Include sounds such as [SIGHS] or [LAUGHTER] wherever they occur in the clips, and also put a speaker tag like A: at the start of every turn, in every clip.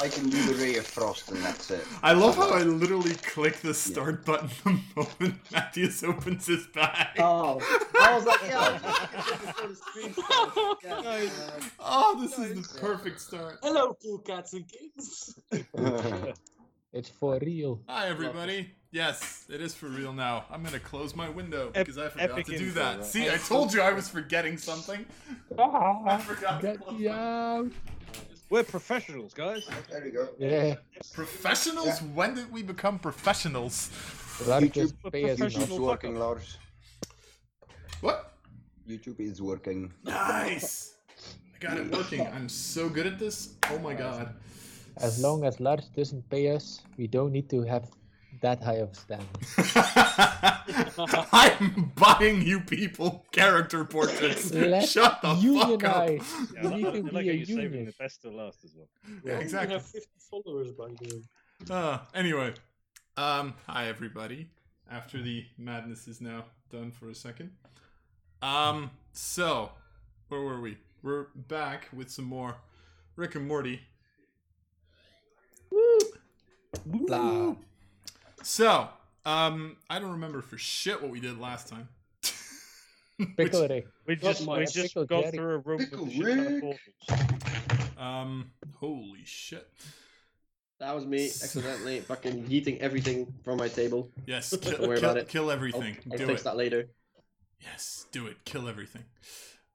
A: I can do the Ray of Frost and that's it.
B: I love how I literally click the start button the [LAUGHS] moment Matthias opens his bag. [LAUGHS]
C: Oh, I was like, yeah, I was just looking for the
D: [LAUGHS]
C: screen stuff. Yeah.
D: Nice.
C: Um,
B: Oh, this is the
C: Nice.
B: perfect start.
D: Hello, cool cats and kids.
E: It's for real.
B: Hi, everybody. Yes, it is for real now. I'm gonna close my window
F: Ep-
B: because I forgot
F: epic
B: to do
F: intro,
B: that.
F: right?
B: See, I told you I was forgetting something. I forgot to
E: Get
B: close.
E: me
B: my-
E: out.
F: We're professionals, guys.
A: there we go.
E: Yeah.
B: Professionals? When did we become professionals?
E: Lars,
A: YouTube-
E: just pay us
F: Professional
E: enough.
A: YouTube's
F: fuck
A: working,
F: up.
A: Lars.
B: What?
A: YouTube is working.
B: Nice. I got it working. I'm so good at this. Oh my god.
E: As long as Lars doesn't pay us, we don't need to have that high of a standard.
B: [LAUGHS] I'm buying you people character portraits.
E: [LAUGHS] Let
B: Shut the fuck up.
E: [LAUGHS] Unionize.
F: Yeah, I
E: We
F: like,
E: need
F: I
E: to
F: like
E: be
F: how
E: a
F: you're saving
E: union.
F: the best to last as well.
B: Yeah,
D: We
B: exactly.
D: have 50 followers by the way.
B: Uh, anyway, um, hi everybody. After the madness is now done for a second, um, so where were we? We're back with some more Rick and Morty.
E: Blah.
B: So, um, I don't remember for shit what we did last time. [LAUGHS] Which,
E: Pickle Rick.
F: We just
E: my
F: we just
E: ethical
F: got
E: daddy.
F: through a room with
A: Pickle
F: a shit ton of
A: Rick.
F: portals.
B: um, holy shit!
C: that was me accidentally fucking yeeting everything from my table.
B: Yes,
C: Don't
B: kill,
C: worry
B: kill,
C: about it.
B: kill
C: I'll,
B: everything.
C: I'll
B: Do
C: fix
B: it.
C: that later.
B: Yes, do it. Kill everything.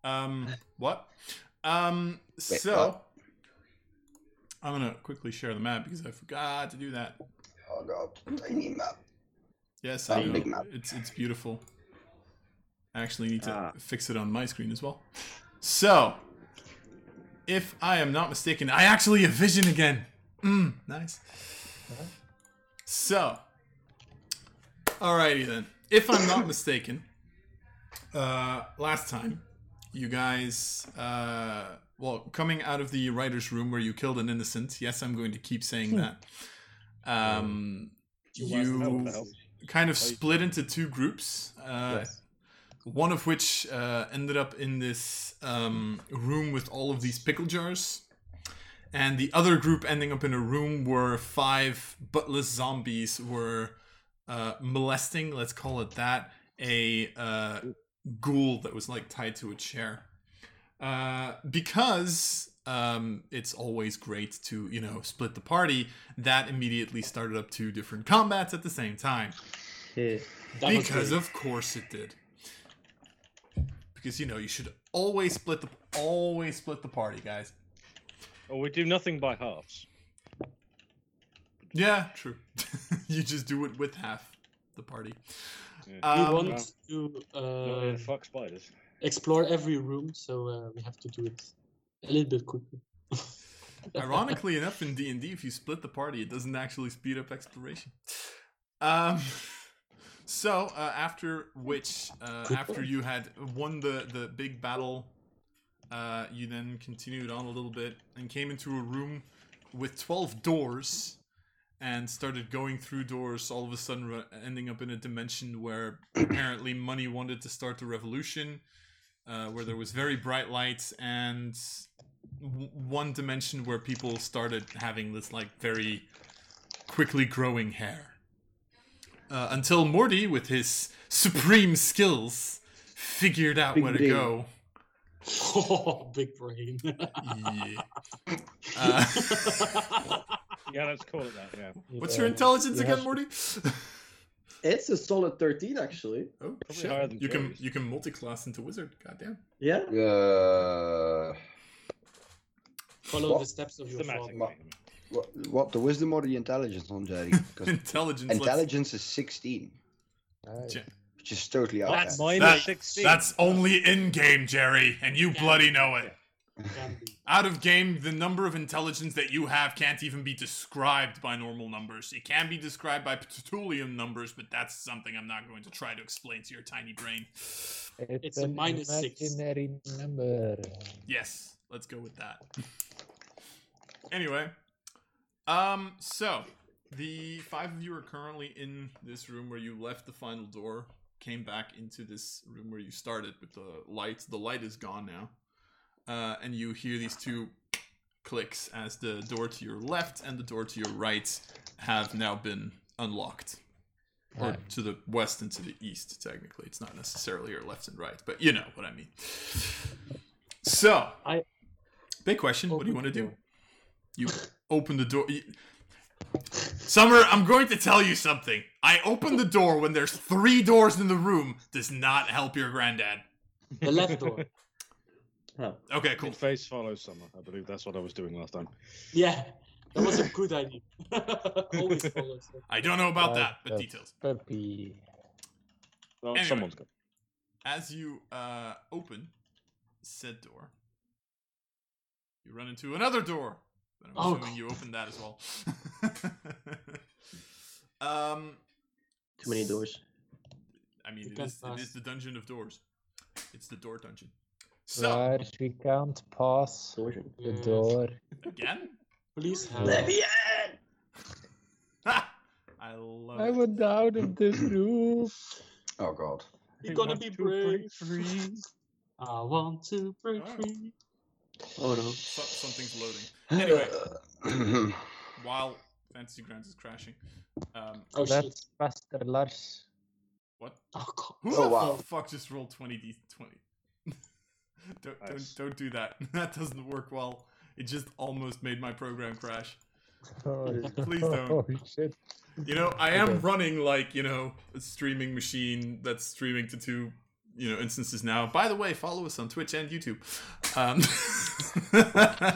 B: Um, what? Um,
A: Wait,
B: so
A: what?
B: I'm gonna quickly share the map because I forgot to do that.
A: Oh god, tiny map.
B: Yes, I
A: Oh,
B: know.
A: big map.
B: It's it's beautiful. I actually need to
C: Ah.
B: fix it on my screen as well. So, if I am not mistaken, I actually have vision again. Mm, nice. So, alrighty then. If I'm not mistaken, uh, last time you guys, uh, well, coming out of the writer's room where you killed an innocent. Yes, I'm going to keep saying that. Um,
F: What the
B: you
F: hell?
B: kind of split into two groups. Uh, One of which uh, ended up in this um, room with all of these pickle jars, and the other group ending up in a room where five buttless zombies were uh, molesting, let's call it that, a uh, ghoul that was like tied to a chair. Uh, because um, it's always great to, you know, split the party, that immediately started up two different combats at the same time.
D: That was
B: Because
D: me.
B: of course it did. Because you know you should always split the always split the party, guys.
F: Well, we do nothing by halves.
B: Yeah, true. [LAUGHS] you just do it with half the party.
F: Yeah.
D: we
B: Um,
D: want to
F: Not
D: uh,
F: in fuck spiders.
D: explore every room, so uh, we have to do it a little bit quickly. [LAUGHS]
B: ironically enough, in D and D, if you split the party, it doesn't actually speed up exploration. Um, [LAUGHS] so uh, after which, uh, after you had won the the big battle, uh, you then continued on a little bit and came into a room with twelve doors. And started going through doors, all of a sudden re- ending up in a dimension where apparently money wanted to start the revolution, uh, where there was very bright lights and w- one dimension where people started having this like very quickly growing hair uh, until morty with his supreme skills figured out
C: Big
B: where to
C: brain.
B: go
D: oh, big brain.
B: yeah.
F: [LAUGHS]
B: Uh,
F: Yeah, let's call it that. Yeah.
B: what's your intelligence
E: you
B: again
E: have-
B: morty
C: It's a solid 13, actually.
B: oh
F: higher
B: shit.
F: than
B: you can
F: Joey's.
B: you can multi-class into wizard goddamn
C: Yeah.
A: Uh,
D: Follow the steps of your
F: Thematically.
D: father.
A: Well, what, what, the wisdom or the intelligence on Jerry? 'Cause
B: intelligence [LAUGHS] let's-
A: intelligence is 16,
E: Nice.
B: Ja-
A: which is totally out
F: That's
A: there.
B: That-
F: minus 16.
B: that's only in game jerry and you bloody know it
D: Can be.
B: out of game, the number of intelligence that you have can't even be described by normal numbers. It can be described by Tertullian numbers, but that's something I'm not going to try to explain to your tiny brain.
D: It's a
E: an
D: minus six.
E: imaginary number.
B: Yes, let's go with that. anyway, um, so the five of you are currently in this room where you left the final door, came back into this room where you started with the lights. The light is gone now, uh, and you hear these two clicks as the door to your left and the door to your right have now been unlocked. Or
E: Right.
B: to the west and to the east, technically. It's not necessarily your left and right, but you know what I mean. So,
D: I-
B: big question. What do you
D: Open
B: want to
D: the
B: do? You open the door. you- Summer, I'm going to tell you something. I open the door when there's three doors in the room does not help your granddad. [LAUGHS]
D: The left door.
B: Okay, cool.
F: Face follows summer. I believe that's what I was doing last time.
D: Yeah, that was a good idea. [LAUGHS] Always follows. it.
B: I don't know about
E: Uh,
B: that, but
E: uh,
B: details.
E: Puppy.
F: Well,
B: Anyway.
F: someone's got.
B: As you uh, open said door, you run into another door. But I'm
D: Oh,
B: assuming you opened that as well. [LAUGHS] um,
C: Too many doors.
B: I mean,
D: You
B: it
D: can't
B: is, it
D: pass.
B: is the dungeon of doors. It's the door dungeon. So, Mm.
E: Lars, we can't pass
C: Torsion.
E: the
D: Yeah.
E: door.
B: again? [LAUGHS]
D: Please help.
C: Let me
B: Ha! I love
E: I
B: it.
E: went out of [COUGHS] this room.
A: Oh god.
D: You're gonna be brave.
F: free.
D: [LAUGHS] I want to break
B: Oh.
D: free.
C: Oh no.
B: So- something's loading. Anyway.
A: Uh, [CLEARS THROAT]
B: While Fantasy Grounds is crashing. Um,
D: Oh shit.
E: That's faster, Lars.
B: what?
D: Oh god.
B: Who
A: Oh,
B: the
A: wow.
B: fuck just rolled 20d20? [LAUGHS] don't,
F: Nice.
B: don't, don't do that. [LAUGHS] That doesn't work well. It just almost made my program crash.
E: Oh,
B: [LAUGHS] Please don't.
E: [LAUGHS] Oh shit.
B: You know, I am
E: Okay.
B: running like, you know, a streaming machine that's streaming to two, you know, instances now. By the way, follow us on Twitch and YouTube. Um, [LAUGHS]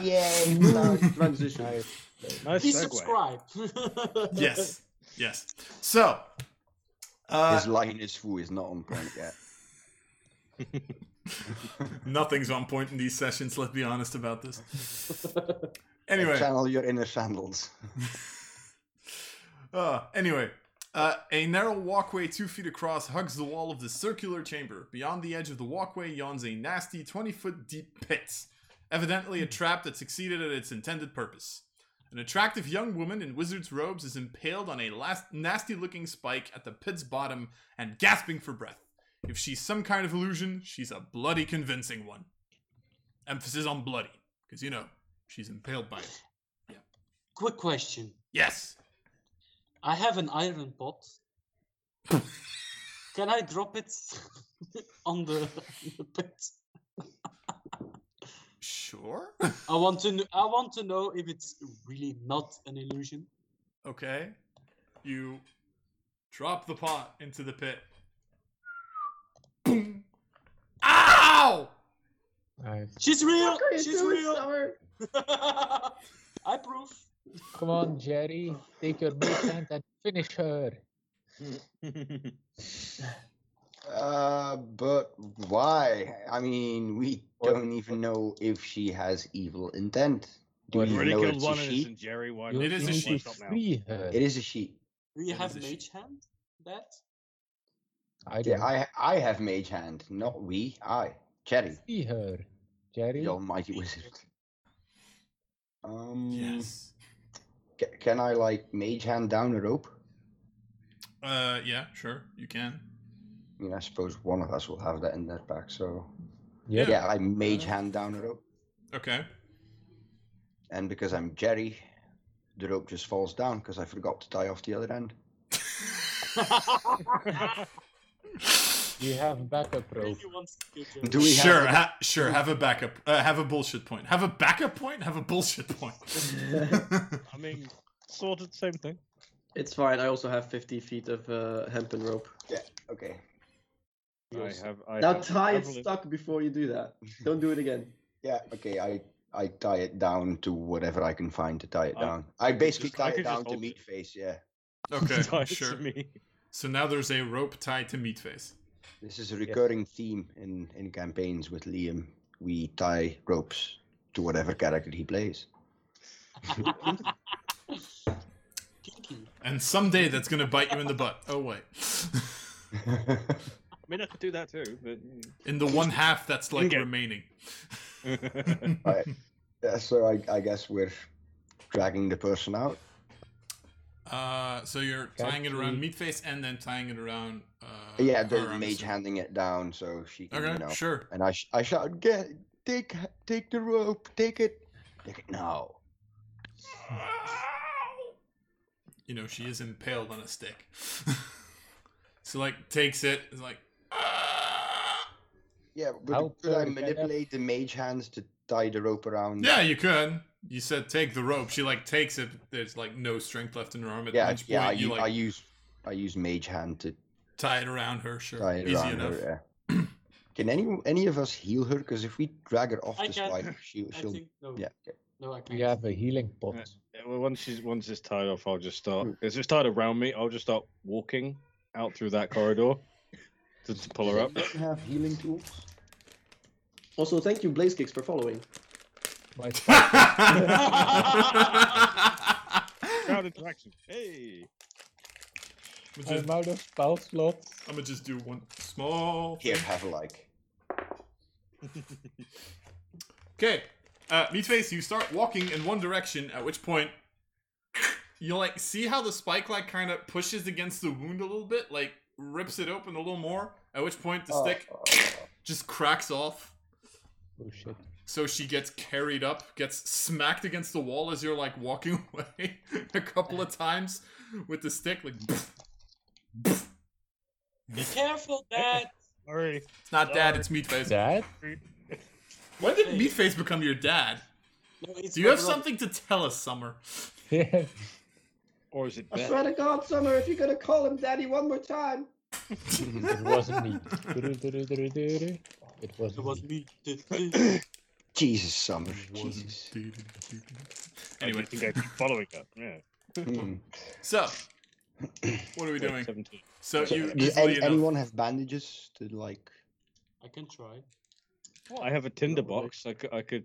C: Nice transition.
B: [LAUGHS]
F: Nice
D: Please
F: segue.
D: subscribe. [LAUGHS]
B: yes. Yes. So, uh,
A: His line is foo is not on point yet.
B: nothing's on point in these sessions, let's be honest about this. Anyway.
A: Channel your inner sandals.
B: Uh, anyway, uh, a narrow walkway two feet across hugs the wall of the circular chamber. Beyond the edge of the walkway yawns a nasty 20 foot deep pit, evidently a trap that succeeded at its intended purpose. An attractive young woman in wizard's robes is impaled on a last nasty looking spike at the pit's bottom and gasping for breath. If she's some kind of illusion, she's a bloody convincing one. Emphasis on bloody, because you know, she's impaled by it.
D: Quick question.
B: Yes!
D: I have an iron pot. Can I drop it [LAUGHS] on the, on the pit?
B: Sure?
D: I want to. Kn- I want to know if it's really not an illusion.
B: Okay. You drop the pot into the pit. Boom. Ow!
E: Nice.
D: She's real. She's real. [LAUGHS] I prove.
E: Come on, Jerry. Take your big hand and finish her.
A: Uh, but why? I mean, we
E: What-
A: don't even know if she has evil intent. Do
E: What-
A: we
F: You already
A: even know
F: killed
A: it's a
F: one
A: she?
F: innocent, Jerry. Why
E: You
B: It is a
E: need
B: she.
E: to
F: Stop now.
E: free her.
A: It is a she.
D: Do you
B: It
D: have
B: is a
D: mage hand? That
E: I don't
A: Yeah, I I have mage hand, not we. I Cherry,
E: free her. Jerry,
A: the almighty wizard. Um,
B: Yes.
A: ca- can I like mage hand down a rope?
B: Uh, yeah, sure, you can.
A: I mean, I suppose one of us will have that in their pack. So
E: Yeah.
A: yeah, I mage hand down a rope,
B: Okay.
A: and because I'm Jerry, the rope just falls down because I forgot to tie off the other end.
F: [LAUGHS]
E: you have backup rope.
D: really wants to kill Jerry.
A: Do we have
B: sure,
A: a-
B: ha- sure. Have a backup. Uh, have a bullshit point. Have a backup point. Have a bullshit point.
F: I mean, sort of the same thing.
C: [LAUGHS] It's fine. I also have 50 feet of uh, hempen rope.
A: Okay.
F: I have. I
C: Now
F: have
C: tie it
F: traveled-
C: stuck before you do that. Don't do it again.
A: Yeah. Okay. I I tie it down to whatever I can find to tie it
F: I-
A: down. I basically
F: just-
A: tie
F: I could
A: it
F: just
A: down to
F: hold it.
A: meat face. Yeah.
F: Tie
A: [LAUGHS]
B: Okay,
F: it to
B: sure.
F: me.
B: So now there's a rope tied to Meatface.
A: This is a recurring theme in in campaigns with Liam. We tie ropes to whatever character he plays. [LAUGHS]
D: Kinky.
B: And someday that's gonna bite you in the butt. Oh wait. [LAUGHS]
F: I mean, I could do that too, but.
B: In the one half that's like
F: Okay.
B: remaining.
A: Right. yeah, so I I guess we're dragging the person out.
B: Uh, so you're tying it around
E: Actually-
B: Meatface and then tying it around. Uh,
A: yeah,
B: her,
A: the
B: I'm
A: mage
B: assuming.
A: handing it down so she can,
B: Okay,
A: you know.
B: sure.
A: And I sh- I shout, get take take the rope, take it. Take it now.
B: You know, she is impaled on a stick. [LAUGHS] so like takes it, is like "Ah!"
A: Yeah, but
E: How
A: could I
E: could I-
A: manipulate the mage hands to tie the rope around?
B: Yeah, you could. You said take the rope. She like takes it. There's like no strength left in her arm at
A: yeah,
B: which point
A: yeah. uh, I,
B: you
A: u-
B: like
A: I use I use mage hand to
B: tie it around her, sure.
A: tie it
B: Easy
A: around
B: enough. [LAUGHS]
A: her.
B: [CLEARS THROAT]
A: yeah. Can any any of us heal her? Because if we drag her off
D: I
A: the
D: can.
A: spider, she,
D: I
A: she'll.
D: think no.
A: Yeah. Okay.
D: No, I can't.
E: We have a healing pot.
F: Yeah. [LAUGHS] Yeah, well, once she's once it's tied off, I'll just start. As it's tied around me, I'll just start walking out through that corridor to, to pull her up.
A: Does she have healing tools?
C: Also, thank you, Blaze Kicks, for following.
E: My
F: Crowd interaction. Hey,
B: I'm gonna
E: I'm
B: just,
E: out of spell slots.
B: I'ma just do one small.
A: Here,
B: thing.
A: have a like.
B: Okay. Uh, Meatface, you start walking in one direction, at which point you like see how the spike like kind of pushes against the wound a little bit, like rips it open a little more. At which point the stick just cracks off.
E: Oh shit.
B: So she gets carried up, gets smacked against the wall as you're like walking [LAUGHS] away a couple of times with the stick. Like, [LAUGHS]
D: Be
B: [LAUGHS]
D: careful, Dad.
F: sorry.
B: it's not dad, it's Meatface.
E: That? [LAUGHS]
B: When did Meatface become your dad?
D: No, it's
B: Do you have
D: my brother.
B: something to tell us, Summer?
E: Yeah.
F: Or is it
C: I swear
F: Beth?
C: to God, Summer, if you're gonna call him Daddy one more time.
E: it wasn't me. Doo-doo-doo-doo-doo-doo. It
D: It
E: wasn't
D: was
E: me.
D: me.
A: Jesus, Summer. Jesus.
B: Anyway,
F: I think I keep following her. Yeah.
A: Hmm.
B: so what are we
F: Wait,
B: doing?
F: 17.
B: So
A: So,
B: you
A: does
B: easily
A: any-
B: enough-
A: anyone have bandages to like
D: I can try.
F: I have a tinder box. I could. I could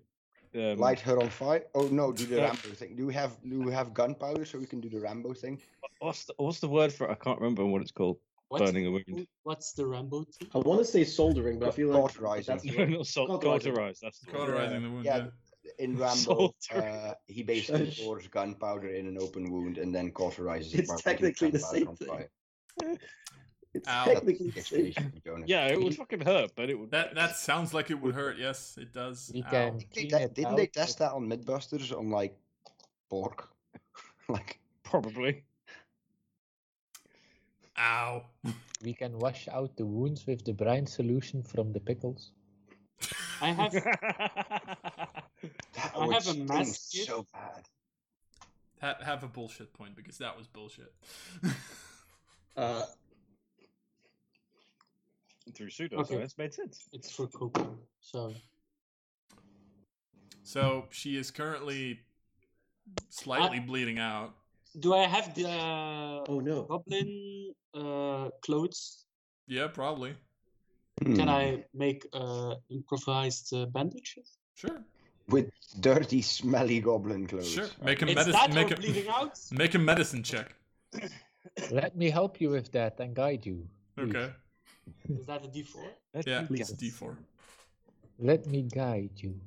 F: um, uh,
A: light her on fire? Oh no, do the
F: Yeah.
A: Rambo thing. Do we have do we have gunpowder so we can do the Rambo thing?
F: What's the, what's the word for it? I can't remember what it's called.
D: What?
F: Burning a wound.
D: What's the Rambo thing?
C: I want to say soldering, but I feel like
A: Cauterizing.
F: [LAUGHS]
C: that's
F: No, not salt.
C: Cauterizing.
F: Cauterize. That's the word.
B: cauterizing the wound.
A: yeah.
B: Yeah.
C: [LAUGHS]
A: In Rambo,
F: Soldier.
A: uh, he basically
C: Shush.
A: pours gunpowder in an open wound and then cauterizes
C: It's
A: by putting
C: technically the
A: gunpowder
C: same
A: on
C: thing. [LAUGHS]
A: fire.
C: it's
B: Ow.
A: That's
C: technically
A: the
C: the same.
A: explanation for Jonas.
F: Yeah, it would fucking hurt, but it would.
B: That that sounds like it would hurt. Yes, it does.
E: We
B: Ow.
E: can
A: They
E: clean
A: te-
E: it
A: didn't
E: out
A: they
E: with-
A: test that on Midbusters on like pork? [LAUGHS] like
F: probably.
B: Ow.
E: We can wash out the wounds with the brine solution from the pickles.
D: I
B: [LAUGHS]
D: have
A: that
D: I
A: would
D: have a
A: sting
D: mask.
A: so bad.
B: Ha- have a bullshit point because that was bullshit. [LAUGHS]
C: Uh,
F: [LAUGHS] Through pseudo, so
D: Okay.
F: that's made sense.
D: it's for coping. So
B: so she is currently slightly bleeding out.
D: do I have the uh,
C: oh no.
D: goblin uh, clothes?
B: Yeah, probably.
D: Can
A: Hmm.
D: I make uh, improvised uh, bandages?
B: Sure.
A: Hmm. with dirty, smelly goblin clothes?
B: Sure. Make a
D: It's
B: medicine.
D: that
B: Make
D: or
B: a
D: bleeding out?
B: [LAUGHS] make a medicine check.
E: Let me help you with that and guide you.
A: Hmm.
E: please.
B: Okay.
D: Is that a D4?
F: Let's
B: Yeah.
F: do
B: It's
F: that.
B: D four.
E: Let me guide you.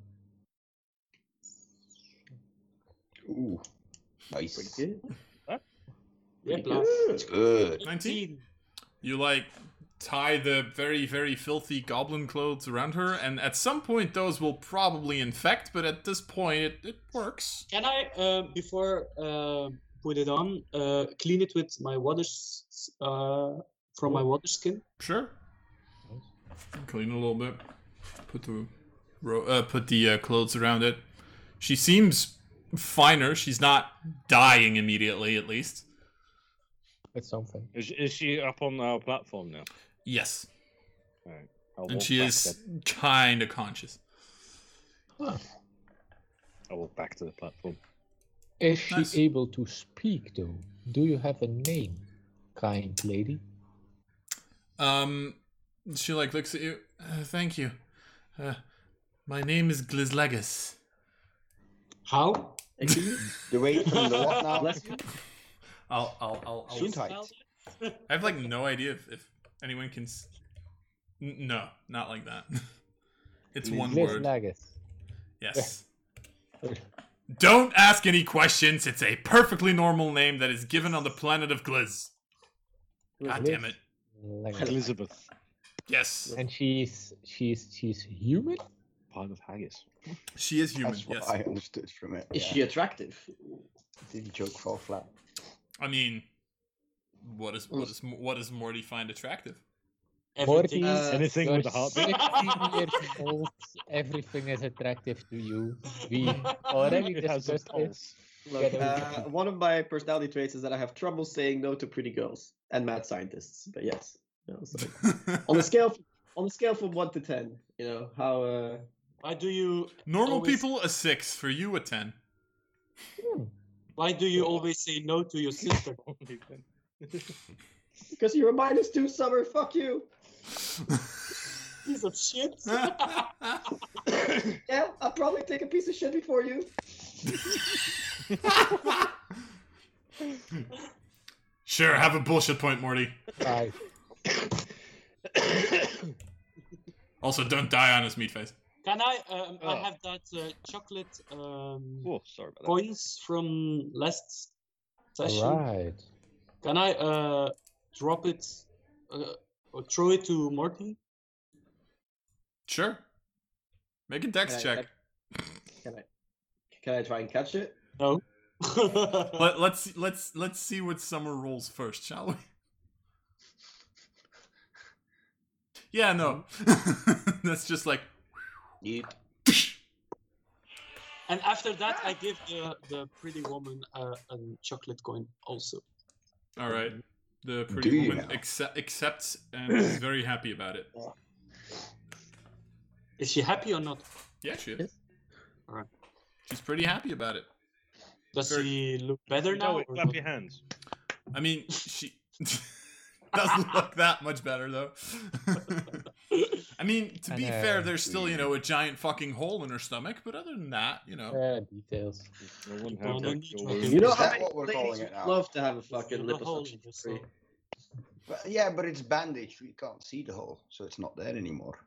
A: Ooh, nice.
C: Pretty good.
D: Yeah, plus
A: It's good.
B: 19?
D: 19.
B: You like tie the very very filthy goblin clothes around her, and at some point those will probably infect. But at this point, it, it works.
D: Can I, uh, before uh, put it on, uh, clean it with my water s- s- uh, from my water skin?
B: Sure. Clean a little bit. Put the ro- uh, put the uh, clothes around it. She seems finer. She's not dying immediately, at least.
E: It's something.
F: Is, is she up on our platform now?
B: Yes,
F: I'll
B: and
F: walk
B: she
F: back
B: is
F: then.
B: kind of conscious.
F: I'll walk back to the platform.
E: Is she
B: Nice.
E: able to speak though? Do you have a name, kind lady?
B: Um, she like looks at you. Uh, thank you. Uh, my name is Glizlegus.
D: How?
A: The way from the what now?
C: Bless you.
B: I'll I'll I'll. I'll
A: Shouldn't I? Tight.
B: I have like no idea if, if anyone can. S- N- no, not like that. [LAUGHS] it's one
E: Liz
B: word.
E: Lagus.
B: Yes.
E: Yeah.
B: [LAUGHS] Don't ask any questions. It's a perfectly normal name that is given on the planet of Gliz. God damn it.
E: Lagus.
F: Elizabeth.
B: Yes.
E: And she's she's she's human?
F: pile of haggis.
B: She is human.
A: That's what
B: Yes.
A: I [LAUGHS]
B: I...
A: understood from it.
C: Is
A: yeah.
C: she attractive?
A: Did the joke fall flat?
B: mean, what is what is what does Morty find attractive?
D: Everything.
E: Morty,
C: Uh,
F: Anything
E: you're
F: with a heartbeat.
E: 16 years old. Everything is attractive to you.
F: [LAUGHS]
E: We
D: Uh, [LAUGHS]
E: already
F: It has a
E: discussed this.
F: pulse.
C: Look,
E: Yeah,
C: uh,
E: there
C: one of my personality traits is that I have trouble saying no to pretty girls and mad scientists. But yes, you know, [LAUGHS] so- on a scale on a scale from one to ten, you know how uh,
D: Why do you
B: Normal
D: Always-
B: people a six for you a ten. [LAUGHS]
D: Why do you always say no to your sister?
B: [LAUGHS]
C: because you're a minus two summer. Fuck you.
D: Piece of shit.
B: [LAUGHS]
C: Yeah, I'll probably take a piece of shit before you.
B: sure, have a bullshit point, Morty.
E: Five.
B: Also, don't die on his meat face.
D: Can I? Um, I
F: Oh.
D: have that uh, chocolate um,
F: Oh, sorry about
D: coins from last session.
E: Right.
D: Can I uh, drop it uh, or throw it to Morty?
B: Sure. Make a dex
C: Can I-
B: check.
C: Can I? Can I try and catch it?
D: No.
B: Let, let's let's let's see what Summer rolls first, shall we? [LAUGHS] Yeah, no. [LAUGHS] That's just like
D: [LAUGHS] and after that, I give the, the pretty woman uh, a chocolate coin also.
B: all right. The
A: Do
B: pretty
A: you
B: woman
A: now?
B: accept, accepts and is very happy about it.
D: Is she happy or not?
B: Yeah, she is.
D: All right.
B: She's pretty happy about it.
D: Does
B: Sure.
D: she look
F: that.
D: better now?
F: No,
D: or
F: clap
D: not?
F: your hands.
B: I mean, she [LAUGHS] doesn't look that much better though. [LAUGHS] I mean, to
E: I
B: be
E: know.
B: fair, there's still you know a giant fucking hole in her stomach, but other than that, you know.
E: Uh, details.
F: I wouldn't
D: Well,
F: have
D: then
F: that
D: you
F: door.
D: talk
C: You know
A: Is
C: how
A: that
C: many
A: what we're
C: ladies
A: calling it
C: would
A: now?
C: love to have a fucking
D: You're not holding
C: liposuction
D: yourself.
C: tree.
A: But, yeah, but it's bandaged. We can't see the hole, so it's not there anymore.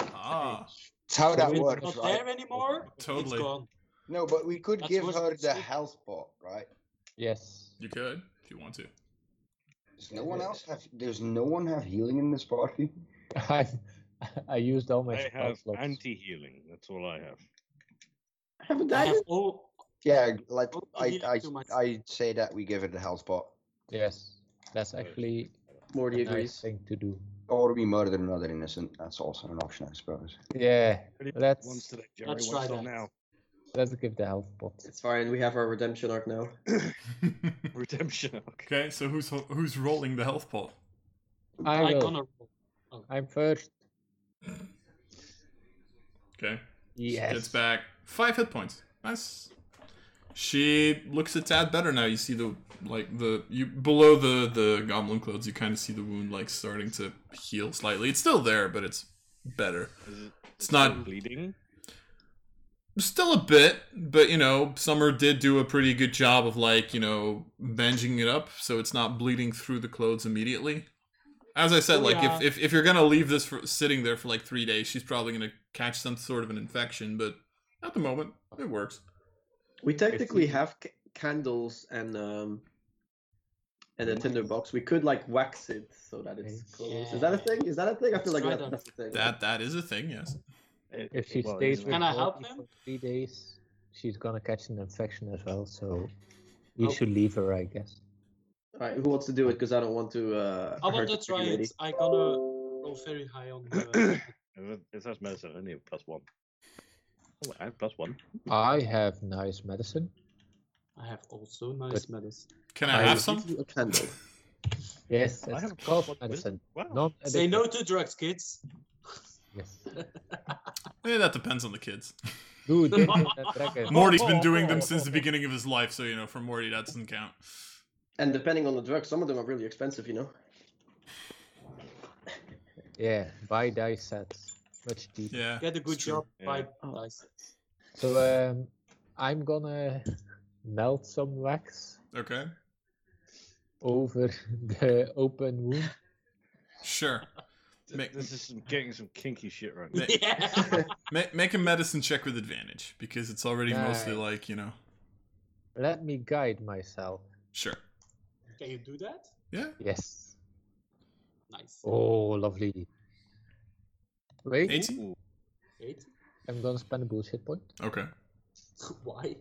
B: Ah,
A: It's how
E: So
A: that
E: it's
A: works,
D: Not
A: right?
D: there anymore?
B: Totally.
D: It's gone.
A: No, but we could
D: That's
A: give
D: what-
A: her the health pot, right?
E: Yes. [LAUGHS]
B: you could if you want to.
A: Does no one else have? Does no one have healing in this party? [LAUGHS]
E: I, I used all my
F: I
E: spell
F: have
E: slots.
F: anti-healing. That's all I have.
C: I have a
D: I have
C: dagger.
D: all,
A: Yeah, like
D: Don't
A: I,
D: heal
A: I,
D: too much.
A: I say that we give her the health pot,
E: yes. That's actually
C: Morty
E: a nice
C: agrees.
E: thing to do.
A: or we murder another innocent. That's also an option, I suppose.
E: Yeah.
F: Once
E: Let's
F: today, Jerry.
D: let's
F: Once
D: try
F: till
D: that.
F: now.
E: let's give the health pot.
C: It's fine. We have our redemption arc now.
B: [LAUGHS]
D: [LAUGHS]
F: Redemption. Okay.
B: okay, so who's ho- who's rolling the health pot?
E: I
D: I
E: will.
D: gonna roll.
E: I'm first.
B: Okay,
E: Yes.
B: gets back five hit points. Nice. She looks a tad better now. You see the like the you below the the goblin clothes. You kind of see the wound like starting to heal slightly. It's still there, but it's better.
F: Is it
B: It's
F: still
B: not
F: bleeding.
B: still a bit, but you know, Summer did do a pretty good job of like, you know, bandaging it up so it's not bleeding through the clothes immediately. As I said,
D: Oh,
B: like
D: yeah.
B: if, if if you're gonna leave this for, sitting there for like three days, she's probably gonna catch some sort of an infection. But at the moment, it works.
C: We technically have c- candles and um and a tinder box. We could like wax it so that it's close. Is that a thing? Is that a thing? I feel like
D: Let's try
C: that,
D: that.
C: that's a thing.
B: That that is a thing, yes.
F: It-
E: If she
F: well, it
E: stays
F: is
E: with
D: Can I help
E: Morty
D: him?
E: for three days, she's gonna catch an infection as well. So
D: Oh.
E: we should leave her, I guess.
C: All right, who wants to do it? Because I don't want to. Uh,
D: I
C: hurt
D: want to
C: the
D: try
C: lady.
D: it. I gonna roll very high on the.
F: It it says medicine only a plus one. Oh, I have plus one.
E: I have nice medicine.
D: I have also nice medicine.
B: Can I
E: I
B: have
E: will
B: some?
C: Give you A candle.
E: Yes,
F: I
E: it's
F: have
E: cough
F: what-
E: medicine.
F: Wow.
E: Non
D: Say no to drugs, kids.
E: Yes.
B: Eh, that depends on the kids.
E: Dude, that dragon.
B: Morty's been doing them
D: [LAUGHS]
B: since the beginning of his life, so you know, for Morty that doesn't count.
C: And depending on the drug, some of them are really expensive, you know.
E: Yeah, buy dice sets. Much cheaper.
B: Yeah.
D: Get a good
B: it's true.
D: job by
F: Yeah.
D: dice.
E: So um, I'm gonna melt some wax
B: Okay.
E: over [LAUGHS] the open wound.
B: Sure.
F: Th-
B: Make-
F: This is some, getting some kinky shit right now.
B: Ma-
D: Yeah.
B: ma- make a medicine check with advantage because it's already mostly
E: Nice.
B: like you know.
E: Let me guide myself.
B: Sure.
D: Can you do that?
B: Yeah.
E: Yes.
D: Nice.
E: Oh, lovely. Wait,
B: Eighteen.
F: Ooh,
D: Eight. [LAUGHS]
E: I'm gonna spend a bullshit point
B: Okay. [LAUGHS]
D: Why?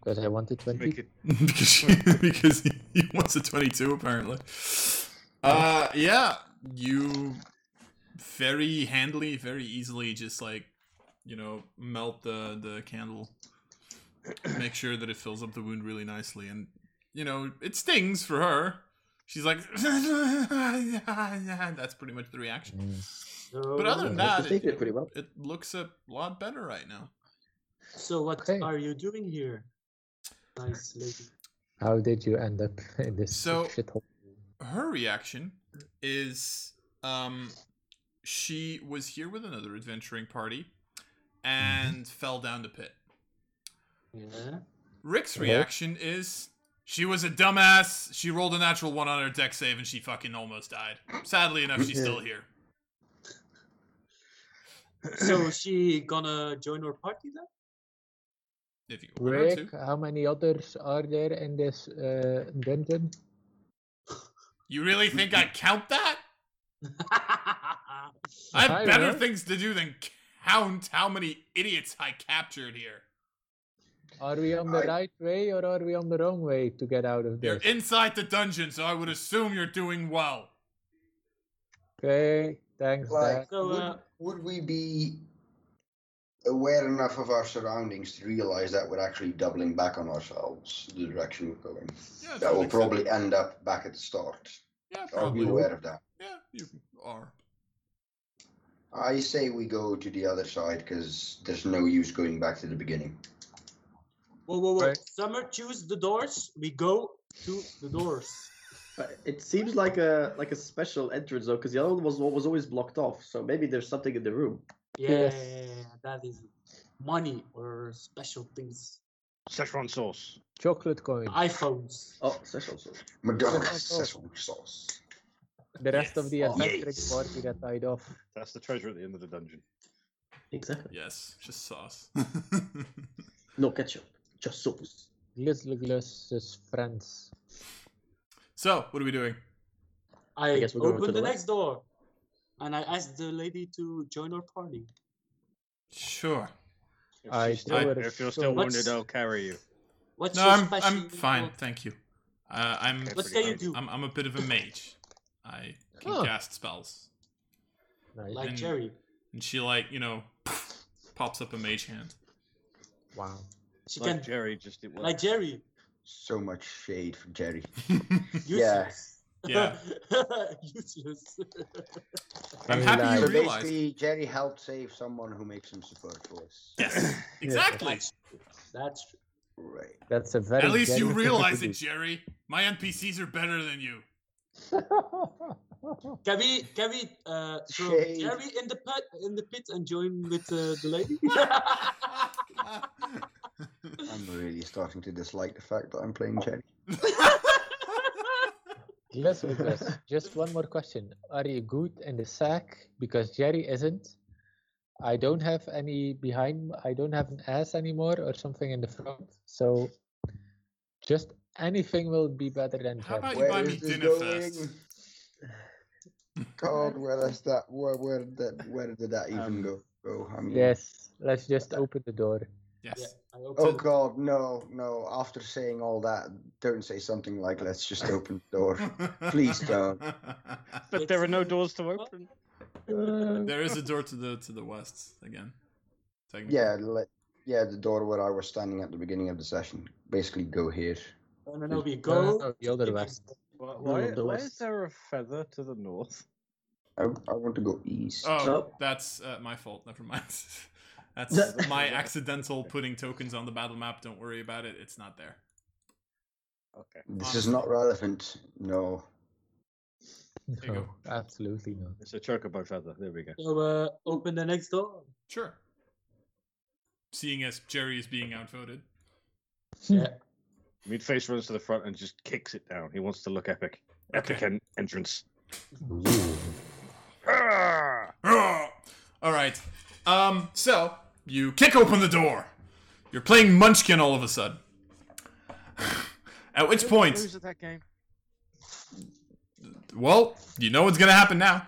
E: because I wanted 20.
F: Make it
B: because because he, [LAUGHS] he wants a 22 apparently. Uh yeah, you very handily, very easily just like, you know, melt the the candle. Make sure that it fills up the wound really nicely and you know, it stings for her. She's like [LAUGHS] that's pretty much the reaction.
E: Mm.
B: But other than
C: Nah,
B: that,
C: they did
B: it,
C: pretty well.
B: it looks a lot better right now.
D: So what
E: Okay.
D: are you doing here? Nice lady.
E: How did you end up [LAUGHS] in this
B: So-
E: shithole?
B: her reaction is um she was here with another adventuring party
A: Mm-hmm.
B: and fell down the pit.
D: Yeah.
B: Rick's
E: Okay.
B: reaction is she was a dumbass. She rolled a natural one on her deck save and she fucking almost died. Sadly enough,
A: [LAUGHS]
B: she's still here.
D: So she gonna join our party then? [LAUGHS]
B: If you want her
E: Rick,
B: to.
E: how many others are there in this uh, dungeon?
B: You really think I count that? I have
E: I
B: better
E: will.
B: things to do than count how many idiots I captured here.
E: Are we on the
A: I-
E: right way or are we on the wrong way to get out of
B: You're
E: this?
B: inside the dungeon, so I would assume you're doing well.
E: Okay, thanks.
A: Like,
E: Dad.
D: So,
A: would,
D: uh,
A: would we be aware enough of our surroundings to realize that we're actually doubling back on ourselves, the direction we're going?
B: Yeah,
A: That will
B: makes sense.
A: probably end up back at the start.
B: Yeah,
A: Are we
B: probably.
A: aware of that?
B: Yeah, you are.
A: I say we go to the other side because there's no use going back to the beginning.
D: whoa, whoa, whoa.
E: Right.
D: Summer, choose the doors. We go to the doors.
C: But it seems like a like a special entrance though, because the other one was was always blocked off. So maybe there's something in the room.
D: Yeah,
E: Yes.
D: that is money or special things.
F: Szechuan sauce.
E: Chocolate coin.
B: ah,
D: iPhones.
C: Oh, special. So
A: [LAUGHS] McDonald's Szechuan sauce.
E: the rest of the
D: Yes.
E: adventuring
A: Yes.
E: party that died off.
F: That's the treasure at the end of the dungeon.
C: exactly.
B: Yes, just [LAUGHS] sauce.
C: No ketchup, just sauce.
E: Little Glus's friends.
B: so, what are we doing?
D: I,
C: guess we're going to
D: opened the,
C: the left.
D: next door, and I asked the lady to join our party.
B: Sure.
F: If,
E: I
F: she's still-
E: threw it
F: if you're
E: so
F: still
D: much.
F: wounded, I'll carry you.
D: What's
B: No,
D: your
B: I'm
D: special?
B: I'm fine, thank you. Uh, I'm
F: Okay,
D: What
F: pretty
D: can you
F: good.
D: do?
B: I'm I'm a bit of a mage. I can
E: Oh.
B: cast spells,
E: Nice.
D: like
B: and-
D: Jerry.
B: and she like you know pops up a mage [LAUGHS] hand.
E: wow.
D: She
F: Like
D: can
F: Jerry, just it works.
D: like
B: [LAUGHS]
D: Jerry.
A: So much shade for Jerry. Yeah.
D: Useless.
B: [LAUGHS] yeah,
D: [LAUGHS] Useless.
B: I'm
E: Very
B: happy you
E: nice.
A: So
B: realized.
A: basically, Jerry helped save someone who makes him support for us. [LAUGHS]
B: Yes, exactly.
D: That's true. That's true.
A: Right.
E: That's a very.
B: At least you
E: genuine thing to
B: realize
E: do.
B: it, Jerry. My NPCs are better than you. [LAUGHS]
F: [LAUGHS]
D: Can we can we uh, throw
A: Shade.
D: Jerry in the pit in the pit and join with uh, the lady? [LAUGHS]
A: I'm really starting to dislike the fact that I'm playing Jerry.
E: Let's do this. Just one more question. Are you good in the sack? Because Jerry isn't. I don't have any behind. I don't have an ass anymore or something in the front. So just anything will be better than
B: How about
E: Jerry.
B: you buy me dinner first?
A: God, where is that? Where, where did where did that even
F: Um,
A: go? Oh, go? I mean,
E: Yes. Let's just open the door.
D: yeah,
B: Yes.
D: I hope
A: Oh
D: so.
A: God, no, no. After saying all that, don't say something like "Let's just open the
B: [LAUGHS]
A: door." Please don't.
F: But there are no doors to open.
B: There is a door to the to the west again. Technically.
A: yeah, let, yeah. The door where I was standing at the beginning of the session. Basically, go here.
D: No, no, no, we
E: No, no,
D: go.
E: no, the other way.
F: Why,
C: why- the why is
F: is
C: west.
F: there a feather to the north?
A: I, I want to go east.
B: Oh,
C: So-
B: that's uh, my fault. Never mind. [LAUGHS] that's my accidental putting tokens on the battle map. Don't worry about it. It's not there.
F: Okay.
A: this is not relevant. No.
B: you
E: [LAUGHS] No,
B: go.
E: absolutely not.
F: It's a chocobo feather. There we go.
D: So uh, open the next door.
B: Sure. Seeing as Jerry is being outvoted.
F: Meatface runs to the front and just kicks it down. He wants to look epic. Epic en- entrance. Ah!
B: All right. Um. So you kick open the door. You're playing Munchkin all of a sudden. [SIGHS] At which point,
F: Loser that game.
B: well, you know what's gonna happen now.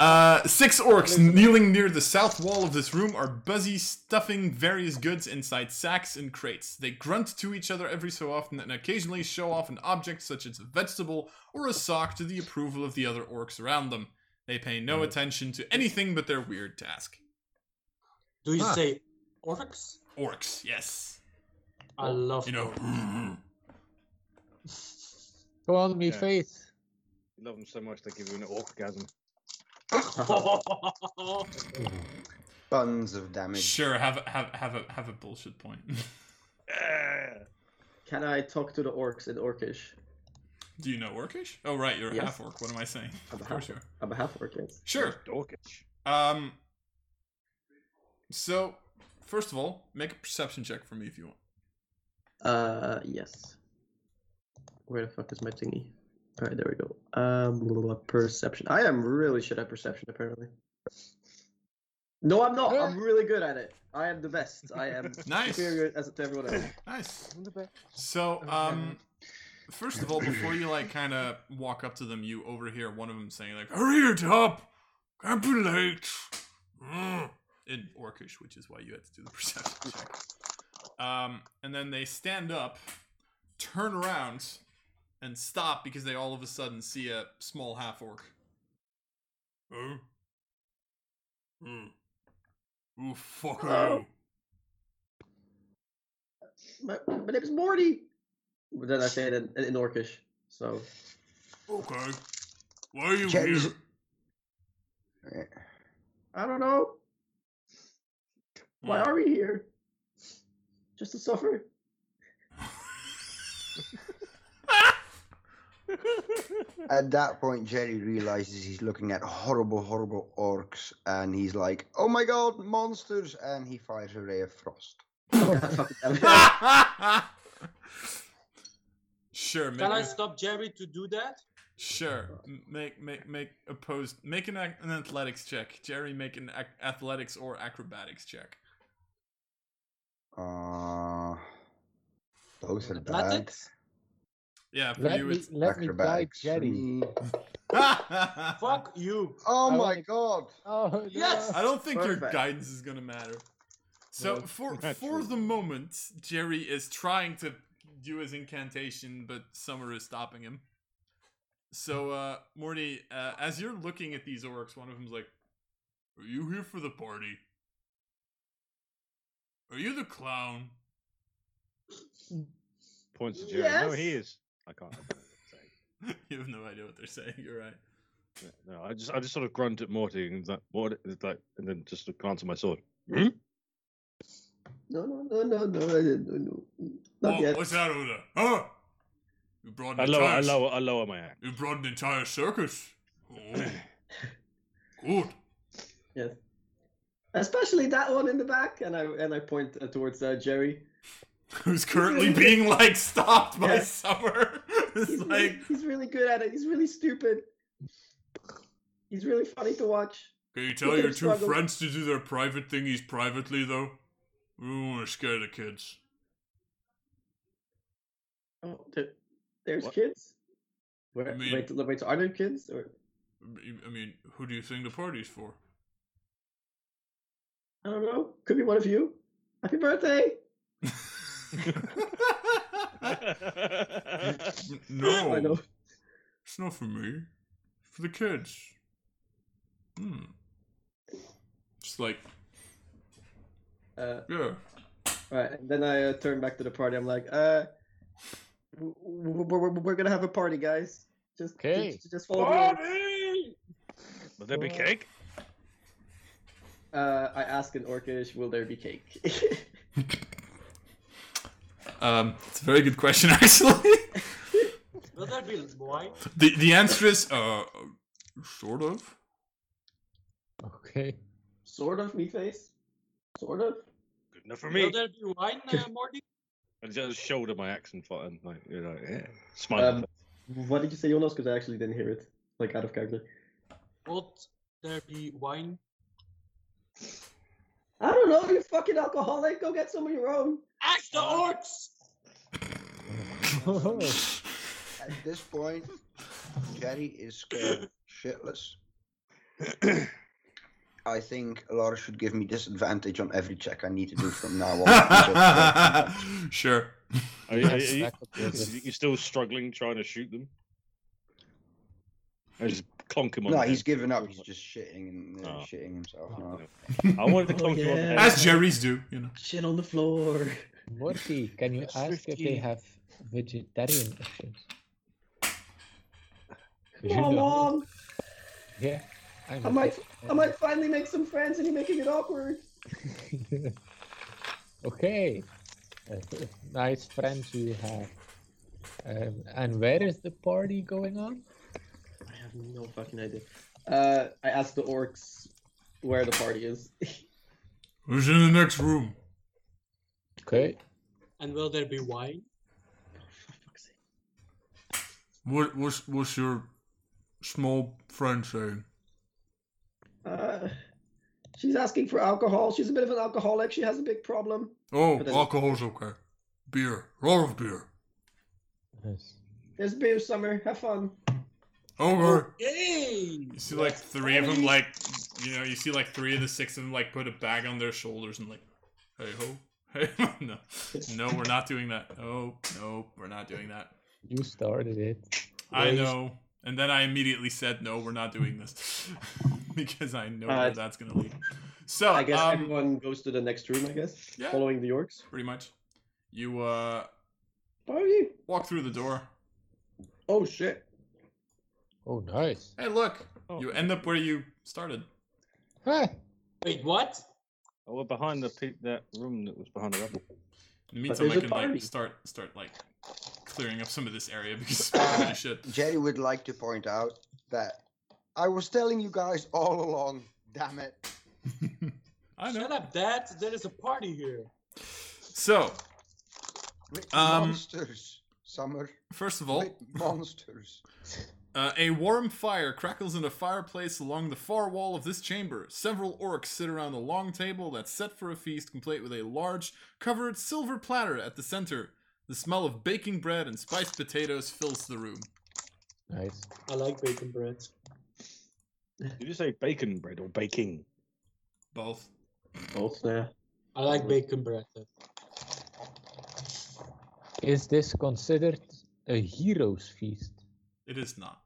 B: Uh, six orcs kneeling near the south wall of this room are busy stuffing various goods inside sacks and crates. They grunt to each other every so often and occasionally show off an object such as a vegetable or a sock to the approval of the other orcs around them. They pay no attention to anything but their weird task.
D: Do you
A: Huh.
D: say orcs?
B: Orcs, yes.
D: I love
B: Oh, You know,
E: Call me
F: Yeah.
E: Faith.
F: Love them so much they give you an orgasm.
B: [LAUGHS]
A: Tons of damage.
B: sure, have a, have, have a, have a bullshit point. [LAUGHS]
F: Ah.
C: Can I talk to the orcs in orcish?
B: Do you know orcish? Oh, right, you're
C: Yes.
B: half orc. What am I saying?
C: I'm
B: Of
C: a
B: course
C: half
B: you are.
C: I'm a half orc, yes.
B: Sure.
F: Dorkish.
B: Um. So, first of all, make a perception check for me if you want.
C: Uh, yes. Where the fuck is my thingy? All right, there we go. Um, blah, blah, blah, perception. I am really shit at perception, apparently. No, I'm not. I'm really good at it. I am the best. I am
B: [LAUGHS] Nice.
C: superior as to everyone
B: [LAUGHS]
C: else.
B: Nice.
E: I'm the best.
B: So, um, first of all, before you like kind of walk up to them, you overhear one of them saying like, "Hurry it up! Can't be late." Mm," In Orcish, which is why you had to do the [LAUGHS] perception check. Um, and then they stand up, turn around, and stop because they all of a sudden see a small Oh. half orc. Huh? Hmm. Who fuck are you?
C: My, my name is Morty. But then I say it in, in orcish. So
B: Okay. Why are you
A: Jack-
B: here?
C: I don't know. Why
B: Hmm.
C: are we here? Just to suffer?
A: At that point, Jerry realizes he's looking at horrible, horrible orcs, and he's like, "Oh my god, monsters!" And he fires a ray of frost.
C: God, fuck it.
B: [LAUGHS] sure, make
D: Can I
B: a-
D: stop Jerry to do that?
B: sure. M- Make make make opposed. Make an, ac- an athletics check. Jerry, make an ac- athletics or acrobatics check.
A: Uh, both are bad.
D: Athletics?
B: Yeah, for
E: Let
B: you
E: me,
B: it's. [LAUGHS]
E: let me guide
A: Acrobatics for
E: Jerry.
A: me.
D: Fuck you.
A: Oh
E: I
A: my [LAUGHS]
E: wanna-
A: god!
E: Oh, no.
D: Yes!
B: I don't think your
C: Perfect.
B: guidance is gonna matter. So
F: No,
B: for
F: not
B: for
F: true.
B: the moment, Jerry is trying to do his incantation, but Summer is stopping him.
C: Hmm.
B: So uh, Morty, uh, as you're looking at these orcs, one of them's like, "Are you here for the party? Are you the clown?" [LAUGHS]
F: Points to Jerry. No, he
C: Yes.
F: is. I can't. I can't say.
B: you have no idea what they're saying. You're right.
F: No, I just I just sort of grunt at Morty and like what is like, and then just glance at my sword.
C: No, no, no, no, no, no, no, no. Not
B: "Oh,
C: yet.
B: what's that over there? Huh? You brought an
F: I lower, I
B: entire s-
F: lower, I lower my
B: [LAUGHS]
F: axe.
B: You brought an entire circus. Oh.
F: [CLEARS THROAT]
B: Good.
C: Especially that one in the back, and I and I point uh, towards uh, Jerry.
B: [LAUGHS] who's currently being like stopped by
C: Yeah.
B: Summer. [LAUGHS] it's
C: He's,
B: like,
C: really, [LAUGHS] he's really good at it. He's really stupid. He's really funny to watch.
B: can you tell
C: at
B: your
C: him
B: two
C: struggle.
B: friends to do their private thingies privately, though? We don't want to scare the kids.
C: Oh, there, there's
F: What?
C: kids. Where,
B: I mean-
C: wait, wait, are there kids? Or
B: I mean, who do you think the party's for? [LAUGHS]
C: I don't know. Could be one of you. Happy birthday! I
B: no,
C: know.
B: it's not for me. It's for the kids. Hmm. Just like,
C: Uh,
B: yeah.
C: right, and then I uh, turn back to the party. I'm like, uh, w- w- we're, we're, we're gonna have a party, guys. Just,
E: Okay.
C: just, just follow me.
F: Will there be
E: Well-
F: cake?
C: Uh, I ask in Orcish, will there be cake? [LAUGHS]
B: Um, it's a very good question, [LAUGHS] actually.
D: Will there be wine?
B: [LAUGHS] the The answer is, uh, sort of.
E: Okay.
C: sort of, me face. Sort of.
F: Good enough for
D: Will
F: me.
D: there be wine, uh, Morty?
F: I just shoulder my axe and fight and like you know, yeah. smile.
C: Um, what did you say, Jonas? Because I actually didn't hear it, like out of character.
D: Will there be wine?
C: I don't know, you fucking alcoholic. Go get some of your own.
D: Ask the
B: Uh,
D: orcs!
A: At this point, Jerry is scared shitless. I think Laura should give me disadvantage on every check I need to do from now on.
B: [LAUGHS]
F: [LAUGHS]
A: because, uh,
B: sure.
F: Are you, are
E: Yes,
F: you,
E: that could be a good-
F: you're still struggling trying to shoot them? I just clonk him on
A: no,
F: the
A: he's
F: head.
A: given up. He's just shitting and uh,
F: Oh.
A: shitting himself. now.
F: I wanted to
C: Oh,
F: clonk him on the
C: yeah.
F: head.
B: As Jerry's do, you know.
C: Shit on the [LAUGHS] floor.
E: Morty, can you
F: That's
E: ask if they
F: 15.
E: have vegetarian options? You
C: Mom,
E: know.
C: mom,
E: Yeah. I'm
C: I might, I might finally make some friends, and you're making it awkward.
E: [LAUGHS] okay. Uh, nice friends you have. Um, and where is the party going on?
C: I have no fucking idea. Uh, I asked the orcs where the party is.
B: Who's in the next room?
E: Okay.
D: And will there be wine?
B: What what's what's your small friend saying?
C: [LAUGHS] Uh, she's asking for alcohol. She's a bit of an alcoholic. She has a big problem.
B: Oh,
C: But then-
B: alcohol's okay. Beer, a lot of beer.
E: Yes.
C: There's beer summer. Have fun.
D: Oh.
B: Okay.
D: Yay!
B: You see like three of them, like you know, you see like three of the six of them, like put a bag on their shoulders and like, hey ho, hey [LAUGHS] no, no, we're not doing that. Oh no, we're not doing that.
E: You started it.
B: I
E: Raise-
B: know. And then I immediately said, no, we're not doing this. [LAUGHS] because I know
C: Uh,
B: where that's going to lead. So,
C: I guess
B: um,
C: everyone goes to the next room. I guess
B: yeah.
C: following the orcs.
B: pretty much, you uh,
C: Party.
B: walk through the door.
C: Oh shit.
E: Oh, nice.
B: Hey, look,
F: Oh.
B: you end up where you started.
E: Huh.
D: Wait, what?
F: Oh, we're behind the pe- that room that was behind the
E: [LAUGHS]
F: rubble.
B: In the
C: But
B: meantime, I
C: there's a
B: can
C: party.
B: like start start like clearing up some of this area because [LAUGHS] it's pretty shit.
A: Jerry would like to point out that I was telling you guys all along. Damn it!
B: I know.
D: Shut up, Dad. There is a party here.
B: So,
A: With
B: Um,
A: monsters, summer.
B: first of all,
A: With monsters.
B: Uh, a warm fire crackles in a fireplace along the far wall of this chamber. Several orcs sit around a long table that's set for a feast, complete with a large, covered silver platter at the center. The smell of baking bread and spiced potatoes fills the room.
E: Nice.
D: I like bacon bread.
F: Did you say bacon bread or baking?
B: Both.
C: Both there.
D: I like bacon bread.
E: Is this considered a hero's feast?
B: It is not.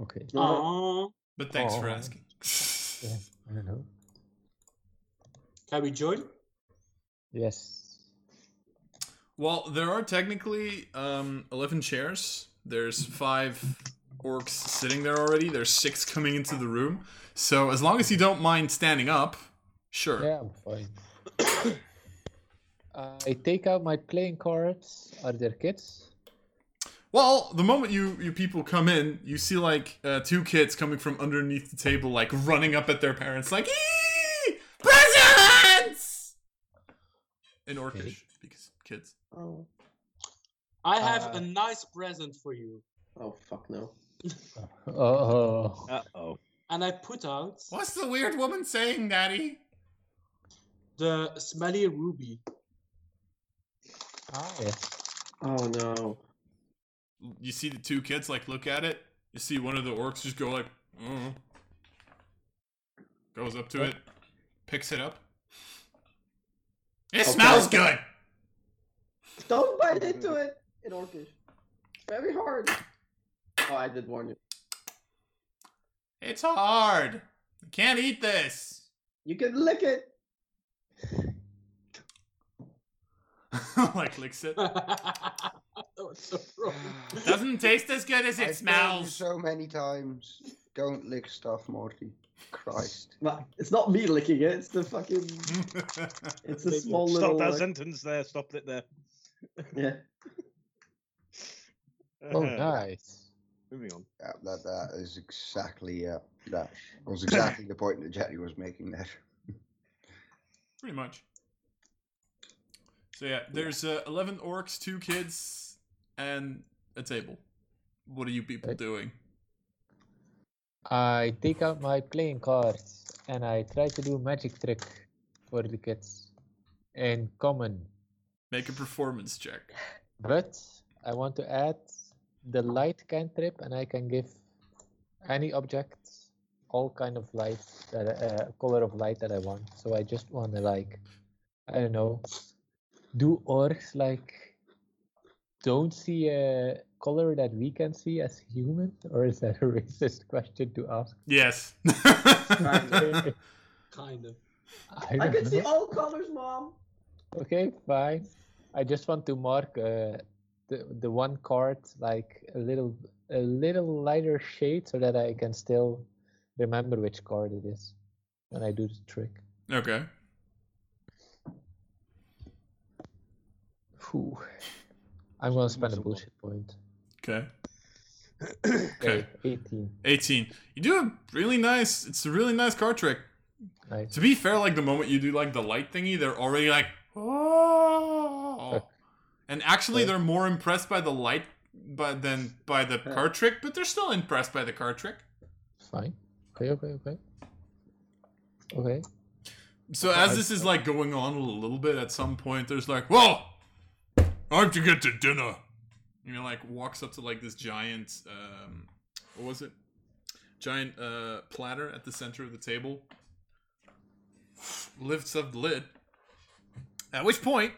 E: Okay.
D: Oh,
B: But thanks for
E: Aw.
B: asking.
E: Yeah, I don't know.
D: can we join?
E: Yes.
B: [LAUGHS] Well, there are technically um, 11 chairs. There's five orcs sitting there already. There's six coming into the room. So as long as you don't mind standing up, sure.
E: Yeah, I'm fine. [COUGHS] I take out my playing cards. Are there kids? [LAUGHS]
B: Well, the moment you you people come in, you see like uh, two kids coming from underneath the table, like running up at their parents, like "Eee! presents in Orcish
E: Okay.
B: because kids.
C: Oh.
D: I have
E: Uh,
D: a nice present for you.
C: Oh fuck no.
E: Oh.
F: Uh oh.
D: And I put out
B: What's the weird woman saying, Daddy?
D: the smelly ruby. [LAUGHS]
E: Ah, yes.
C: Oh no.
B: You see the two kids like look at it. You see one of the orcs just go like, mm. goes up to it, picks it up. It
C: Okay.
B: smells good.
C: Don't bite into it. It orcish. Very hard. Oh, I did warn you.
B: It's hard. You can't eat this. [LAUGHS]
C: You can lick it.
B: like licks it.
D: that was so wrong.
B: [SIGHS] Doesn't taste as good as
A: I've told you so many times. Don't lick stuff, Morty. Christ.
C: Well, it's not me licking it. It's the fucking. It's a
D: Maybe.
C: small
F: Stop
C: little.
F: that
C: like-
F: sentence there. Stop it there.
C: yeah.
F: [LAUGHS]
E: Oh, nice.
F: Moving on.
A: Yeah, that that is exactly uh, that was exactly the point that Jerry was making there.
B: [LAUGHS] Pretty much. So yeah, there's uh, 11 orcs, two kids, and a table. What are you people
E: Okay.
B: doing?
E: I take out my playing cards and I try to do magic trick for the kids in common.
B: Make a performance check.
E: But I want to add the light cantrip and I can give any object all kind of light that uh, color of light that I want. So I just want to like, I don't know, do orcs like don't see a color that we can see as human, or is that a [LAUGHS] racist question to ask?
B: Yes.
D: kind of.
C: I
E: don't
C: can see
E: know.
C: all colors, mom.
E: Okay, fine. I just want to mark uh, the the one card like a little a little lighter shade so that I can still remember which card it is when I do the trick.
B: [LAUGHS] okay.
E: Whew. I'm gonna spend a bullshit point.
B: Okay.
E: Okay, 18.
B: 18. You do a really nice. It's a really nice card trick.
E: Nice.
B: To be fair, like the moment you do like the light thingy, they're already like, oh. And actually, they're more impressed by the light, but than by the card trick. But they're still impressed by the card trick.
E: Fine. Okay, okay, okay. Okay.
B: So as this is like going on a little bit, at some point, there's like, whoa, I have to get to dinner. And he like walks up to like this giant, um, what was it? Giant uh, platter at the center of the table. Lifts up the lid. At which point,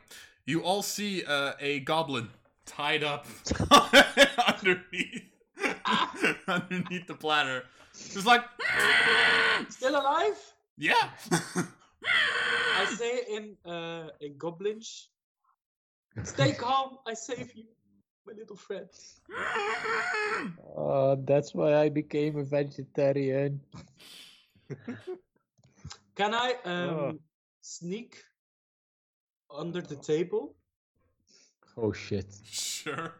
B: you all see uh, a goblin tied up [LAUGHS] underneath [LAUGHS] underneath the platter. Just like,
D: Still alive?
B: yeah. [LAUGHS]
D: I say in uh, in Goblinish. Stay calm. I save you, my little friend.
E: Uh, that's why I became a vegetarian.
D: Can I um, sneak under the table
E: Oh shit. [LAUGHS]
B: sure.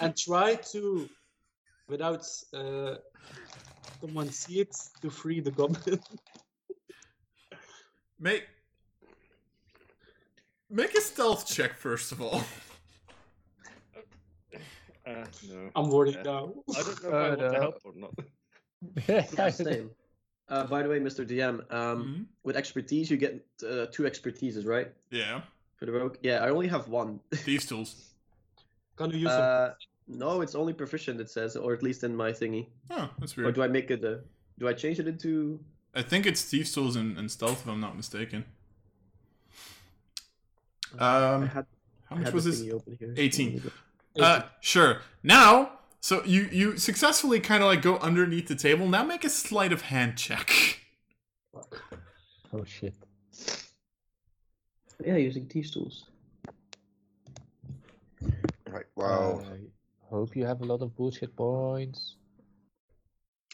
D: and try to, without uh, someone see it, to free the goblin? [LAUGHS]
B: Make make a stealth check first of all.
F: Uh, no.
D: I'm worried
F: Yeah.
D: now.
F: I don't know if
E: Uh,
F: I want
E: no.
F: to help or not.
C: Yeah, same. Uh, by the way, Mr. DM, um,
B: Mhm.
C: with expertise, you get uh, two expertises, right?
B: Yeah,
C: For the rogue? Yeah, I only have one.
B: thieves tools.
D: Can you use it?
C: Uh, no, it's only proficient, it says, or at least in my thingy.
B: Oh, that's
C: Or
B: weird.
C: do I make it a. Do I change it into.
B: I think it's thieves tools and, and stealth, if I'm not mistaken.
C: I
B: Um,
C: had,
B: how
C: I
B: much
C: had
B: was
C: the
B: this?
C: thingy open here.
B: 18. Uh, sure. Now, so you you successfully kind of like go underneath the table. Now make a sleight of hand check.
E: Oh shit.
C: Yeah, using thieves tools.
A: Right. Wow.
B: Uh,
E: I Uh, hope you have a lot of bullshit points.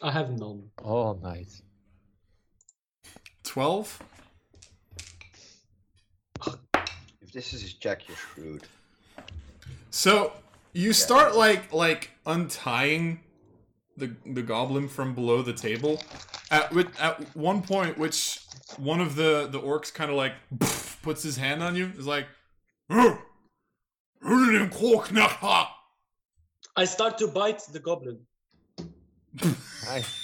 D: I have none.
E: Oh, nice.
B: Twelve.
A: If this is his check, you're screwed.
B: So you start like like untying the the goblin from below the table. At which, at one point, which one of the the orcs kind of like [LAUGHS] puts his hand on you is like, "Ugh! Who did him call Knacka?"
D: I start to bite the goblin.
E: Nice.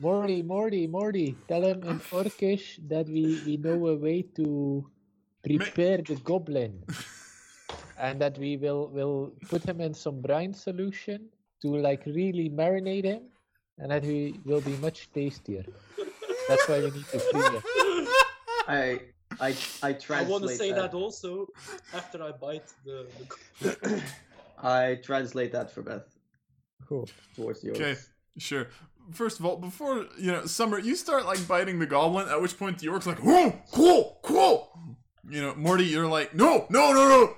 E: Morty, Morty, Morty, tell him in Orcish that we, we know a way to prepare the goblin. And that we will will put him in some brine solution to like really marinate him, and that he will be much tastier. That's why we need to free him.
C: I. I, I translate
D: I want to say that.
C: that.
D: also after I bite the. the goblin.
C: I translate that for Beth
E: Cool.
C: towards the orcs.
B: Okay, sure. First of all, before you know, summer, you start like biting the goblin. At which point, the orc's like, "Oh, cool, cool." You know, Morty, you're like, "No, no, no, no!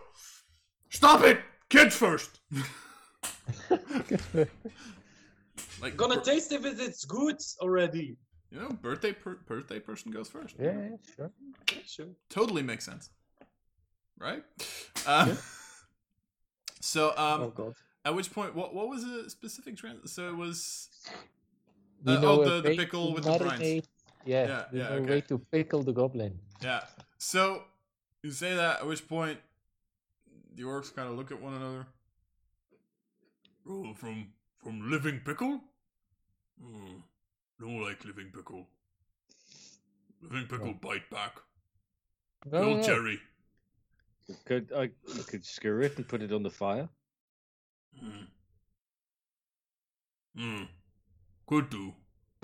B: Stop it, kids first. Like,
D: Gonna taste if it- it's good already.
B: you know, birthday per- birthday person goes first.
E: [LAUGHS] yeah, yeah, sure.
D: Sure.
B: Totally makes sense,
E: [LAUGHS]
B: right? Uh, [LAUGHS] So, um,
C: oh god.
B: at which point, what what was a specific trans? So it was
E: We
B: Uh,
E: know
B: oh,
E: a
B: the- the
E: way
B: pickle
E: to
B: with the brines.
E: marinate- Yeah,
B: Yeah,
E: we
B: yeah,
E: know a
B: okay.
E: way to pickle the goblin.
B: Yeah. So you say that, at which point the orcs kind of look at one another. Oh, from from living pickle? Oh, don't like living pickle. Living pickle bite back.
E: Oh. No, no,
B: Kill
E: no.
B: Jerry.
F: Could I I could skewer it and put it on the fire?
B: Hmm. Hmm. Could do.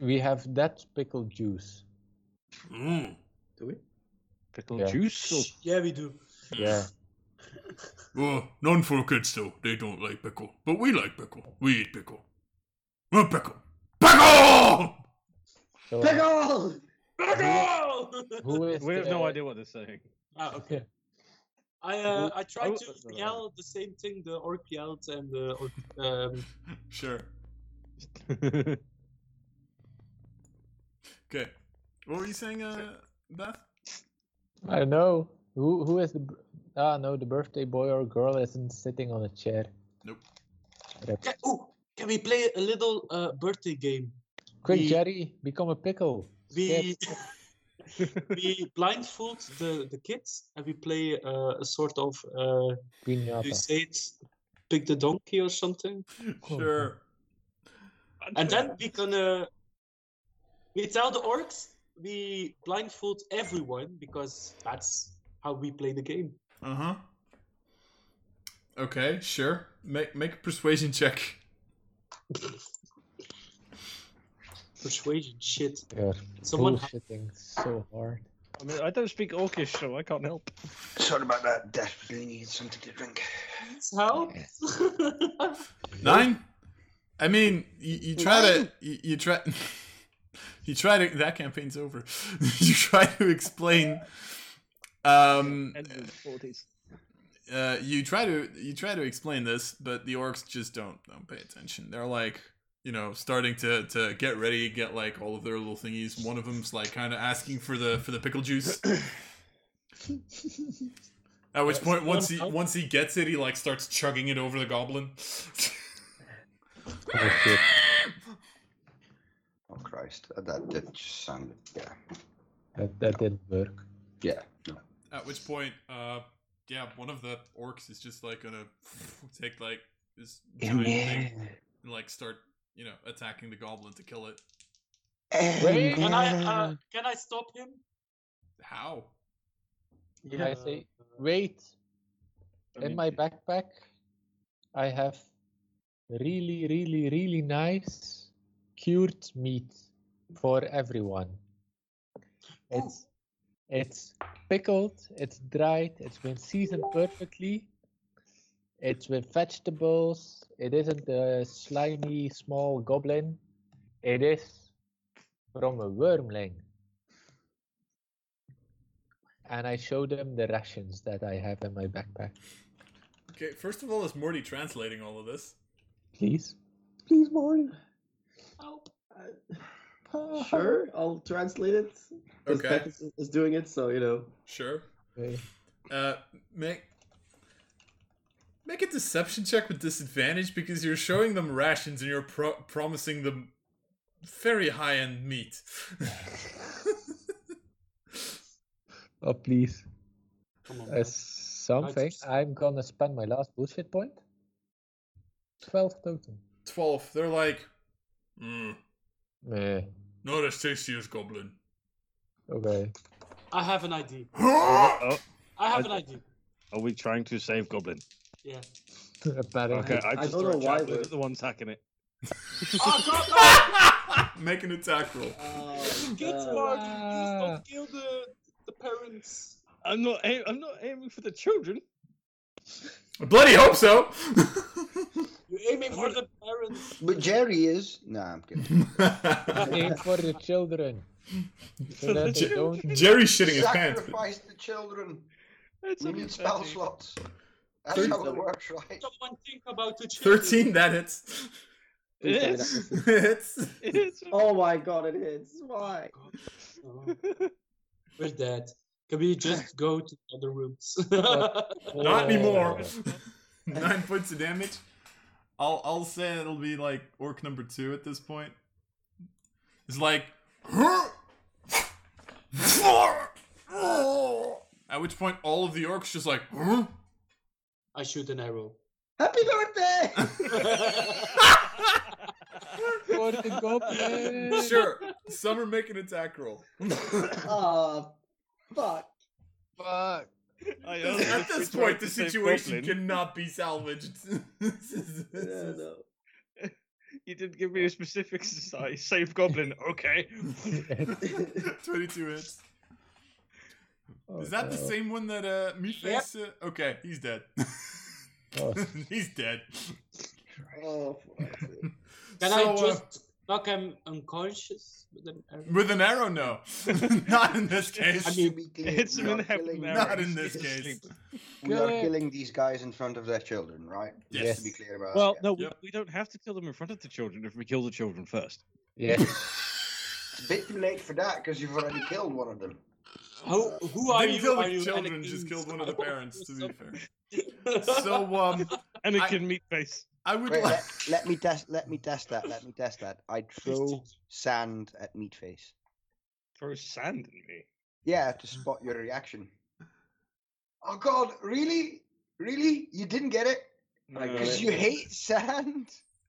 E: We have that pickle juice.
B: Mm.
C: Do we?
F: Pickle
E: Yeah.
F: juice?
D: Yeah, we [LAUGHS] do.
E: Yeah.
B: Oh, none for kids though. They don't like pickle, but we like pickle. We eat pickle. we pickle. Pickle.
E: So,
C: Pickle!
E: Who is
F: We have
E: the-
F: no idea what they're saying.
D: Ah, okay.
E: Yeah.
D: I uh, I
F: I
D: tried
F: w-
D: to
F: no, no, no.
D: yell the same thing the orc yelled and the orc, um,
B: Sure. Okay. What were you saying, uh, Beth?
E: [LAUGHS] I don't know. Who who is the b- ah no the birthday boy or girl isn't sitting on a chair.
B: Nope.
E: Rip.
D: can, ooh, can we play a little uh, birthday game?
E: Quick,
D: We-
E: Jerry, become a pickle.
D: We
B: [LAUGHS]
E: Yes.
D: [LAUGHS] we blindfold the, the kids and we play uh, a sort of uh, you
E: Pinata.
D: say it, pick the donkey or something,
B: Sure.
D: and then we gonna we tell the orcs we blindfold everyone because that's how we play the game.
B: Uh huh. Okay. Sure. Make make a persuasion check.
D: Persuasion shit.
E: You're
D: Someone
E: bullshitting so hard.
F: I mean, I don't speak Orcish, so I can't
C: [LAUGHS]
F: help.
A: Sorry about that. Desperately need something to drink.
D: Please help.
B: Nine. I mean, you, you try to you, you try [LAUGHS] you try to that campaign's over. [LAUGHS] you try to explain. Um, uh, you try to you try to explain this, but the orcs just don't don't pay attention. They're like, you know, starting to to get ready, get like all of their little thingies. One of them's like kind of asking for the for the pickle juice. At which point, once he once he gets it, he like starts chugging it over the goblin.
E: Oh,
B: [LAUGHS]
E: shit.
A: Oh Christ, that, that did just sound yeah,
E: That that didn't work.
A: yeah. No.
B: At which point, uh, yeah, one of the orcs is just like gonna [LAUGHS] take like this giant thing and like start, you know, attacking the goblin to kill it.
D: Wait, [LAUGHS] can I uh, can I stop him?
B: How?
E: Yeah, I say wait. In my backpack, I have really, really, really nice cured meat for everyone. It's it's pickled, it's dried, it's been seasoned perfectly. It's with vegetables. It isn't a slimy small goblin. It is from a wormling. And I show them the rations that I have in my backpack.
B: Okay, first of all, is Morty translating all of this?
E: Please.
C: Please, Morty.
D: Help.
C: uh, Sure, I'll translate it. 'cause
B: Okay.
C: Beth is, is doing it, so you know.
B: Sure.
E: Uh,
B: Uh, make make a deception check with disadvantage because you're showing them rations and you're pro- promising them very high end meat. [LAUGHS]
E: Oh, please.
D: Come on.
E: Uh, something.
D: just-
E: I'm gonna spend my last bullshit point. 12 total.
B: Twelve. They're like, mm,
E: Meh.
B: not as tasty as [LAUGHS] goblin.
E: Okay.
D: I have an idea.
F: Oh,
D: I have
F: I-
D: an idea.
F: Oh, are we trying to save Goblin?
D: Yeah.
E: Apparently.
F: Okay, I
C: I
F: just
C: don't
F: throw
C: know why
F: javelin
C: we're-
F: at the ones hacking it.
D: oh God! no!
B: Make an attack roll.
C: Oh,
D: Kids,
C: God.
D: Marty, please
E: Ah.
D: don't kill the the parents.
F: I'm not. Aim- I'm not aiming for the children.
B: I bloody hope so.
D: You're aiming for the parents.
A: But Jerry is. Nah, I'm kidding.
E: Aim for the
B: [LAUGHS]
E: children. So that they
F: Jer-
E: don't.
B: Jerry's shitting his pants. but-
A: Sacrifice the children.
F: It's
A: We
F: only
A: need spell
F: 13.
A: slots. That's how it works, right?
D: Someone think about the children.
B: Thirteen. That hits.
C: Please tell me
F: Yes.
C: that.
B: hits.
F: It is. [LAUGHS]
C: Oh my god, it hits. Why?
D: Oh, we're dead. Can we
B: [LAUGHS]
D: just go to the other rooms?
B: Not
E: Oh.
B: anymore. Nine points of damage. I'll I'll say it'll be like orc number two at this point. It's like at which point all of the orcs just like
D: [LAUGHS] I shoot an arrow.
C: Happy birthday!
B: [LAUGHS]
E: For the goblin. [LAUGHS]
B: sure. Some are making attack roll.
C: oh, fuck.
E: Fuck.
D: [LAUGHS]
F: I
B: This-
F: only
B: at
F: just
B: this
F: tried
B: point,
F: to
B: the
F: save
B: situation
F: Goblin.
B: [LAUGHS] cannot be salvaged. This is- this
C: Yeah,
B: is-
C: no.
F: You didn't give me a specific size. Save goblin. Okay.
B: Twenty-two hits.
E: Oh,
B: Is that the
E: no.
B: same one that uh Meatface? Uh, okay, he's dead. [LAUGHS]
E: Oh.
B: he's dead.
C: Oh,
D: Can
B: So,
D: I
B: uh,
D: just knock him unconscious with an arrow?
B: with an arrow? No, [LAUGHS] not in this case.
D: I mean,
F: Hits him in the head with an arrow.
B: Not in this
F: He's
B: case.
F: asleep.
A: We are
E: Yeah.
A: killing these guys in front of their children, right?
B: Yes.
A: Just to be clear about
F: Well,
A: it.
F: no, we,
B: Yep.
F: we don't have to kill them in front of the children if we kill the children first.
E: [LAUGHS] Yeah.
A: It's a bit too late for that because you've already killed one of [LAUGHS] them.
D: How, who are
B: Didn't
D: you?
B: kill the
D: are you
B: children,
D: Anakin
B: just killed one of the parents, to
D: [LAUGHS]
B: be fair.
D: Skywalker? [LAUGHS]
B: So um,
F: And it
B: I-
F: can meet face.
B: I would
A: Wait,
B: like.
A: let, let me test. Let me test that. Let me test that. I throw sand at Meatface.
F: Throw sand at me.
A: Yeah, to spot your reaction. Oh God! Really? Really? You didn't get it
F: No,
C: I
A: because
C: Alright.
A: you hate sand,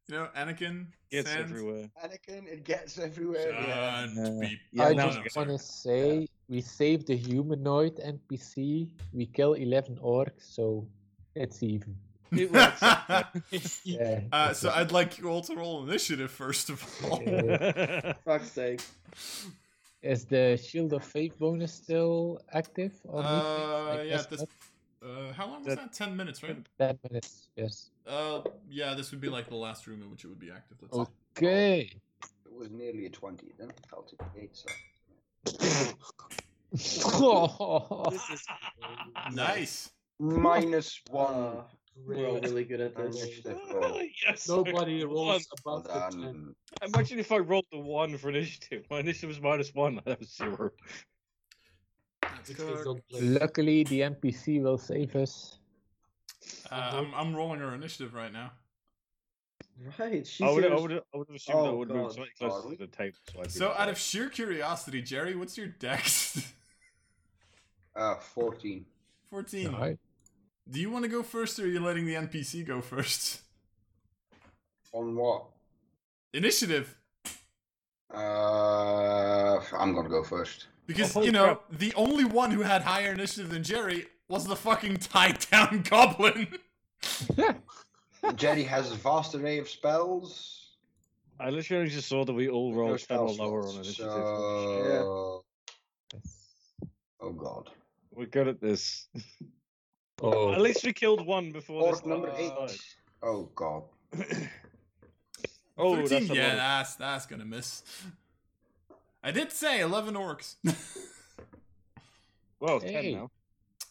B: You know, Anakin.
F: It's
B: sand,
A: [LAUGHS]
F: everywhere.
A: Anakin. It gets everywhere. yeah.
B: Sand,
F: Yeah.
B: beep.
F: Yeah,
E: I
F: no,
E: just
F: no,
E: want to say we saved the humanoid NPC. We kill 11 orcs, so it's even.
B: [LAUGHS]
F: It works.
E: Yeah.
B: uh, so I'd like you all to roll initiative first of all.
C: fuck's sake.
E: Is the Shield of Faith bonus still active? On
B: Uh,
E: weekdays? I
B: yeah,
E: guess
B: this,
E: not.
B: uh, how long was that?
F: That-
B: Ten minutes, right?
E: 10 minutes, yes.
B: Uh, yeah, this would be like the last room in which it would be active.
F: Oh,
B: Let's say.
E: Okay.
A: It was nearly a twenty. Then I'll take eight. So.
B: Oh.
D: this is
B: Nice.
A: Minus one.
C: Uh, we're all really good at
A: Um,
C: this.
F: [LAUGHS] yes.
D: Nobody
F: I got
D: rolls
A: Well
D: above the ten.
A: done.
F: one. Imagine if I rolled the one for initiative. [LAUGHS] My initiative was minus one. [LAUGHS] That was zero.
B: That's
D: Which
B: correct.
D: is not
E: [LAUGHS]
D: play.
E: Luckily, the NPC will save us.
B: Uh, I'm I'm rolling her initiative right now.
C: Right, she's
F: I would, I
C: here-
F: would, I would have assumed that
C: Oh,
F: would move
C: God.
F: slightly
A: Are
F: closer
A: we?
F: to the table. I could
B: So
F: do
B: out
F: that.
B: of sheer curiosity, Jerry, what's your dex? [LAUGHS]
A: Uh, fourteen.
B: Fourteen.
E: Alright.
B: Do you want to go first, or are you letting the NPC go first? [LAUGHS]
A: On what?
B: Initiative,
A: Uh, I'm gonna go
F: [LAUGHS]
A: first.
B: because
F: Oh, holy
B: you know the only one who had higher initiative than Jerry was the fucking [LAUGHS] tied down goblin.
A: Jerry has a vast array of spells.
F: I literally just saw that we all
A: No
F: rolled ten or
A: spell
F: lower on
A: slots,
F: initiative.
A: So... Oh god.
F: We're good at this. [LAUGHS]
E: Oh.
F: At least we killed one before
A: Orc
F: this.
A: number
F: last
A: eight.
F: time.
A: Oh god.
B: [LAUGHS]
F: Oh,
B: Thirteen.
F: that's a
B: yeah,
F: lot.
B: that's that's gonna miss. I did say eleven orcs.
F: Well,
E: Hey.
F: ten now.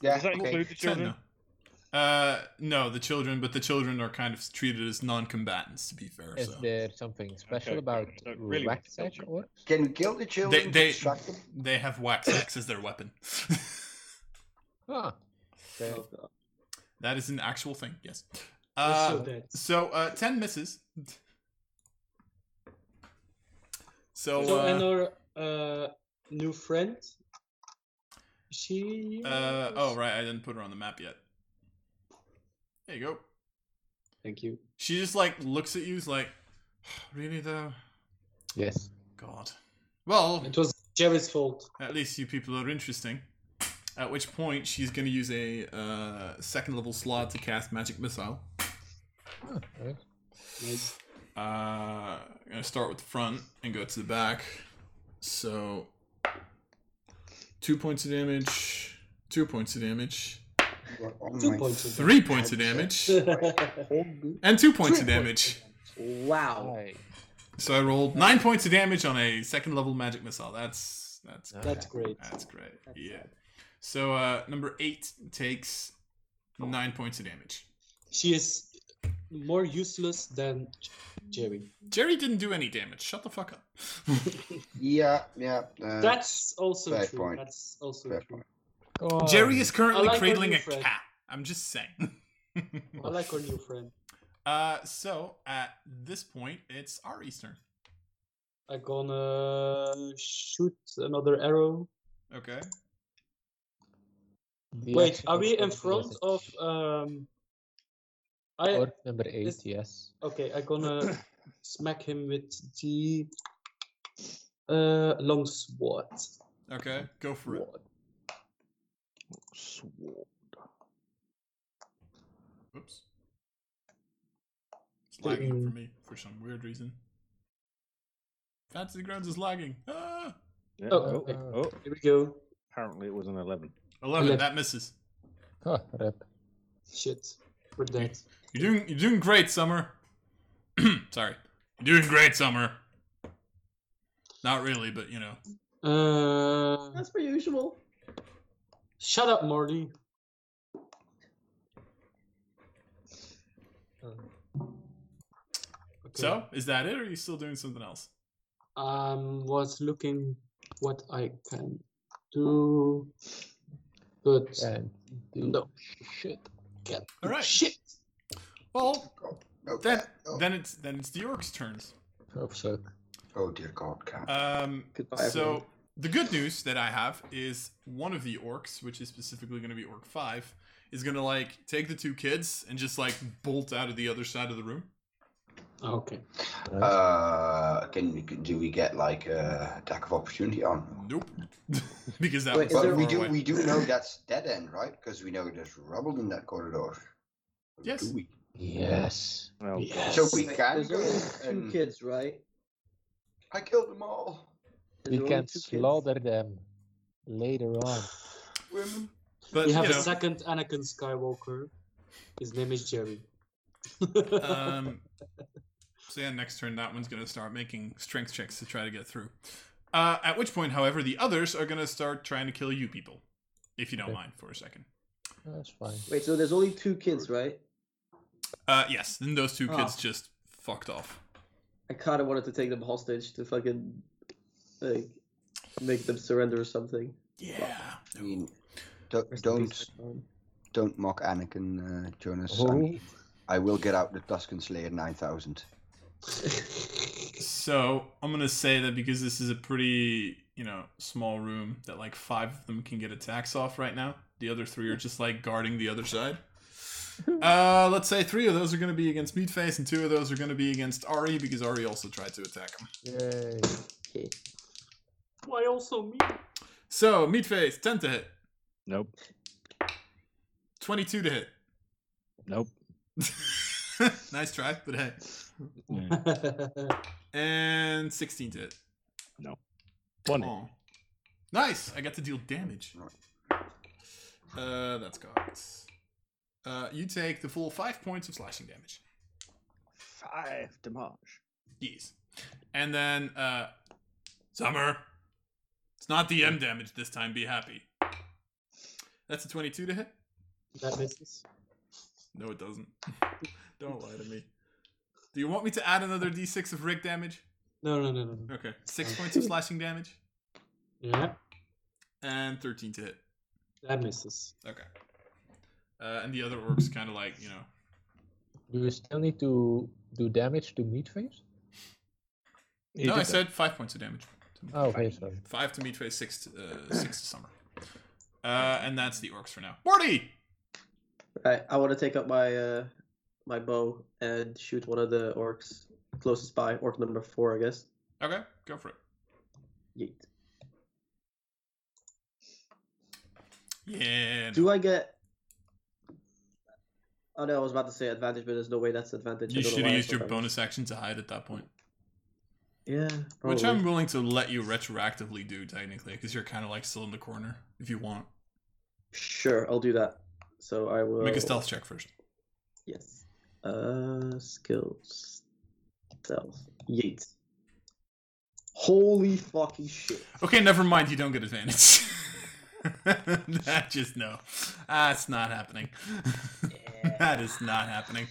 A: Yeah.
F: Does that
A: okay.
F: include the children?
B: Ten, no. Uh, no, the children, but the children are kind of treated as non-combatants. To be fair,
E: Is
B: so
E: there something special
F: okay,
E: about
F: I don't really want to kill
E: Waxack
F: you.
E: or?
A: Can we kill the children? to
B: they-
A: distract them?
B: they have wax axe as their weapon. [LAUGHS]
E: Ah. Okay.
C: Oh, God.
B: that is an actual thing. Yes.
D: We're
B: Uh,
D: so dead.
B: So uh, ten misses. So,
D: So and
B: uh,
D: our uh, new friend, she.
B: uh, oh right, I didn't put her on the map yet. There you go.
D: Thank you.
B: She just like looks at you, is like, [SIGHS] really though,
E: Yes.
B: God. Well,
D: It was Jerry's fault.
B: at least you people are interesting. At which point she's going to use a uh, second level slot to cast magic missile.
E: Ah, alright.
D: Nice.
B: Uh, I'm gonna start with the front and go to the back. So, two points of damage, two points of damage,
A: You are on
D: Two
A: my
D: points of
B: three points of [LAUGHS] damage, and two points of damage. Oh.
C: Wow.
E: Alright.
B: So I rolled nine points of damage on a second level magic missile. That's that's
E: Nice.
D: [LAUGHS] That's great.
B: that's great.
C: That's
B: Yeah. So uh, number eight takes nine points of damage.
D: She is more useless than J- Jerry.
B: Jerry didn't do any damage. Shut the fuck up.
D: [LAUGHS]
A: Yeah, yeah. Uh,
D: That's also
A: fair
D: true.
A: point.
D: That's also
A: fair
D: true.
A: point.
E: Go on.
B: Jerry is currently
D: I like when
B: cradling
D: you
B: a
D: fret.
B: cat. I'm just saying.
D: I
B: [LAUGHS]
D: like our new friend.
B: Uh, so at this point, it's our Eastern.
D: I'm gonna shoot another arrow.
B: Okay.
E: The
D: Wait,
E: action
D: are we in
E: control
D: front
E: is-
D: of um? I
E: Orc number eight,
D: is-
E: yes.
D: okay. I'm gonna smack him with the uh long sword.
B: Okay. Go for it.
F: Sword.
B: Oops. It's lagging
D: Mm.
B: for me for some weird reason. Fantasy Grounds is lagging. Ah!
F: Yeah.
E: Oh.
F: Oh, oh,
C: Here we go.
F: apparently it was an 11.
B: 11,
E: Eleven.
B: that misses.
E: Oh, rip.
D: Shit. We're dead.
B: You're doing you're doing great, Summer. [CLEARS THROAT] Sorry. You're doing great, Summer. Not really, but you know.
D: Uh,
C: That's per usual.
D: shut up, Morty.
A: Uh,
D: Okay.
B: So, is that it or are you still doing something else?
D: um, was looking what I can do, but
E: And do
D: No.
E: shit.
D: can't.
B: All
D: do
B: right.
D: Shit.
B: Well,
A: No,
B: then
A: cat,
C: Oh.
A: no.
B: then it's then it's the orc's turns.
E: Oh, fuck.
A: Oh dear God, cat.
B: Um
C: Goodbye,
B: so
C: everyone.
B: the good news that I have is one of the orcs, which is specifically going to be orc 5, is going to like take the two kids and just like bolt out of the other side of the room.
D: Okay.
A: Uh, can we- do we get like a attack of opportunity Oh, on?
B: Nope. [LAUGHS] because that
C: Wait,
B: was
C: is
B: so
C: there-
A: But we
B: far
A: do
B: away.
A: we
F: [LAUGHS]
A: do know that's dead end, right? Because we know there's rubble in that corridor. Or
B: Yes.
A: do we?
E: Yes.
F: Well,
D: Yes.
A: So we can
C: There's
A: go
C: only two
A: and-
C: kids, right?
A: I killed them all.
C: There's
E: We
C: only
E: can
C: two kids.
E: slaughter them later on.
A: Women.
B: But
D: we have
B: you
D: a
B: know,
D: second Anakin Skywalker. His name is Jerry.
B: um, so yeah, next turn that one's going to start making strength checks to try to get through. Uh, at which point, however, the others are going to start trying to kill you people, if you don't
E: Okay.
B: mind for a second.
E: That's fine.
C: Wait, so there's only two kids, right?
B: Uh, yes, then those two kids
C: Ah.
B: just fucked off.
C: I kind of wanted to take them hostage to fucking like make them surrender or something.
B: Yeah.
A: I mean, don't don't, don't mock Anakin, uh, Jonas. I, mean, I will get out the Tusken Slayer 9000.
B: So I'm going to say that because this is a pretty, you know, small room, that like five of them can get attacks off right now. The other three are just like guarding the other side. Uh, let's say three of those are going to be against Meatface, and two of those are going to be against Ari because Ari also tried to attack him.
E: Yay.
C: Okay.
D: Why also me?
B: So, Meatface, 10 to hit,
F: nope.
B: 22 to hit. [LAUGHS]
F: Nope.
B: nice try, but hey.
F: Yeah.
B: And 16 to hit.
F: One. hit.
B: Oh. Nice! I got to deal damage. Uh, that's got. Uh, you take the full five points of slashing damage.
F: Five damage.
B: Yes. And then, uh, Summer. It's not DM damage this time, be happy. That's a 22 to hit?
D: that misses.
B: No, it doesn't. [LAUGHS] Don't lie to me. Do you want me to add another d6 of rig damage?
D: No, no, no, no. no.
B: Okay. Six points of slashing damage
D: Yeah,
B: and 13 to hit.
D: that misses.
B: Okay. Uh, and the other orcs kind of like, you know.
E: Do you still need to do damage to Meatface?
B: no,
F: He did
B: I
F: that.
B: said five points of damage.
E: Oh, okay, sorry.
B: Five to Meatface, six to, uh, six to Summer. Uh, and that's the orcs for now. Morty!
C: Right, I want to take up my uh my bow and shoot one of the orcs closest by, orc number four, I guess.
B: Okay, go for it.
C: Yeet.
B: Yeah.
C: Do I get? Oh no, I was about to say advantage, but there's no way that's advantage.
B: you
C: I don't know
B: should have
C: why I
B: used your
C: thought that was-
B: bonus action to hide at that point.
C: Oh, Yeah,
B: Which
C: probably.
B: I'm willing to let you retroactively do, technically, because you're kind of like still in the corner if you want.
C: sure I'll do that. So I will
B: Make a stealth check first.
C: Yes. Uh, skills, stealth, yeet. Holy fucking shit!
B: Okay, never mind. You don't get advantage. [LAUGHS] that just no. That's not happening. [LAUGHS] [LAUGHS] that is not happening.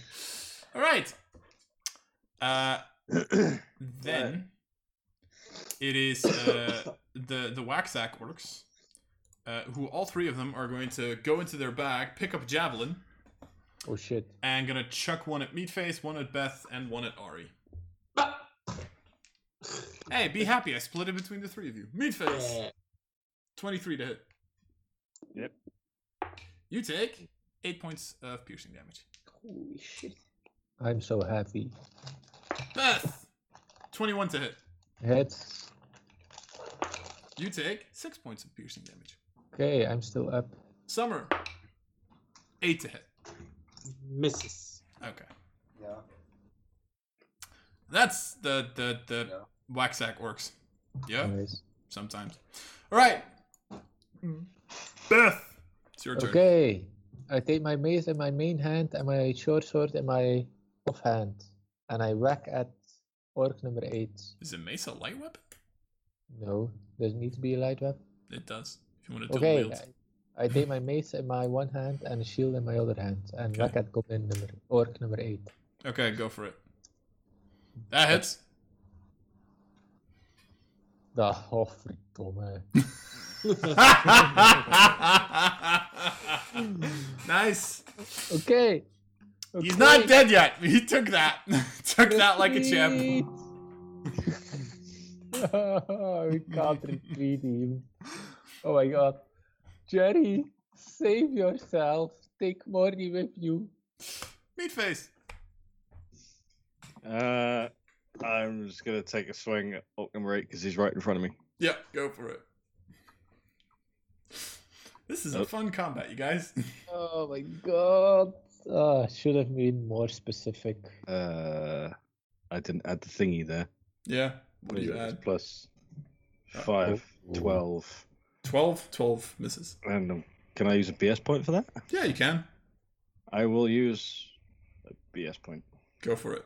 B: All right. Uh, then it is uh, the the Waxack orcs, uh, who all three of them are going to go into their bag, pick up a javelin,
E: Oh, shit.
B: and gonna chuck one at Meatface, one at Beth, and one at Ari.
D: Bah!
B: Hey, be happy! I split it between the three of you. Meatface.
D: Yeah.
B: 23 to hit.
F: Yep.
B: You take 8 points of piercing damage.
C: Holy shit!
E: I'm so happy.
B: Beth! 21 to hit.
E: Heads.
B: You take 6 points of piercing damage.
E: Okay, I'm still up.
B: Summer! 8 to hit.
D: Misses.
B: Okay.
A: Yeah.
B: That's the, the, the
A: Yeah.
B: Waxack orcs. Yeah,
E: Anyways.
B: sometimes. All right, Beth, it's your turn.
E: Okay. I take my mace in my main hand and my short sword in my off hand. And I whack at orc number eight.
B: Is a mace a light weapon?
E: No, doesn't need to be a light weapon.
B: It does. If you want to dual
E: Okay.
B: wield.
E: I, I take my mace in my one hand and a shield in my other hand. And
B: Okay.
E: whack at goblin number orc number eight.
B: Okay, go for it. That hits.
E: The oh, verdomme.
B: [LAUGHS] nice.
E: Okay.
B: He's not
E: Okay.
B: dead yet. He took that. [LAUGHS] took that like a champ.
E: Retreat. oh, [LAUGHS] we can't retreat him. Oh my god. Jerry, save yourself. Take Morty with you.
B: Meat face.
F: Uh, I'm just gonna take a swing at Orc number eight because he's right in front of me.
B: Yep, go for it. This is a
F: Nope.
B: fun combat, you guys. [LAUGHS]
E: Oh my god. Uh, should have been more specific.
F: Uh, I didn't add the thingy there.
B: yeah. What do you
F: It's
B: add?
F: plus
B: Uh,
F: five, twelve,
B: 12? 12 misses.
F: and um, can I use a BS point for that?
B: Yeah, you can.
F: I will use a BS point.
B: Go for it.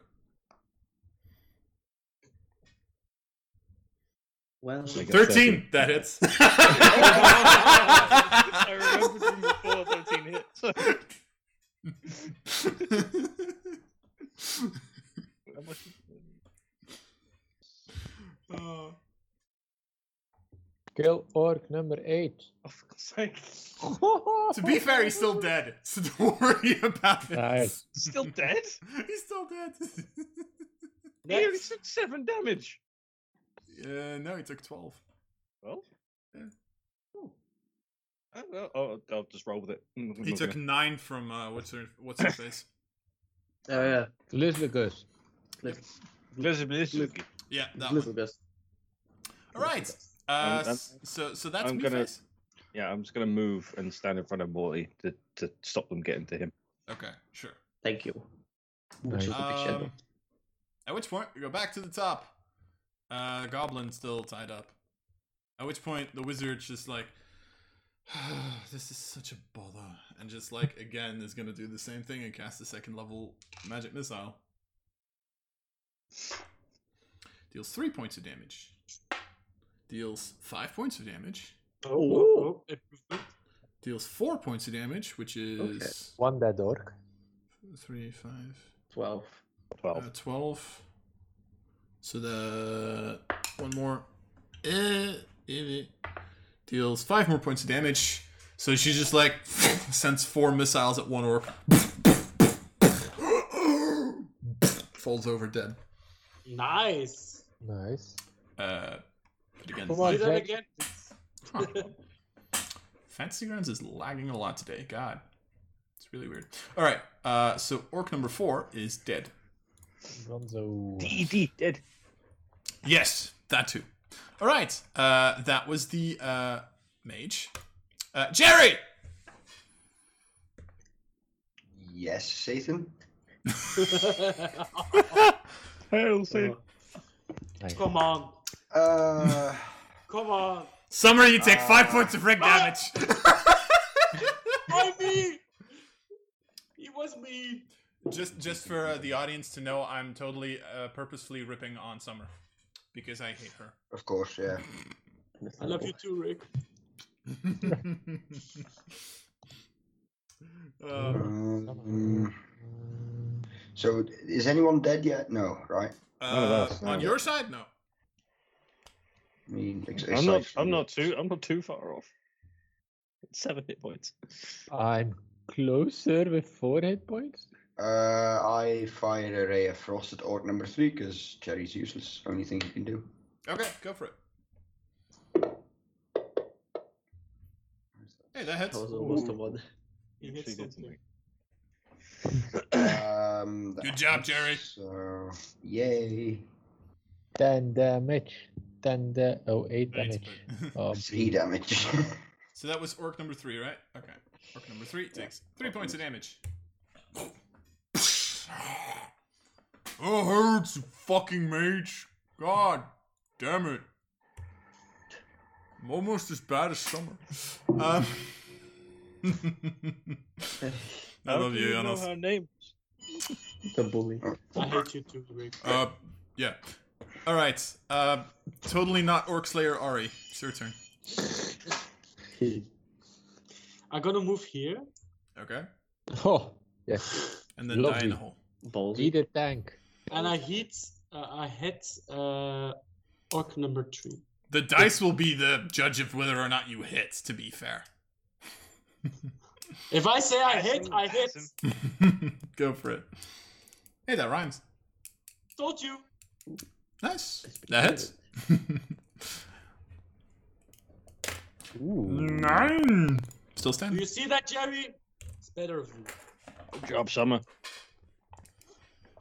C: Well,
F: Make it
B: 13. That
F: [LAUGHS]
B: hits. [LAUGHS]
F: I remember from before 13 hits. I must-
B: Oh.
E: Kill orc number eight.
F: Oh, for God's sake.
B: to be fair, he's still dead, so don't [LAUGHS] worry about it.
E: Nice.
F: [LAUGHS] Still dead?
B: He's still dead. [LAUGHS]
F: He only took 7 damage.
B: uh, no, he took 12.
F: Well,
B: Yeah.
F: Oh. I don't know. I'll, Oh, I'll just roll with it. [LAUGHS] I'm not
B: He
F: gonna-
B: took 9 from uh, what's her what's her face?
C: Oh yeah.
E: Lislicus.
F: Blizzard, Blizzard.
C: Look,
B: Yeah, that
C: little
B: one.
C: best.
B: All right.
F: I'm-
B: Uh,
F: I'm-
B: s- so so that's
F: I'm
B: me
F: gonna-
B: face.
F: Yeah, I'm just going to move and stand in front of Morty to, to stop them getting to him.
B: Okay, sure.
C: Thank you.
E: Nice.
C: Which was a big shadow.
B: Um, at which point we go back to the top. Uh, Goblin still tied up. At which point the wizard's just like, [SIGHS] this is such a bother, and just like again is gonna do the same thing and cast a second level magic missile. Deals three points of damage. Deals five points of damage.
D: Oh, improvement.
B: Deals four points of damage, which is
E: One dead orc.
B: three, five,
C: Twelve.
F: 12.
B: Uh, 12. So the one more eh, eh, eh, deals five more points of damage. So she's just like [LAUGHS] sends four missiles at one orc. [GASPS] Folds over dead.
D: Nice.
E: Nice.
B: Uh, but again,
E: Come on,
D: Do that
E: Jack. [LAUGHS]
D: again.
B: Huh. Fantasy Grounds is lagging a lot today. God, it's really weird. All right, uh, so orc number four is dead.
E: Gonzo.
F: DD dead.
B: Yes, that too. All right, uh, that was the uh, mage. Uh, Jerry! [LAUGHS]
A: Yes, Satan.
F: Hail,
B: Oh,
F: Satan.
E: Nice.
D: Come on.
A: Uh,
D: Come on.
B: Summer, you take five
A: Uh,
B: points of rig [LAUGHS] damage.
D: Why me? It was me.
B: just, just for uh, the audience to know, I'm totally uh, purposefully ripping on Summer because I hate her.
A: of course, yeah.
D: I love you too, Rick.
B: [LAUGHS] Uh,
A: Um, so, is anyone dead yet? No, right?
F: None of
B: uh,
F: us, none
B: on
F: of
B: your side, no.
A: I mean, ex-
F: I'm
A: aside
F: not. I'm
A: from-
F: not too. I'm not too far off. Seven hit points.
E: I'm closer with four hit points.
A: Uh, I fire a ray of frost at orc number three because Jerry's useless. Only thing he can do.
B: Okay, go for it. Hey, that hits.
C: That was almost a one.
D: He
F: You
D: hit
F: actually did
A: Um,
D: something.
A: [LAUGHS]
B: Good job, Jerry.
A: So, yay.
E: Ten damage. Ten da- oh eight
B: Thanks,
E: damage.
B: [LAUGHS] bud.
E: Oh,
A: Three damage. [LAUGHS]
B: So that was orc number three, right? Okay. Orc number three takes three points of [LAUGHS] damage. Oh, hurts, you fucking mage. God Damn it. I'm almost as bad as summer. [LAUGHS] Um, I
F: How
B: love
F: do
B: you,
F: know
B: Janos.
F: her name?
C: The bully.
D: I hate you too, Rick.
B: Uh, yeah. All right. Uh, totally not Orc Slayer Ari. It's your turn.
D: I'm gonna move here.
B: Okay.
E: Oh, yes.
B: And then die in the
E: Lovely.
B: hole.
C: Balls.
E: Eat a tank.
D: and I hit uh, I hit uh, orc number three.
B: The dice will be the judge of whether or not you hit. To be fair.
D: If I say I hit, I hit.
B: [LAUGHS] Go for it. Hey, that rhymes.
D: Told you.
B: Nice. That hits. [LAUGHS]
E: Ooh.
B: Nine. Still
D: Do
B: standing.
D: you see that, Jerry? It's better of you.
F: Good job, Summer.
D: High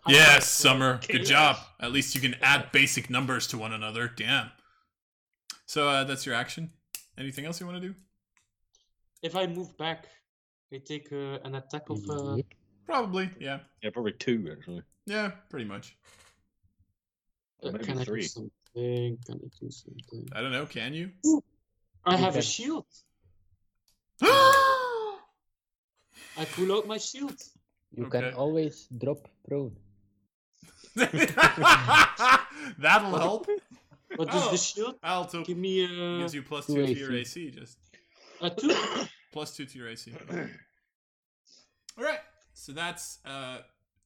D: five,
B: Yes,
D: bro.
B: Summer. Good job. At least you can add basic numbers to one another. Damn. So uh, that's your action. Anything else you want to do?
D: If I move back, I take uh, an attack of. Uh,
E: Yep.
B: Probably. Yeah.
F: Yeah, probably two actually.
B: Yeah. Pretty much.
D: uh,
F: Maybe
D: can I do
F: three.
D: something? Can I do something?
B: I don't know. Can you? [GASPS] [LAUGHS]
D: I have a
E: can.
D: shield.
B: oh
D: I pull out my shield.
E: You
B: Okay.
E: can always drop prone.
B: That'll help.
D: But does
B: Oh.
D: the shield
B: Alto
D: give me uh,
B: gives you plus
E: two
B: two to your
E: AC.
B: AC. Just
D: a two? [COUGHS]
B: plus two to your AC. All right. So that's uh,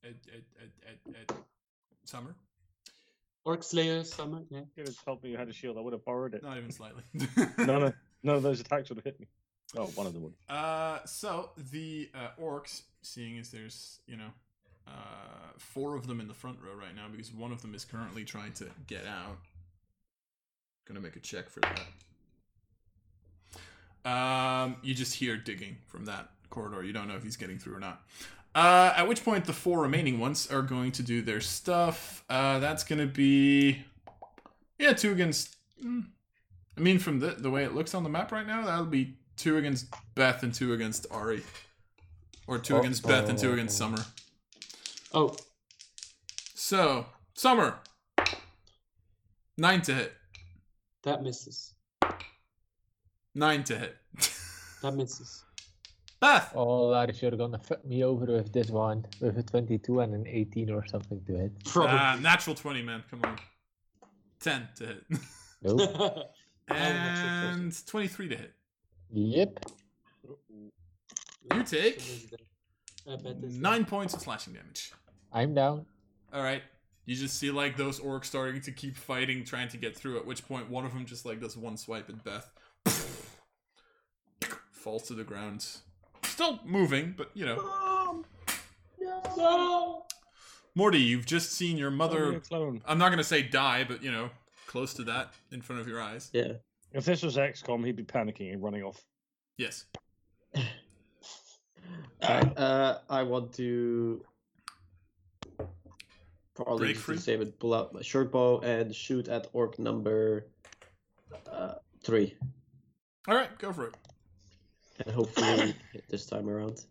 B: at, at, at, at, at summer.
D: Orc Slayer Summer. Yeah.
F: Could have told me you had a shield. I would have borrowed it.
B: Not even slightly.
F: [LAUGHS] None of none of those attacks would have hit me. Oh, one of them would.
B: [LAUGHS] Uh, so the uh, orcs, seeing as there's you know uh, four of them in the front row right now because one of them is currently trying to get out. Gonna make a check for that. Um, you just hear digging from that corridor. You don't know if he's getting through or not. Uh, at which point the four remaining ones are going to do their stuff. Uh, that's gonna be yeah, two against. mm, I mean, from the the way it looks on the map right now, that'll be two against Beth and two against Ari, or two against Beth and two against Summer.
D: Oh,
B: So Summer, nine to hit,
D: that misses.
B: nine to hit. [LAUGHS]
D: That misses.
B: Ah. Beth,
E: Oh, Lars, you're gonna fuck me over with this one. With a 22 and an 18 or something to hit.
B: [LAUGHS] ah, natural twenty, man. Come on, ten to
D: [LAUGHS]
B: hit,
D: Oh,
E: Nope.
B: and twenty-three to hit.
E: yep.
B: You take
D: I bet it's
B: Nine points of slashing damage.
E: I'm down.
B: All right. You just see like those orcs starting to keep fighting, trying to get through. At which point, one of them just like does one swipe at Beth, [LAUGHS] falls to the ground. Still moving, but you know, Um. Morty, you've just seen your
F: Call
D: Oh,
F: me a
B: mother.
F: clone.
B: I'm not gonna say die, but you know, close to that in front of your eyes.
C: Yeah.
F: If this was XCOM, he'd be panicking and running off.
B: Yes.
C: Alright, uh, I want to probably
B: Break
C: just
B: free?
C: do the same and pull out my short bow and shoot at orc number uh, three,
B: All right, go for it.
C: and hopefully hit this time around.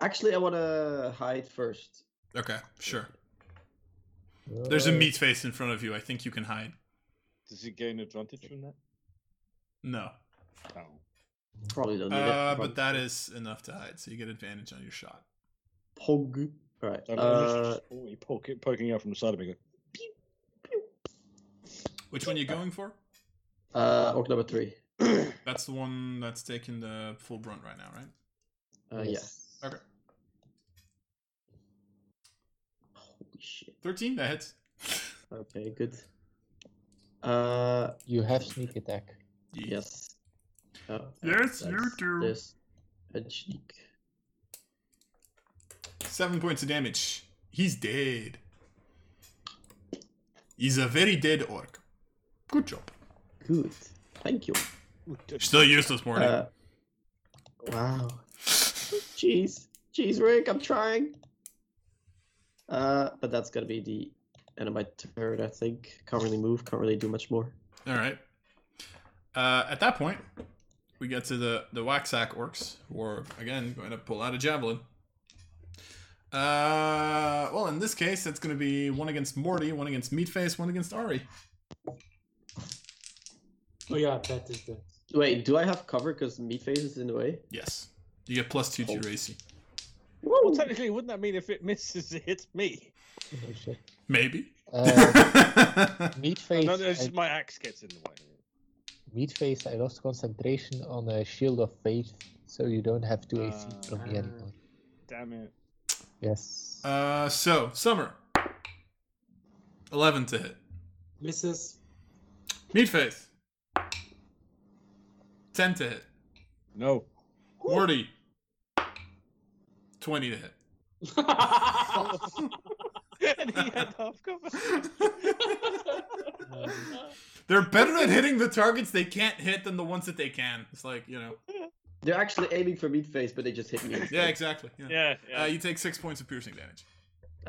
C: Actually, I want to hide first.
B: Okay, sure. There's a
E: Uh,
B: meat face in front of you. I think you can hide.
F: Does he gain advantage from that?
B: No,
F: No.
C: Probably don't need
B: uh,
C: it.
B: but that is enough to hide, so you get advantage on your shot.
C: Pog. All right.
F: I'm
C: Uh,
F: just oh, he poke, poking out from the side of me. Going,
B: Which one are you going for?
C: uh, orc number three.
B: That's the one that's taking the full brunt right now, right?
C: Uh,
E: Yes.
C: Yeah.
B: Okay.
C: Holy shit.
B: 13, that hits.
C: Okay, good. Uh,
E: You have sneak attack.
C: yes. Uh,
B: Yes, you
C: that's
B: do.
C: This. And sneak.
B: Seven points of damage. He's dead. He's a very dead orc. Good job.
C: Good. Thank you.
B: Still useless, Morty.
C: Uh, wow. Jeez. Jeez, Rick, I'm trying. Uh, but that's gonna be the end of my turn, I think. Can't really move, can't really do much more.
B: All right. Uh, at that point, we get to the the Waxack orcs, who are again going to pull out a javelin. Uh, well, in this case, it's going to be one against Morty, one against Meatface, one against Ari.
D: Oh yeah, that is the.
C: Wait, do I have cover because meat face is in the way?
B: Yes. You get plus two to your AC.
F: Well, technically, wouldn't that mean if it misses, it hits me?
E: Oh, shit.
B: Maybe.
E: Uh, Meatface,
F: No, no, it's
E: I-
F: just my axe gets in the way.
E: Meatface, I lost concentration on a Shield of Faith, so you don't have
D: Uh,
E: 2 AC from me
F: Ah.
E: anymore.
F: Damn it.
B: [LAUGHS]
E: Yes.
B: [LAUGHS] uh, so, Summer. 11 to hit. [LAUGHS]
D: Mrs.
B: Meatface. 10 to hit.
F: No.
B: Morty. 20 to hit.
F: [LAUGHS] and he had [LAUGHS] half cover.
B: They're better at hitting the targets they can't hit than the ones that they can. It's like, you know.
C: They're actually aiming for meat face, but they just hit me. instead.
B: Yeah, exactly. Yeah.
F: Yeah. yeah.
B: Uh, you take six points of piercing damage.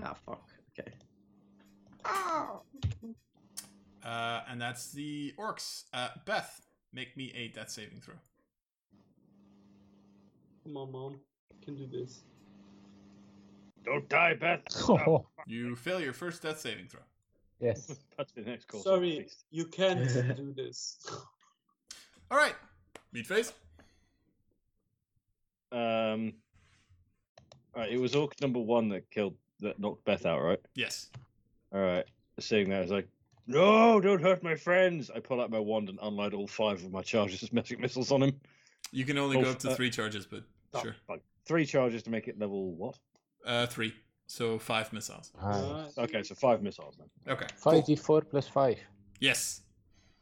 C: Ah, fuck. Okay. Ah!
B: Uh, and that's the orcs. Uh, Beth, make me a death saving throw.
D: Come on, mom. You can do this.
F: Don't die, Beth. [LAUGHS]
E: Oh,
B: You fail your first death saving throw.
E: yes.
F: That's the next call.
D: Sorry, you can't do this.
B: All right. Meatface.
F: Um. All right, it was orc number one that killed, that knocked Beth out, right?
B: Yes.
F: All right. Seeing that, I was like, "No, don't hurt my friends!" I pull out my wand and unload all five of my charges of magic missiles on him.
B: You can only go
F: Oh,
B: up to
F: uh,
B: three charges, but
F: Oh,
B: sure.
F: fuck. Three charges to make it level what?
B: Uh, three. So five missiles.
D: Uh,
E: Nice.
F: Okay, so five missiles then.
B: Okay. cool.
E: 5d4 plus 5.
B: Yes.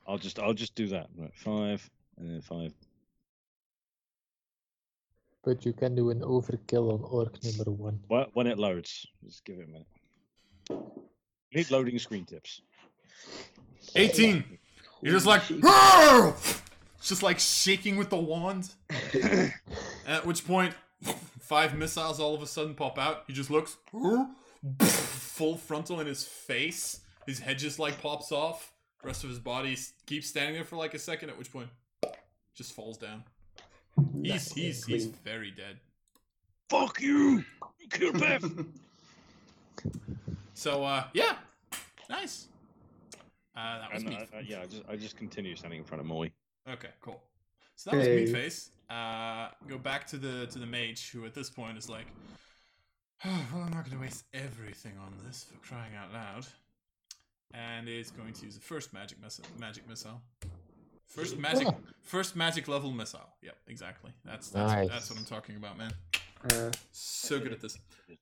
F: I'll just I'll just do that. Right, five and then five.
E: But you can do an overkill on orc number 1.
F: Wh- When it loads, just give it a minute. Need loading screen tips.
B: 18. You're just like,
C: Holy shit.
B: "Arr!" just like shaking with the
C: [LAUGHS]
B: wand. At which point, five missiles all of a sudden pop out. He just looks "Arr!" full frontal in his face. His head just like pops off. The rest of his body s- keeps standing there for like a second. At which point, just falls down. He's
C: Nice and
B: he's he's
C: clean.
B: very dead.
F: Fuck you! You killed [LAUGHS] Beth.
B: So uh, yeah, nice. Uh, that was
F: and,
B: me.
F: uh, uh, yeah, I just I just continue standing in front of Molly.
B: Okay, cool. So that was
C: Hey.
B: Meatface. Uh, go back to the to the mage, who at this point is like, [SIGHS] oh, "Well, I'm not going to waste everything on this for crying out loud," and is going to use the first magic missile. Magic missile. First magic.
E: Ah.
B: First magic level missile. Yep, exactly. That's that's,
E: Nice.
B: that's what I'm talking about, man.
C: Uh,
B: So good at this.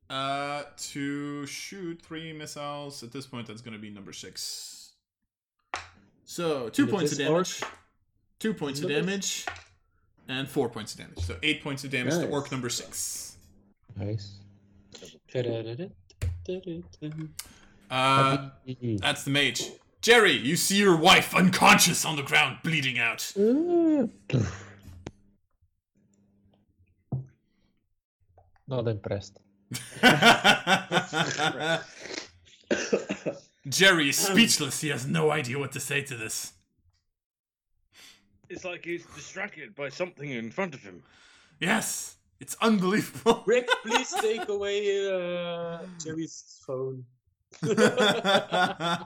B: Uh, to shoot three missiles. At this point, that's going to be number six. So two
E: With
B: points of
E: this
B: damage, two points of
C: Look at-
B: damage, and four points of damage. So eight points of damage to
C: Nice.
B: orc number six.
E: Nice.
B: Uh, that's the mage. Jerry, you see your wife unconscious on the ground, bleeding out. [LAUGHS]
E: Not impressed.
B: Jerry is speechless. He has no idea what to say to this.
F: It's like he's distracted by something in front of him.
B: Yes, it's unbelievable. [LAUGHS]
D: Rick, please take away uh, Jerry's phone.
B: I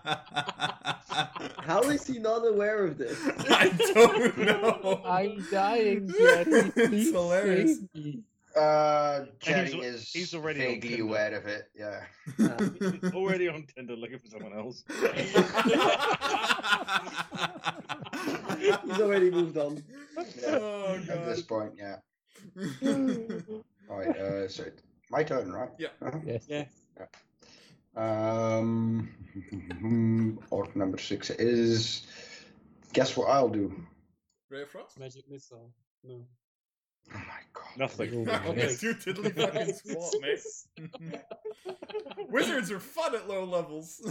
C: how is he not aware of this?
B: don't know.
E: I'm
B: [LAUGHS]
E: dying,
B: Jerry. It's Please hilarious.
A: Uh,
F: he's-
A: Jerry is
F: he's already on
A: vaguely
F: Tinder.
A: aware of it. Yeah.
F: He's already on Tinder looking for someone else.
C: He's already moved on.
A: yeah.
B: Oh
A: At this
B: god.
A: point, yeah. All right.
B: [LAUGHS]
A: Uh, so my turn, right?
B: Yeah.
A: Uh-huh.
E: Yes.
D: Yeah.
A: Um, [LAUGHS] orc number six is. Guess what I'll do?
B: Ray of Frost?
D: Magic missile. No.
A: Oh my god.
F: [LAUGHS] Nothing.
D: [LAUGHS]
B: It's too tiddly fucking squat, mate. Wizards are fun at low levels.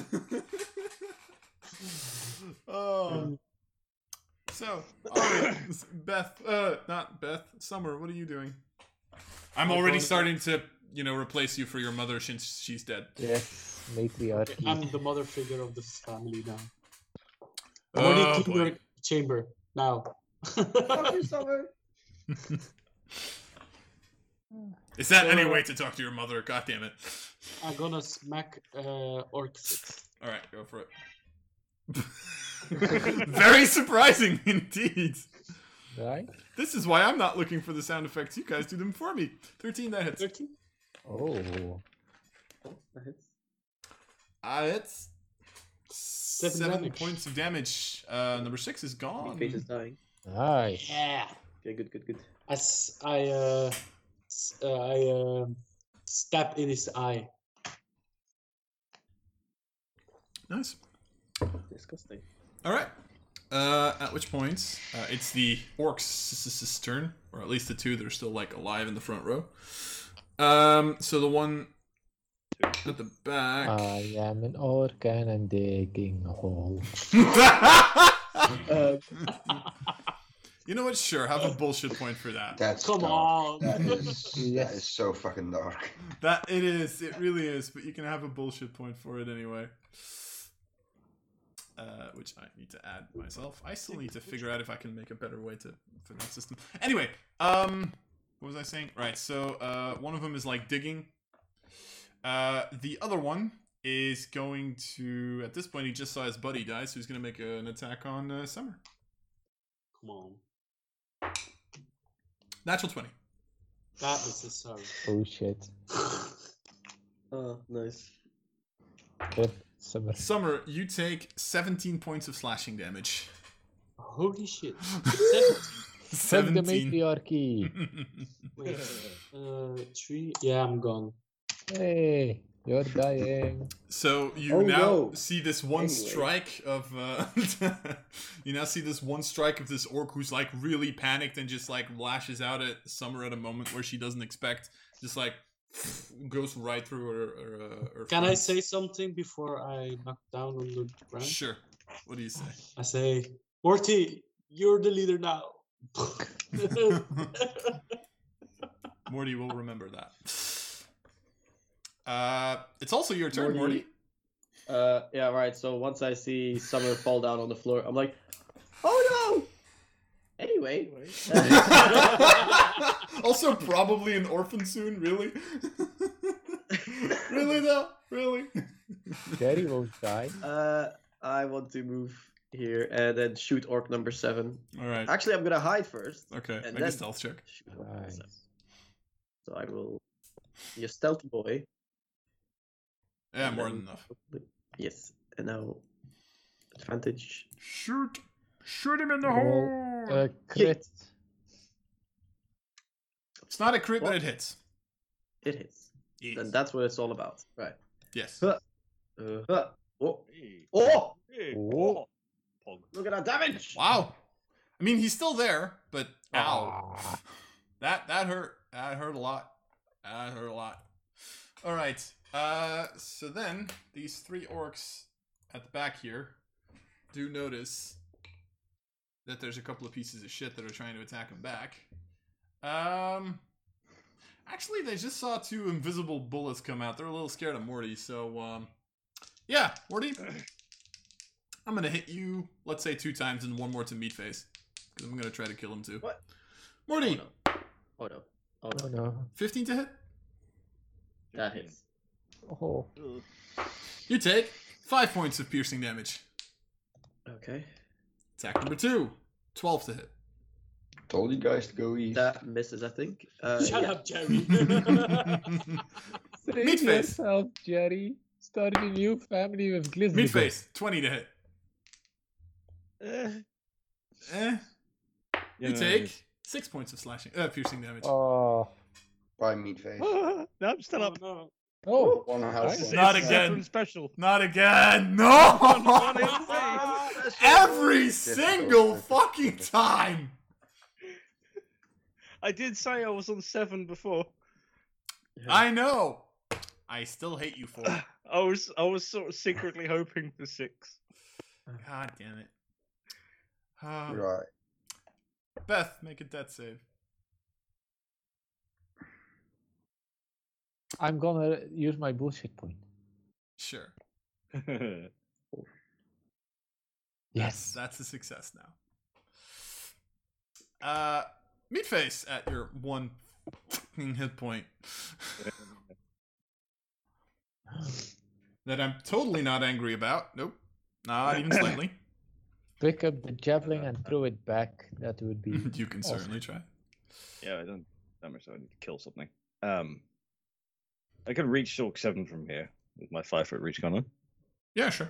B: oh. So, alright, Beth, uh, not Beth, Summer, what are you doing? I'm already starting to, you know, replace you for your mother since she's dead.
E: Yes. Matriarchy.
D: I'm the mother figure of this family now. Only
B: Oh,
D: keep
B: boy.
D: your chamber
B: [LAUGHS]
D: now.
C: Fuck you, Summer.
B: Is that
D: So,
B: any
D: uh,
B: way to talk to your mother? God damn it.
D: I'm gonna smack uh, orcs.
B: Alright, go for it.
F: [LAUGHS]
B: Very surprising [LAUGHS] indeed.
E: Right?
B: This is why I'm not looking for the sound effects. You guys do them for me. 13 that hits.
D: 13?
E: Oh.
C: That hits.
B: Uh, it's
D: Seven
B: seven,
D: damage.
B: points of damage. Uh, number six is gone.
C: Face is dying.
E: Nice.
D: Yeah.
C: Okay, good, good, good.
D: As I uh, s- uh, I uh, stab in his eye.
B: Nice.
C: Disgusting.
B: All right. Uh, at which point, uh, it's the orcs' turn, or at least the two that are still like alive in the front row. Um, so the one at the back.
E: I am an orc and I'm digging a hole.
C: Uh,
B: [LAUGHS] you know what? Sure, have a bullshit point for that.
A: That's
D: Come
A: dark.
D: on.
A: That is, that
E: Yes.
A: is so fucking dark.
B: That it is. It really is. But you can have a bullshit point for it anyway. Uh, which I need to add myself. I still need to figure out if I can make a better way to for that system. Anyway, um, what was I saying? Right. So uh, one of them is like digging. Uh, the other one is going to. At this point, he just saw his buddy die, so he's going to make an attack on uh, Summer.
D: Come on.
B: Natural twenty.
D: That was the sound.
E: Oh shit.
C: oh, nice.
E: Rip, summer.
B: Summer, you take seventeen points of slashing damage.
D: [LAUGHS] Holy shit. Seven-
E: Fuck
B: [LAUGHS]
E: the matriarchy.
F: [LAUGHS] Oh.
D: Wait, uh, three. Yeah, I'm gone.
E: hey, you're dying.
B: So you
C: Oh,
B: now
C: no.
B: see this one
C: Anyway.
B: strike of uh, [LAUGHS] you now see this one strike of this orc who's like really panicked and just like lashes out at Summer at a moment where she doesn't expect, just like [SNIFFS] goes right through her. her, uh, her
D: Can I
B: front.
D: say something before I knock down on the ground?
B: Sure. What do you say?
D: I say, Morty, you're the leader now.
B: Morty will remember that. Uh, it's also your turn,
C: Morty.
B: Morty.
C: Uh, yeah, right. So once I see Summer fall down on the floor, I'm like, oh no!
D: [LAUGHS]
C: Anyway.
B: [LAUGHS] also, probably an orphan soon. Really? [LAUGHS] really though? Really?
E: Jerry won't die.
C: Uh, I want to move here and then shoot orc number seven.
B: All right.
C: Actually, I'm gonna hide first.
B: Okay.
C: and
B: Make a
C: then-
B: stealth check.
C: Shoot orc number
E: Nice.
C: seven. So I will be a stealth boy.
B: Yeah,
C: and
B: more
C: then-
B: than enough.
C: Yes, and now advantage.
B: Shoot! Shoot him in
E: the Roll. A crit.
B: It's not a crit, but
C: What?
B: it hits.
C: It hits.
B: Yes.
C: And that's what it's all about. Right.
B: yes.
C: Huh. Uh, huh. oh, oh!
E: Oh.
C: Look at that damage!
B: Wow. I mean, he's still there, but ow.
E: Ah.
B: That that hurt. That hurt a lot. That hurt a lot. All right. Uh, so then these three orcs at the back here do notice that there's a couple of pieces of shit that are trying to attack them back. Um, actually, they just saw two invisible bullets come out. They're a little scared of Morty, so um, yeah, Morty, I'm gonna hit you. Let's say two times and one more to meat face. 'cause I'm gonna try to kill him too.
C: What?
B: Morty,
C: Oh no. Oh no. Oh
E: Oh
C: no.
E: no.
B: 15 to hit.
C: That
F: [LAUGHS]
C: hits.
E: Oh.
B: You take five points of piercing damage.
C: Okay.
B: Attack number two. 12 to hit.
A: Told you guys to go east.
C: That misses, I think. Uh,
D: Shut
C: yeah.
F: [LAUGHS]
D: up, Jerry.
E: Save
B: face.
E: yourself, Jerry. Start a new family with Glizzy.
B: Meat face, 20 to hit. Eh. You take six points of slashing, uh, piercing damage.
E: Oh.
A: By Meatface.
F: [LAUGHS] no, I'm still
D: oh,
F: up.
D: no.
E: Oh.
A: One
E: Nice.
A: health point.
B: Not
F: it's
B: again.
F: From special.
B: Not again. [LAUGHS] No!
F: Funny face.
B: Every single fucking time.
F: I did say I was on seven before.
B: I know. I still hate you for it.
F: I was I was sort of secretly hoping for [LAUGHS] six.
B: God damn it. Uh,
A: Right.
B: Beth, make a death save.
E: I'm gonna use my bullshit point.
B: Sure. That's,
E: Yes.
B: that's a success now. Uh, Meatface at your one fucking hit point.
F: [COUGHS]
B: that I'm totally not angry about. Nope. Not even slightly.
E: pick up the javelin and throw it back. That
B: [LAUGHS]
E: would be.
B: you can
E: awesome.
B: certainly try.
F: Yeah, I don't. That much. I need to kill something. Um, I could reach Silk Seven from here with my five foot reach gun. on. I'm
B: Yeah, sure.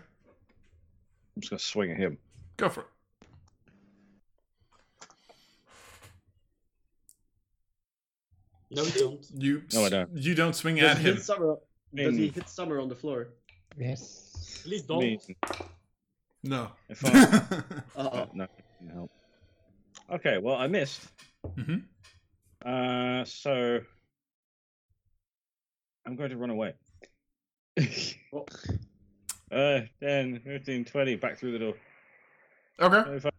F: just gonna swing at him.
B: Go for it.
D: No, you don't.
B: You
F: No, I
B: s-
F: don't.
B: You don't swing
C: Does
B: at
C: he
B: him.
C: hit Summer? Does he
F: In-
C: hit Summer on the floor?
E: Yes.
D: Please
F: I
D: don't.
F: mean,
B: No.
F: If I-
C: Uh
F: oh, no, didn't help. Okay, well I missed.
B: Mhm.
F: Uh, so I'm going to run away.
C: Oh.
F: uh, 10, 15, 20, back through the door.
B: [LAUGHS]
C: Uh,
B: okay.
F: If I-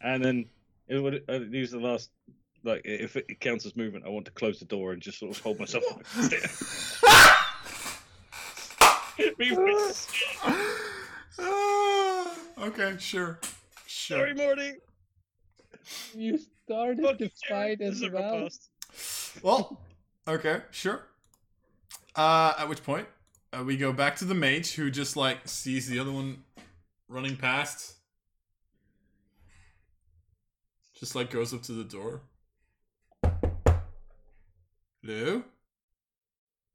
F: And then it would uh, use the last, like, i- if it counts as movement, I want to close the door and just sort of hold myself up. [LAUGHS] Be rest-
B: [GASPS] Ah, okay, sure. Sure.
F: Sorry, Morty.
E: You started
F: Fucking
E: the
F: Jared,
E: fight
F: this
E: as
F: is a
E: well.
F: repast.
B: Well, okay, sure. Uh, at which point, uh, we go back to the mage who just like sees the other one running past. Just like goes up to the door. Hello?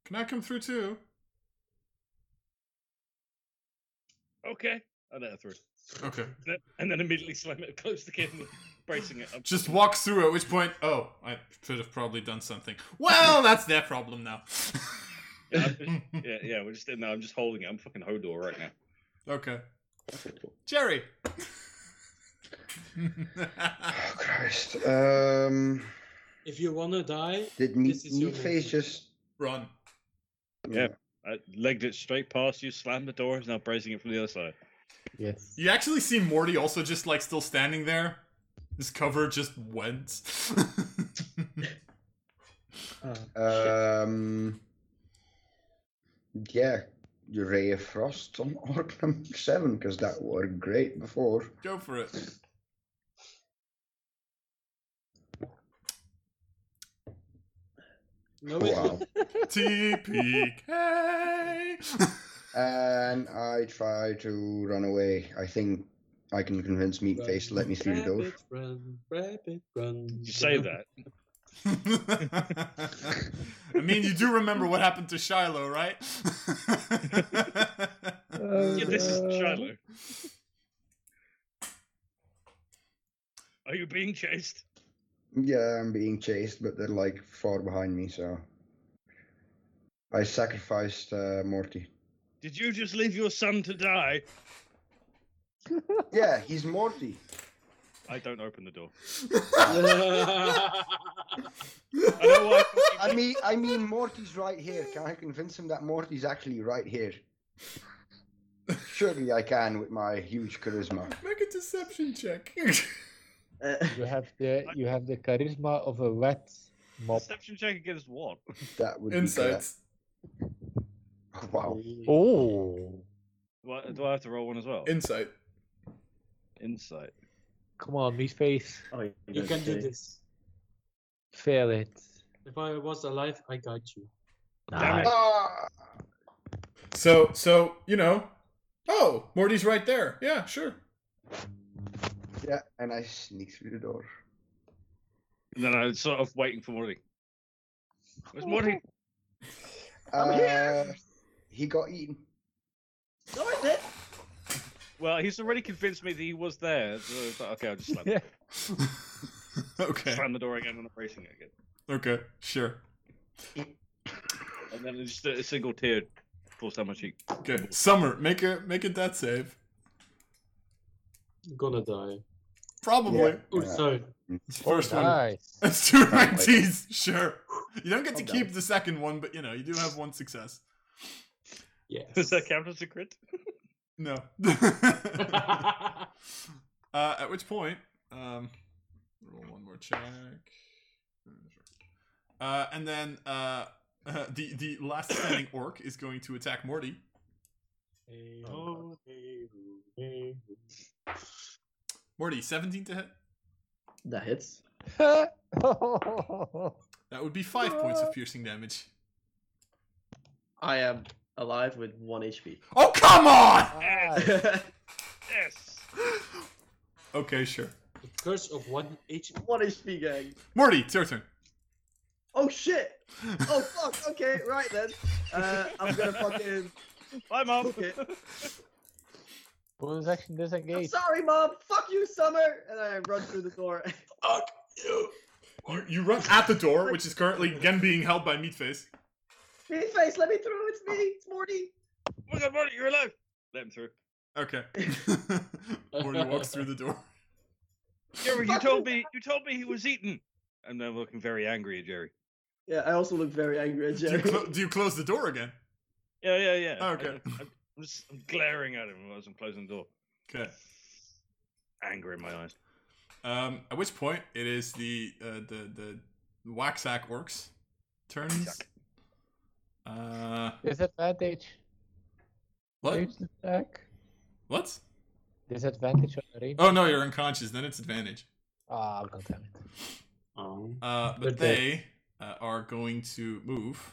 B: Can I come through too?
F: Okay. Oh, I let her through.
B: Okay.
F: Then- And then immediately slam it, close the camera, bracing it up.
B: Just walks through, at which point, oh, I should have probably done something. Well, that's their problem now.
F: Yeah, I'm just- yeah, yeah, we're just in there. I'm just holding it. I'm fucking Hodor right now.
B: okay. Jerry!
A: Oh, Christ. Um,
D: If you wanna die,
A: did
D: This
A: meat,
D: is your
A: meat face
D: movement.
A: just?
B: Run.
F: I legged it straight past you, slammed the door, is now bracing it from the other side.
E: Yes.
B: You actually see Morty also just like still standing there. His cover just went. [LAUGHS]
C: oh,
A: Um, yeah, Ray of Frost on [LAUGHS] orc number seven because that worked great before.
B: Go for it.
D: no, it
A: Wow.
B: TPK.
A: and I try to run away. I think I can convince Meat Face to let me through the door.
D: Rabbit run, rabbit run.
F: Did you say
D: run.
F: that?
B: I mean, you do remember what happened to Shiloh, right?
F: Yeah, this is
E: Uh,
F: Shiloh. Are you being chased?
A: Yeah, I'm being chased, but they're like far behind me, so. I sacrificed uh, Morty.
F: Did you just leave your son to die?
A: Yeah, he's Morty.
F: I don't open the door. I
B: I
F: don't know why. I fucking-
A: I mean, I mean, Morty's right here. Can I convince him that Morty's actually right here? Surely I can with my huge charisma.
B: Make a deception check.
C: uh,
E: You have the you have the charisma of a wet mop.
F: Deception check against what?
A: That would
B: Insights.
A: be correct. Wow.
E: Oh,
F: Do I, do I have to roll one as well?
B: Insight.
F: Insight.
E: come on, me face,
C: [LAUGHS] oh, you
D: [LAUGHS] You
C: don't
D: can do
C: say.
D: this.
E: fail it.
D: If I was alive, I got you.
F: Damn
A: [LAUGHS]
F: it.
A: Ah!
B: So, so you know. Oh, Morty's right there. Yeah, sure.
A: Yeah, and I sneak through the door.
F: And then I'm sort of waiting for Morty. Where's Morty?
A: I'm here. Uh, He got eaten.
C: No, I did.
F: Well, he's already convinced me that he was there. So I thought, okay, I'll just slam,
E: Yeah.
B: okay.
F: slam the door again and I'm bracing it again.
B: Okay. Sure.
F: And then just a, a single tear falls down my cheek. [LAUGHS]
B: Okay. Summer, make a make a death save.
D: Gonna die.
B: Probably.
D: Oh,
A: Yeah.
D: sorry.
B: First
E: Oh,
B: one.
E: Nice.
B: [LAUGHS] That's two
A: Sounds like-
B: nineties. Sure. You don't get to
A: Okay.
B: keep the second one, but you know you do have one success.
F: [LAUGHS]
D: Yes.
F: Does that count as a crit?
B: No. [LAUGHS] uh,
D: count?
B: at which point, um, roll one more check. Uh, and then uh, [LAUGHS] uh, the the last standing orc is going to attack Morty. Morty, seventeen to hit.
C: That hits.
E: [LAUGHS]
B: That would be five points of piercing damage.
C: I am alive with one HP.
B: Oh come on!
F: Yes.
C: I
F: Yes.
B: Okay, sure.
D: The curse of one H.
C: One HP, gang.
B: Morty, it's your turn.
C: Oh shit! Oh fuck! Okay, right then. Uh, I'm gonna
D: [LAUGHS]
C: fucking.
F: Bye, mom. [LAUGHS]
C: Okay.
E: Bonus action
C: I'm
E: disengage.
C: sorry, mom. Fuck you, Summer. And I run through the door. [LAUGHS]
D: Fuck you.
B: You, you run at the door, which is currently again being held by Meatface.
C: Meat face, let me through. It's me. It's Morty.
F: Oh my god, Marty, you're alive. Let him through.
B: [LAUGHS] Okay. Morty walks through the [LAUGHS] door.
F: Jerry, you
C: Fuck
F: told me you told me he was eaten. I'm now looking very angry at Jerry.
C: Yeah, I also look very angry at
B: Do you,
C: Jerry.
B: clo- do you close the door again?
F: Yeah, yeah, yeah.
B: Oh,
F: I-
B: okay.
F: I'm, I'm just I'm glaring at him as I'm closing the door.
B: Okay.
F: Anger in my eyes.
B: Um, at which point it is the uh, the the Waxack orcs turns. Uh,
E: Disadvantage.
B: what?
E: Ranged attack.
B: What?
E: Disadvantage on the range.
B: Oh no, you're unconscious. Then it's advantage.
E: Ah, god damn it.
D: Um,
B: Uh, but
E: Good day.
B: they uh, are going to move,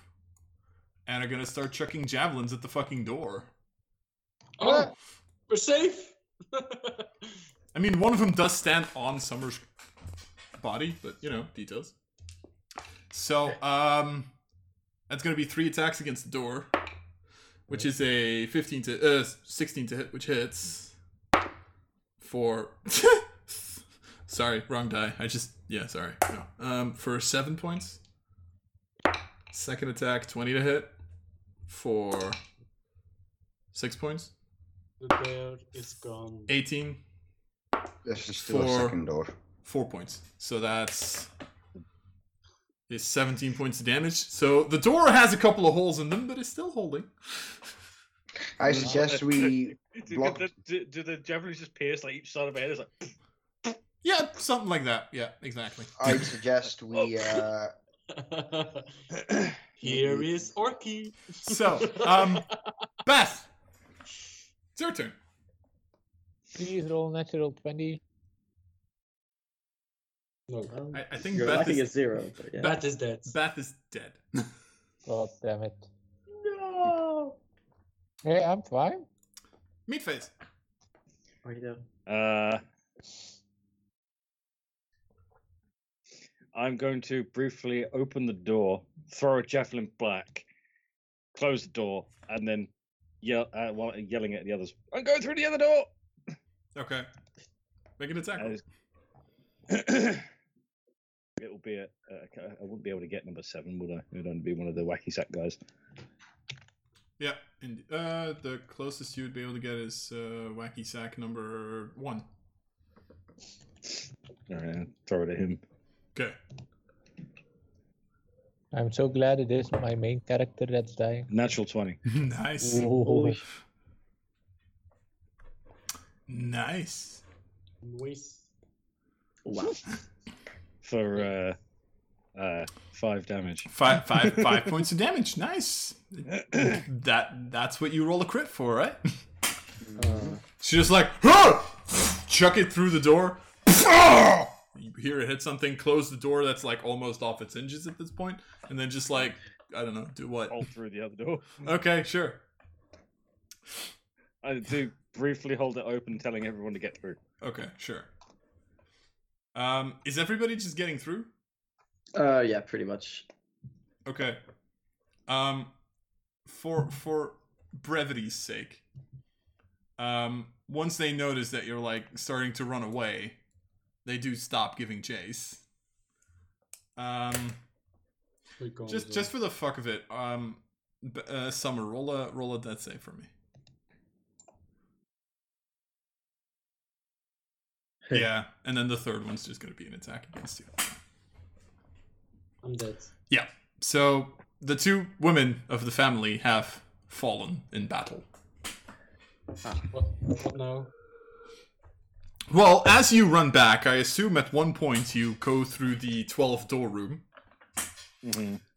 B: and are going to start chucking javelins at the fucking door.
D: oh, we're safe. [LAUGHS]
B: I mean, one of them does stand on Summer's body, but you know details. So um, that's going to be three attacks against the door, which is a fifteen to uh, sixteen to hit, which hits for. [LAUGHS] sorry, wrong die. I just yeah, sorry. No. Um, for seven points. Second attack, twenty to hit, for six points,
D: The bear is
B: [LAUGHS]
D: gone.
B: eighteen.
A: This is still
B: For-
A: a second door.
B: four points. So that's is 17 points of damage. So the door has a couple of holes in them, but it's still holding.
A: I suggest we.
F: Do,
A: Block-
F: do, do, do the javelins just pierce like each side of my head? It's like
B: Yeah, something like that. Yeah, exactly. [LAUGHS]
A: [LAUGHS] I suggest we. Uh,
D: Here is Orky.
B: So, um, Beth, it's your turn.
E: Please roll natural 20.
D: No,
C: Um,
B: I, I think
C: you're
B: Beth
C: lacking a
B: is,
C: zero. But yeah.
D: Bat is dead.
B: Beth is dead.
E: God damn it.
C: No.
E: Hey, I'm fine.
B: Meatface.
C: Are you down?
F: Uh, I'm going to briefly open the door, throw a javelin back, close the door, and then yell uh, while yelling at the others. I'm going through the other door.
B: Okay. Make an attack.
F: And
B: roll.
F: it's- [COUGHS] it will be a, a- I wouldn't be able to get number seven, would I? It'd only be one of the wacky sack guys.
B: Yeah. And, uh, the closest you would be able to get is uh, wacky sack number one.
F: All right, I'll throw it at him.
B: Okay.
E: I'm so glad it is my main character that's dying.
F: Natural twenty.
B: nice.
C: Holy
E: Holy
C: sh-
B: Nice.
D: Waste.
F: [LAUGHS]
C: Wow.
F: for uh, uh, five damage.
B: Five, five, five points of damage. Nice. That that's what you roll a crit for, right? She's just like, "Huh!" chuck it through the door. You hear it hit something. Close the door that's like almost off its hinges at this point, and then just like I don't know, do what?
F: Hold through the other door.
B: Okay, sure.
F: I do briefly hold it open, telling everyone to get through.
B: Okay, sure. Um, is everybody just getting through?
C: Uh, yeah, pretty much.
B: Okay. Um, for for brevity's sake, um, once they notice that you're like starting to run away, they do stop giving chase. Um,
D: We go
B: just
D: with
B: just for the fuck of it, um, b- uh, Summer, roll a roll a death save for me.
C: Hey.
B: Yeah, and then the third one's just gonna be an attack against you.
D: I'm dead.
B: So the two women of the family have fallen in battle.
D: What, what now?
B: Well, as you run back, I assume at one point you go through the 12th door room,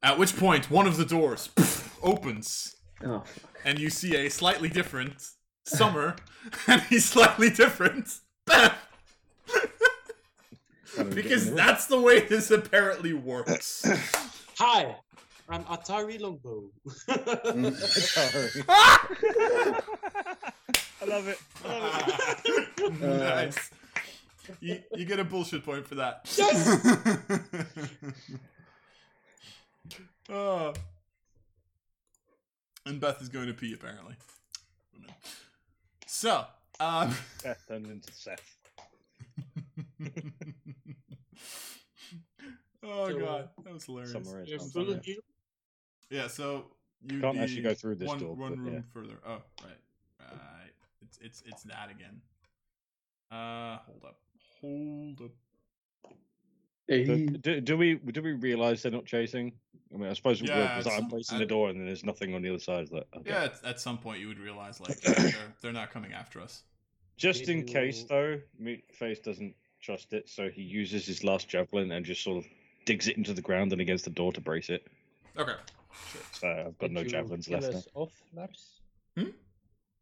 B: at which point one of the doors [LAUGHS] opens
C: Oh,
B: and you see a slightly different Summer [LAUGHS] and he's slightly different Beth because that's the way this apparently works.
D: Hi, I'm Atari Longbow. [LAUGHS]
B: Mm.
F: I love it. I love it.
B: [LAUGHS] nice. you, you get a bullshit point for that. [LAUGHS] oh. And Beth is going to pee apparently. So, um, [LAUGHS]
F: Beth turned into [LAUGHS] Seth. uh,
B: oh
D: So,
B: god, that was hilarious.
F: Somewhere
D: You're
F: is
D: full of you.
B: Yeah, so you
F: Can't actually go through this
B: one,
F: door,
B: One
F: but
B: room
F: yeah.
B: further. Oh, right, right. It's it's it's that again. Uh, hold up, hold up.
F: Do,
C: Hey,
F: do, do we do we realize they're not chasing? I mean, I suppose we
B: Yeah,
F: will, because
B: it's-
F: I'm placing
B: I-
F: the door and then there's nothing on the other side. Of that. Okay.
B: Yeah, at, at some point you would realize like they're, they're not coming after us.
F: Just in case,
C: You-
F: though, Meatface doesn't trust it, so he uses his last javelin and just sort of digs it into the ground and against the door to brace it.
B: Okay.
F: So I've got
E: Did
F: no
E: you
F: javelins
E: kill
F: left now.
E: us off, Lars?
B: Hmm?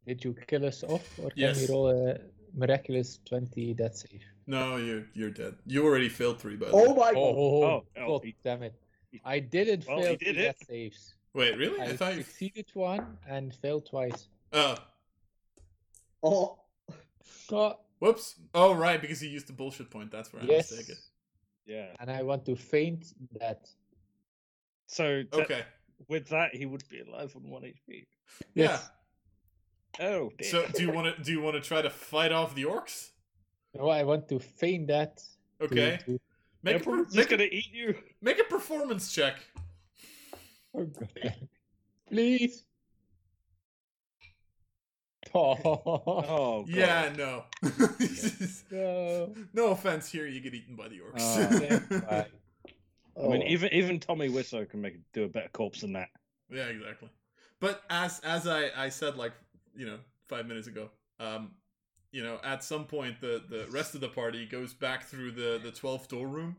E: Did you kill us off, or can we
B: Yes.
E: roll a miraculous 20 death save?
B: No, you're you're dead. You already failed three, by the
C: Oh
B: way.
C: my
E: Oh,
C: god!
E: oh,
F: oh,
E: God
F: he-
E: damn it.
F: he-
E: I didn't
F: Well, he
E: fail
F: did
E: two
F: it.
E: death saves.
B: Wait, really? I,
E: I,
B: thought you.
E: succeeded one and failed twice.
B: Uh,
C: Oh,
E: Oh,
B: whoops. Oh, right, because he used the bullshit point. That's where I
E: yes.
B: mistaken.
F: Yeah.
E: And I want to faint that.
F: So that-
B: Okay.
F: with that, he would be alive on one HP.
B: Yeah.
F: Oh, dear.
B: So do you want to do you want to try to fight off the orcs?
E: No, I want to feign that. to-
B: Okay.
E: to-
B: Make a,
F: Emperor's
B: per-
F: just
B: make, a,
F: gonna eat you.
B: make a performance check.
E: Oh, God. Please. Oh,
F: Oh, God.
B: Yeah, no. [LAUGHS]
E: no.
B: no offense here, you get eaten by the orcs.
F: Oh,
B: [LAUGHS]
E: Bye.
F: I mean,
C: Oh.
F: even even Tommy Wiseau can make do a better corpse than that.
B: yeah, exactly. But as as I, I said like you know five minutes ago, um, you know at some point the the rest of the party goes back through the the twelfth door room.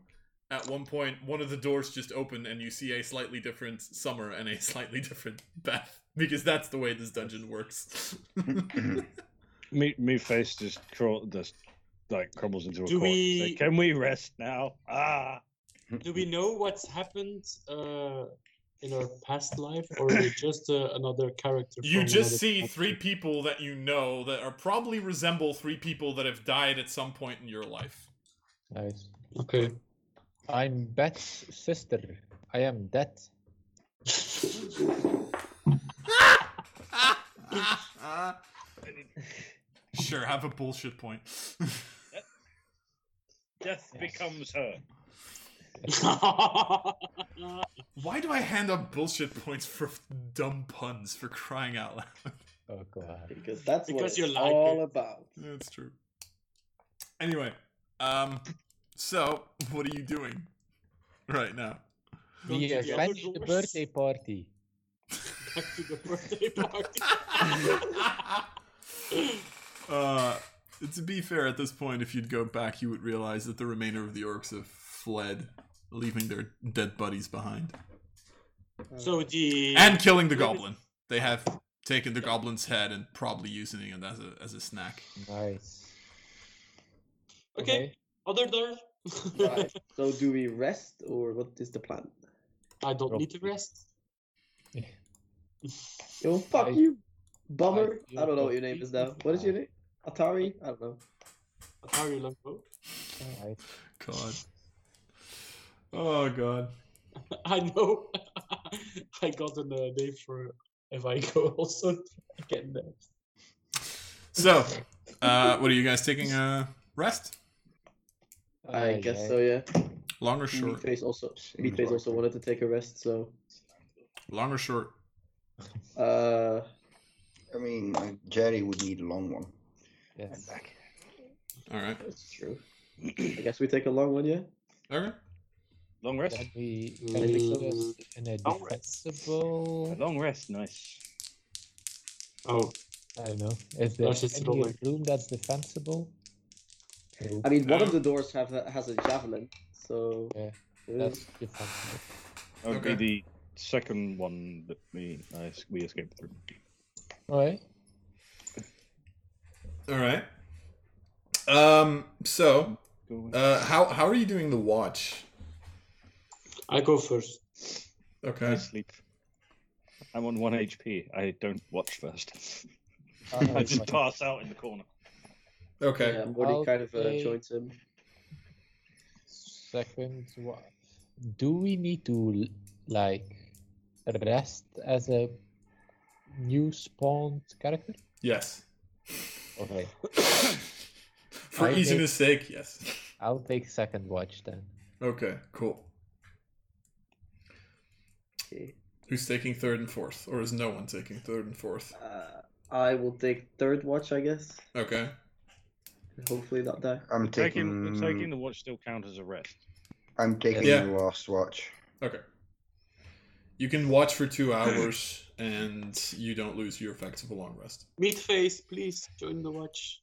B: At one point, one of the doors just open, and you see a slightly different Summer and a [LAUGHS] slightly different Beth, because that's the way this dungeon works. [LAUGHS]
F: Me, me face just crawl, just like crumbles into a
D: Do
F: corpse. and say,
D: we-
F: Can we rest now? Ah.
D: Do we know what's happened uh, in our past life, or is it just uh, another character?
B: You
D: from
B: just
D: another
B: see
D: culture?
B: three people that you know that are probably resemble three people that have died at some point in your life.
E: [LAUGHS] Nice.
D: Okay.
E: I'm Beth's sister. I am that.
B: sure, have a bullshit point. [LAUGHS]
F: Death
E: Yes.
F: becomes her.
D: [LAUGHS]
B: Why do I hand out bullshit points for dumb puns for crying out loud? [LAUGHS]
E: Oh god.
C: because that's what
D: Because
C: it's
D: you like
C: all
D: it.
C: about.
B: That's true. Anyway, um, so what are you doing right now? [LAUGHS]
D: Go
E: We
D: to the other
E: avenge the
D: doors.
E: birthday
D: [LAUGHS]
E: party.
D: Back to the birthday
C: [LAUGHS]
D: party.
B: uh, to be fair, at this point, if you'd go back, you would realize that the remainder of the orcs have fled, leaving their dead buddies behind
D: so the
B: and killing the goblin. They have taken the goblin's head and probably using it as a as a snack.
E: Nice.
D: okay, other door.
C: Right. So do we rest or what is the plan?
D: [LAUGHS] I don't need to rest.
C: [LAUGHS] Yo, fuck
E: I-
C: you, bummer.
E: I
C: I don't know what your name is now. What is your name? Atari? I don't know.
D: Atari Longbow.
E: Alright.
B: God. Oh God.
D: [LAUGHS] I know. [LAUGHS] I got a uh, name for if I go [LAUGHS] also. I get that.
B: So, uh, what are you guys taking a rest?
C: I
E: Aye,
C: guess
E: aye.
C: so. Yeah.
B: Long or short?
C: Meatface also. Meatface also wanted to take a rest, so.
B: Long or short?
C: Uh,
A: I mean, uh, Jerry would need a long one.
E: Yes.
B: All right.
C: that's true. I guess we take a long one, yeah.
B: Okay.
F: Long rest.
E: Then we
D: Mm.
E: can put us in a
D: Alright.
F: A
E: defensible
F: long rest. Nice.
D: Oh,
E: I don't know. Is there
D: Lars is
E: any
D: rolling.
E: room that's defensible? No,
C: I mean, one of
B: Um,
C: the doors have a, has a javelin, so. uh,
E: Yeah,
C: there
E: that's
C: is-
E: defensible.
F: That would
B: Okay.
F: be the second one that we I es- we escaped through.
E: Alright.
B: All right. Um. So,
F: Go away.
B: uh, how how are you doing the watch?
D: I go first.
F: I
B: Okay.
F: sleep. I'm on one
E: [LAUGHS]
F: HP. I don't watch first. [LAUGHS]
E: Uh,
F: I just pass out in the corner.
B: Okay.
C: Yeah, Morty kind of uh,
E: Okay.
C: joins him.
E: Second, wha- do we need to like rest as a new spawned character? [LAUGHS]
B: Yes.
E: Okay,
B: For
E: I think-
B: easiness sake, yes.
E: I'll take second watch then.
B: Okay, cool.
C: Okay.
B: Who's taking third and fourth? Or is no one taking third and fourth?
C: Uh, I will take third watch, I guess.
B: Okay.
C: and Hopefully not die.
A: I'm
F: Taking,
A: taking. mm.
F: taking the watch still count as a rest.
A: I'm taking
B: Yeah.
A: the last watch.
B: Okay. You can watch for two hours [LAUGHS] and you don't lose your effects of a long rest.
D: Meatface, please join the watch.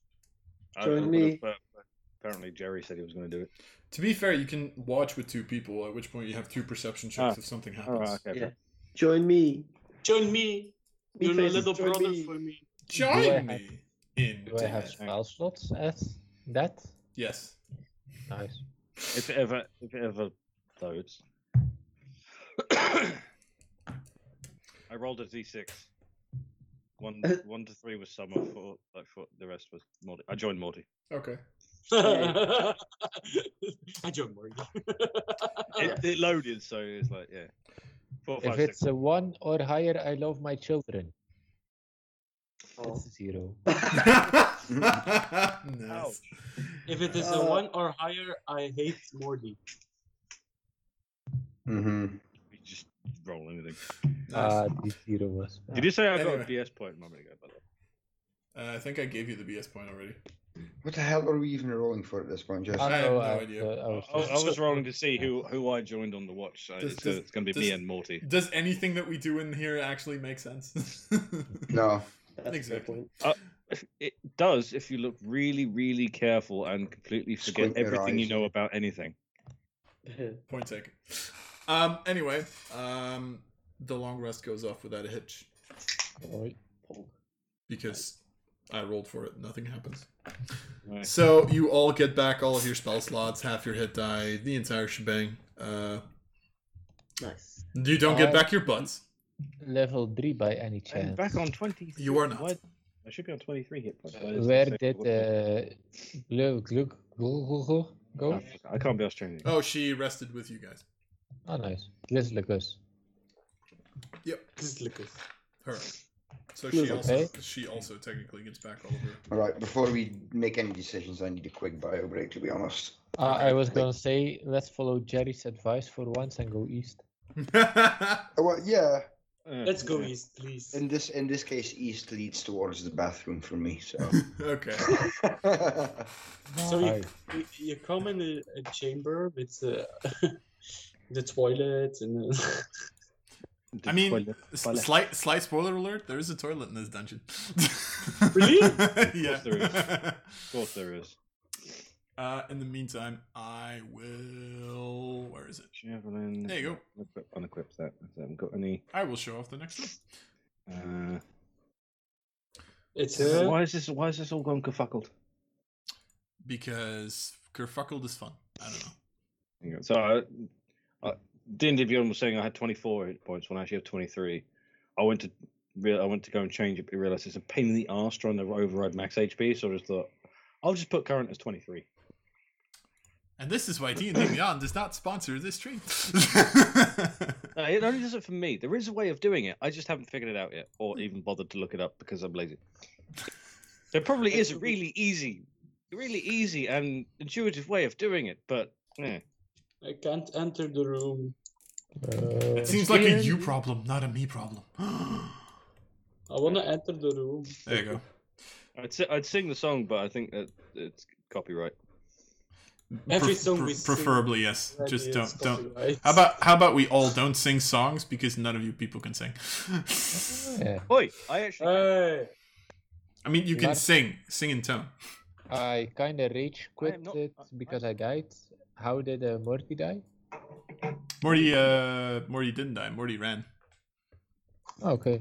F: I- I would've,
C: Join me.
F: but- but apparently, Jerry said he was going to do it.
B: To be fair, you can watch with two people, at which point you have two perception checks
E: Oh.
F: Ah.
B: if something
F: All
B: happens.
F: right, okay.
C: Yeah.
F: fair.
C: Join me.
D: Join me. You're a
C: Meatface,
D: little
C: join
D: brother
C: me.
D: for me.
E: Do I
B: Join
E: have-
B: me in
E: Do I have
B: death.
E: spell slots as that?
B: Yes.
E: Nice.
F: If it ever, if it ever [COUGHS] loads. I rolled a d6. One,
B: Uh.
F: one to three was summer. Four, like four, the rest was Morty. I joined Morty.
D: [LAUGHS]
B: Okay. [LAUGHS]
D: I joined
C: [LAUGHS]
D: Morty.
B: Oh.
F: It, it loaded, so it's like yeah. Four,
E: If
F: five, six.
E: it's a one or higher, I love my children.
C: Oh,
E: That's a zero.
B: nice.
D: If it is a
C: Uh,
D: one or higher, I hate Morty.
A: Mm-hmm.
F: You just roll anything.
E: Ah, the zero was. bad.
F: Did you say I got
B: Anyway.
F: a BS point a moment ago? By the way?
B: Uh, I think I gave you the BS point already.
A: What the hell are we even rolling for at this point, Jess?
E: Oh,
B: I have no
E: uh,
B: idea.
E: uh, I was
F: I, I
E: just-
F: was rolling to see who, who I joined on the watch. So
B: Does-
F: it's,
B: does-
F: uh, it's going to be
B: does-
F: me and Morty.
B: Does anything that we do in here actually make sense? [LAUGHS]
A: no.
C: That's
B: Exactly.
C: a fair point.
F: It does if you look really, really careful and completely forget
A: Squint your
F: everything you
A: eyes.
F: know about anything.
C: [LAUGHS]
B: Point taken. Um, anyway, um, the long rest goes off without a hitch
E: Alright.
B: because I rolled for it. Nothing happens.
F: Right.
B: So you all get back all of your spell slots, half your hit die, the entire shebang. Uh,
C: nice.
B: you don't get
E: I-
B: back your butts.
E: Level three by any
F: I'm
E: chance.
F: back on 20.
B: You are not.
F: Why- I should be on 23 hit points. Why does it
E: Where
F: say-
E: did uh, Blue Glug Glug
F: Oh,
E: go?
F: fuck, I can't be Australian.
B: Oh, she rested with you guys.
E: Oh, nice. Let's look us.
D: Just look
B: [LAUGHS]
D: at-
B: Her. So she also
E: Okay.
B: she also technically gets back all of her.
A: All right. Before we make any decisions, I need a quick bio break. To be honest.
E: Uh, I was gonna say let's follow Jerry's advice for once and go east.
A: Oh, well, yeah.
F: Uh,
D: Let's go
F: yeah.
D: east, please.
A: In this in this case, east leads towards the bathroom for me. So.
B: [LAUGHS] okay.
D: So you,
E: Hi.
D: you, you come in a, a chamber with uh, [LAUGHS] the toilet and uh,
B: I mean,
F: Toilet.
B: s-
F: toilet.
B: slight slight spoiler alert: there is a toilet in this dungeon. [LAUGHS]
D: Really?
B: yeah.
F: there is. Of course there is.
B: Uh, in the meantime, I will. Where is it?
F: Javelin.
B: There you
F: Unequip, unequip that. I haven't got any.
B: I will show off the next one.
F: Uh,
D: [LAUGHS] it's uh, a
F: Why is this? Why is this all gone kerfuckled?
B: because kerfuckled is fun. I don't know.
F: Hang on. So, I, I, D&D Beyond was saying I had 24 hit points when I actually have 23. I went to real, I went to go and change it, but realized it's a pain in the arse trying to override max HP. So I just thought, I'll just put current as 23.
B: And this is why D and D Beyond does not sponsor this stream.
F: No, Uh, it only does it for me. There is a way of doing it. I just haven't figured it out yet, or even bothered to look it up because I'm lazy. There probably is a really easy, really easy and intuitive way of doing it, but eh.
D: I can't enter the room.
E: Uh,
B: it seems like a you problem, not a me problem. [GASPS]
D: I wanna enter the room.
B: there you go.
F: I'd si- I'd sing the song, but I think that it's copyright.
D: Every
B: Pref-
D: song
B: pre-
D: we sing
B: preferably yes. Just
D: Already
B: don't
D: it's
B: don't.
D: copyright.
B: How about how about we all don't sing songs because none of you people can sing. [LAUGHS]
E: yeah.
F: Oi, I actually.
D: Uh,
F: can.
D: Hey,
B: I mean, you can
E: Mar-
B: sing, sing in tone.
E: I kind of rage quit
F: not-
E: it
F: I-
E: because I died. How did uh, Morty die?
B: Morty, uh, Morty didn't die. Morty ran.
E: Okay.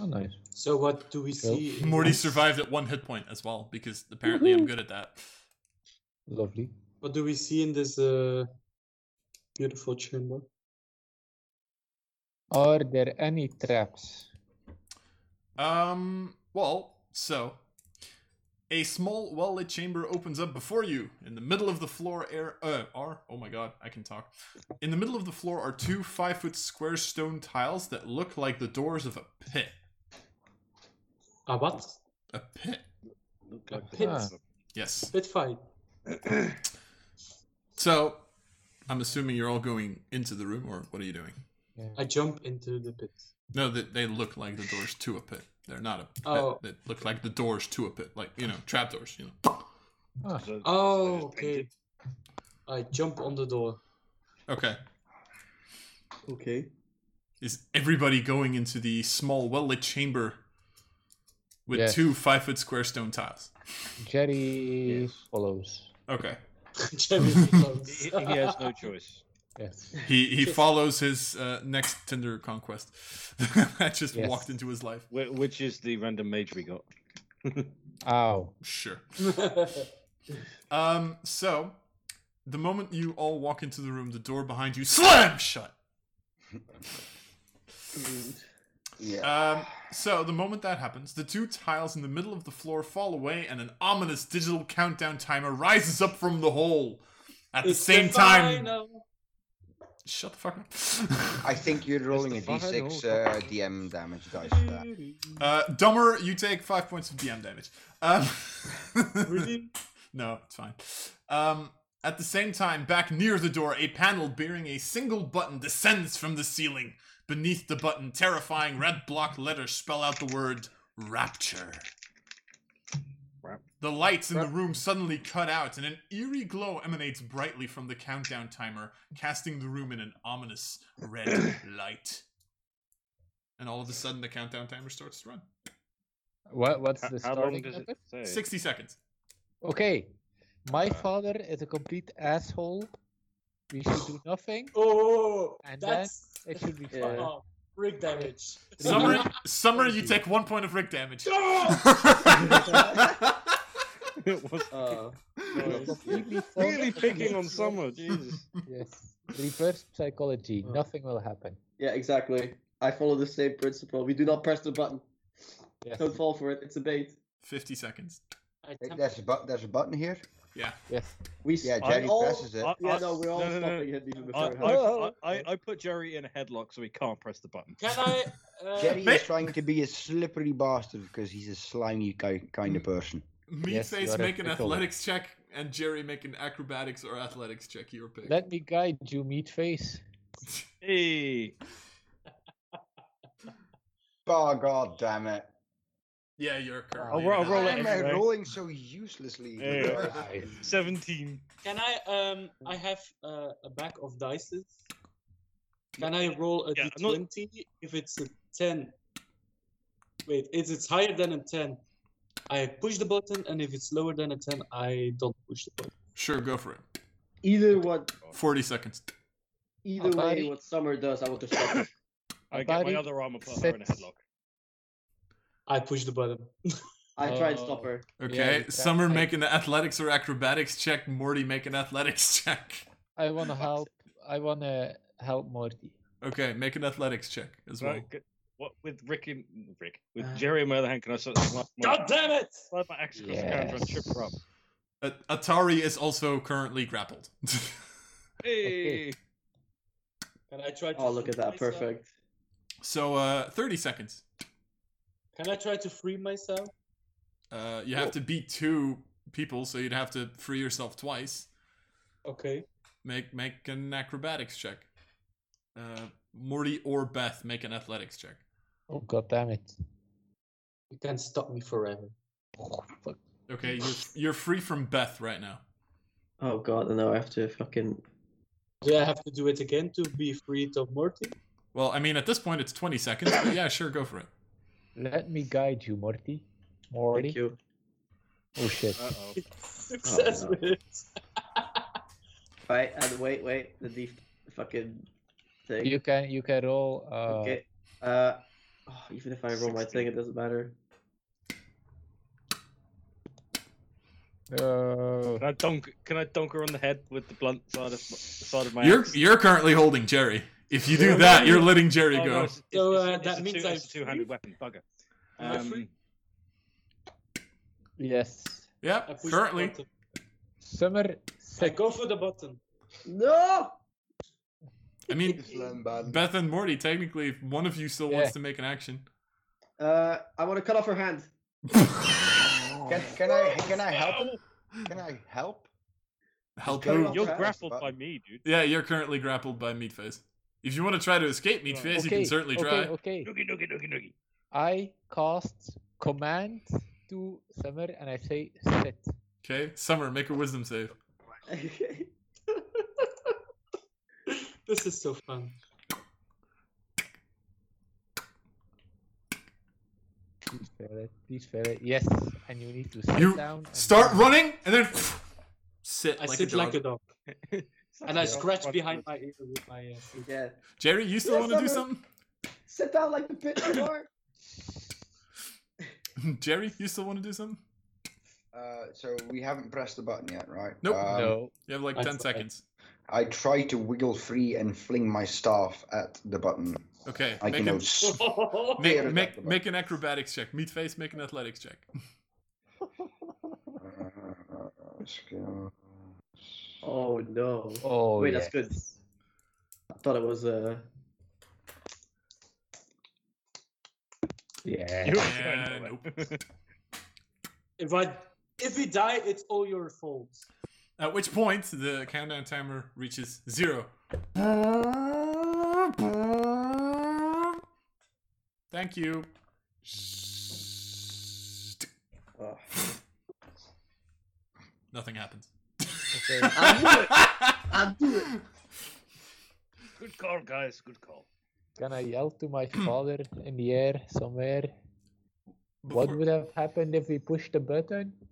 E: Oh, nice.
D: so what do we
E: Well,
D: see? in
B: Morty
D: this?
B: survived at one hit point as well because apparently I'm good at that.
E: Lovely.
D: What do we see in this uh, beautiful chamber?
E: Are there any traps?
B: Um. Well, so A small, well lit chamber opens up before you. In the middle of the floor air, uh, are, oh my god, I can talk. In the middle of the floor are two five foot square stone tiles that look like the doors of a pit.
D: Ah, what?
B: A pit.
F: Look like
D: Pit.
E: Ah,
F: the-
B: Yes.
D: Pit fight.
B: So, I'm assuming you're all going into the room, or what are you doing?
D: I jump into the pit.
B: No, they, they look like the doors to a pit. They're not a pit.
D: Oh.
B: They look like the doors to a pit, like you know, trapdoors. You know.
F: so-
D: Oh,
F: so just
D: okay.
F: painted.
D: I jump on the
B: [LAUGHS]
D: door. [LAUGHS]
B: Okay.
C: Okay.
B: Is everybody going into the small, well lit chamber with
E: Yes.
B: two five foot square stone tiles?
E: Jerry
F: Yes.
E: follows.
B: Okay.
D: Jerry
B: [LAUGHS]
F: He,
D: close.
F: he
D: [LAUGHS]
F: has no choice.
E: Yes.
B: He he follows his uh, next Tinder conquest [LAUGHS] that just
E: Yes.
B: walked into his life.
F: Wh- Which is the random mage we got.
E: Ow.
B: Sure. Um. So, the moment you all walk into the room, the door behind you slam shut.
A: Yeah.
B: Um, so the moment that happens, the two tiles in the middle of the floor fall away, and an ominous digital countdown timer rises up from the hole. At the
D: It's
B: same time,
D: final.
B: shut the fuck up. [LAUGHS]
A: I think you're rolling a
F: the fire
A: d6
F: all
A: uh, DM damage dice for that.
B: uh, Dumber, you take five points of DM damage. Um, [LAUGHS]
D: Really?
B: no, it's fine. Um, at the same time, back near the door, a panel bearing a single button descends from the ceiling. Beneath the button, terrifying red block letters spell out the word Rapture.
F: Rap-
B: The lights in the
F: Rap-
B: room suddenly cut out, and an eerie glow emanates brightly from the countdown timer, casting the room in an ominous
F: [COUGHS]
B: red light. And all of a sudden, the countdown timer starts to run.
E: What, what's
F: H-
E: the
F: How long
E: starting
F: does
E: number?
F: it say?
B: 60 seconds.
E: Okay. My
F: Uh,
E: father is a complete asshole. We should do nothing.
D: Oh,
E: And then
D: that's
E: It should be fine.
C: Yeah.
D: oh, brick damage.
B: Summer, Summer you take one point of Rick damage.
D: Oh!
F: [LAUGHS] It
C: [LAUGHS]
F: was
C: Uh,
E: We're completely fucked.
F: really picking on summer. [LAUGHS] Jesus.
E: Yes. Reverse psychology.
C: Uh.
E: Nothing will happen.
C: yeah, exactly. I follow the same principle. We do not press the button.
E: Yes.
C: Don't fall for it. It's a bait.
B: 50 seconds.
D: I
A: Hey,
D: temp-
A: There's a, bu- there's a button here.
E: Yes.
C: We
A: Yeah,
C: I
A: Jerry
C: all-
A: presses it.
F: I-
C: Yeah,
F: I-
C: no, we're all
F: no, Uh, no, no.
C: stopping it even
F: I,
C: before. it happens.
F: I, I, I put Jerry in a headlock so he can't press the button.
D: Can I? Uh,
A: Jerry
B: mate.
A: is trying to be a slippery bastard because he's a slimy ki- kind of person.
E: Yes, you
B: Meatface,
E: are a
B: make an
E: pickle.
B: athletics check, and Jerry, make an acrobatics or athletics check. Your pick.
E: Let me guide you, meat face.
F: Hey,
A: Oh, god damn it.
B: yeah, you're
F: I'll
B: currently.
F: ro- I'll
B: an
F: roll
A: Why
F: it
A: am
B: athletics.
A: I
F: anyway.
A: rolling so uselessly?
F: Yeah.
A: Christ.
F: 17.
D: Can I? Um, I have uh, a bag of dices. Can I roll a
F: Yeah, no-
D: twenty if it's a ten? Wait, if it's higher than a ten, I push the button, and if it's lower than a ten, I don't push the button.
B: Sure, go for it.
F: uh,
C: Either what,
B: 40 seconds.
C: either
E: Buddy.
C: way, what Summer does, I want to stop it.
F: I get my
E: Buddy,
F: other armor put her in a
E: six.
F: headlock.
D: I push the button.
C: I try and stop
E: Oh.
C: her.
B: Okay,
E: you
B: Summer,
E: can-
B: make an athletics or acrobatics check. Morty, make an athletics [LAUGHS] check.
E: I want to help. I want to help Morty.
B: Okay, make an athletics check as well.
F: Right, good. What with Rick and Rick with
C: Uh.
F: Jerry on my other hand? Can I sort of slap my,
D: God damn it!
F: slap my axe across the counter and trip her up?
E: Yes.
B: At- Atari is also currently grappled. [LAUGHS]
F: Hey,
D: Can I try? To
C: Oh, look
D: free
C: at that.
E: uh,
D: myself?
C: Perfect.
B: so, uh, 30 seconds.
D: Can I try to free myself?
B: Uh, you have to beat two people, so you'd have to free yourself twice.
D: Okay.
B: Make make an acrobatics check. Uh, Morty or Beth, make an athletics check.
E: Oh, god damn it.
D: You can't stop me forever.
E: Oh, fuck.
B: Okay,
F: [LAUGHS]
B: you're you're free from Beth right now.
C: Oh god, and now I have to fucking.
D: Do I have to do it again to be free of Morty? [LAUGHS]
B: Well, I mean, at this point, it's 20 seconds. But yeah, sure, go for it.
E: Let me guide you, Morty. Morty.
C: Thank you.
E: Oh shit.
F: uh oh.
D: Success
C: Oh, no.
D: with it.
C: Right, and wait, wait. The def- fucking thing.
E: You can you can roll. Uh,
C: Okay. Uh, oh, even if I roll my thing, it doesn't matter.
E: uh,
F: Can I dunk? Can I dunk her on the head with the blunt side of side of my
B: You're
F: axe?
B: you're currently holding Jerry. If you do that, you're letting Jerry
F: Oh, no,
B: go.
F: it's- it's-
D: So,
F: it's-
D: uh,
F: it's
D: that
F: a
D: means
F: two,
D: I'm
F: it's a two-handed
D: free?
F: weapon. Bugger.
D: Am I free?
F: Um,
E: Yes.
D: I
B: Yep.
D: push the
B: Currently,
D: button.
E: Summer
D: I
E: six.
D: go for the button.
C: No!
B: I
F: [LAUGHS]
B: mean,
A: Slambad.
B: Beth and Morty. Technically, if one of you still
E: Yeah.
B: wants to make an action. [LAUGHS]
C: Uh, I want to cut off her hand.
A: Can, can
C: [LAUGHS]
A: I can I help? him? Can I help?
B: Help
A: Just
B: who?
A: go
F: You're
A: Okay.
F: grappled by me, dude.
B: Yeah, you're currently grappled by Meatface. If you want to try to escape Meatface, you can certainly try.
E: okay, okay.
F: Noogie, noogie, noogie, noogie.
E: I cast command to Summer and I say sit.
B: Okay, Summer, make a wisdom save.
D: [LAUGHS] This is so fun.
E: Please fail it. Please fail it. Yes, and you need to sit
B: You
E: down. and-
B: Start running and then sit
D: I
B: like
D: sit
B: a dog.
D: like a dog.
C: [LAUGHS]
D: And I
F: Yeah.
D: scratch behind
F: Yeah.
D: my ear with my uh, feet.
C: yeah.
B: Jerry, you still
C: Yeah,
B: want to do
C: Summer.
B: something?
C: Sit down like the bitch you are.
B: [LAUGHS] Jerry, you still want to do something?
A: Uh, so we haven't pressed the button yet, right?
B: Nope.
A: Um,
E: No.
B: You have like
D: I-
B: ten seconds.
A: I try to wiggle free and fling my staff at the button.
B: Okay,
A: I
B: make,
A: can
B: a,
A: out.
C: Oh,
B: make,
A: it
B: make,
A: at the
B: make an acrobatics check. Meatface, make an athletics check.
A: Uh, Skills.
C: Oh no.
E: Oh,
C: Wait,
E: yeah.
C: that's good. I thought it was uh. [LAUGHS]
E: Yeah.
F: You-
B: Yeah, nope.
D: If I if we die, it's all your fault.
B: At which point the countdown timer reaches zero. Thank you.
C: oh.
B: Nothing happens.
E: Okay.
B: [LAUGHS]
C: I'll do it.
F: [LAUGHS] Good call, guys. Good call.
E: Can I yell to my
B: Hmm.
E: father in the air somewhere? What
B: Before-
E: would have happened if we pushed the button? [LAUGHS]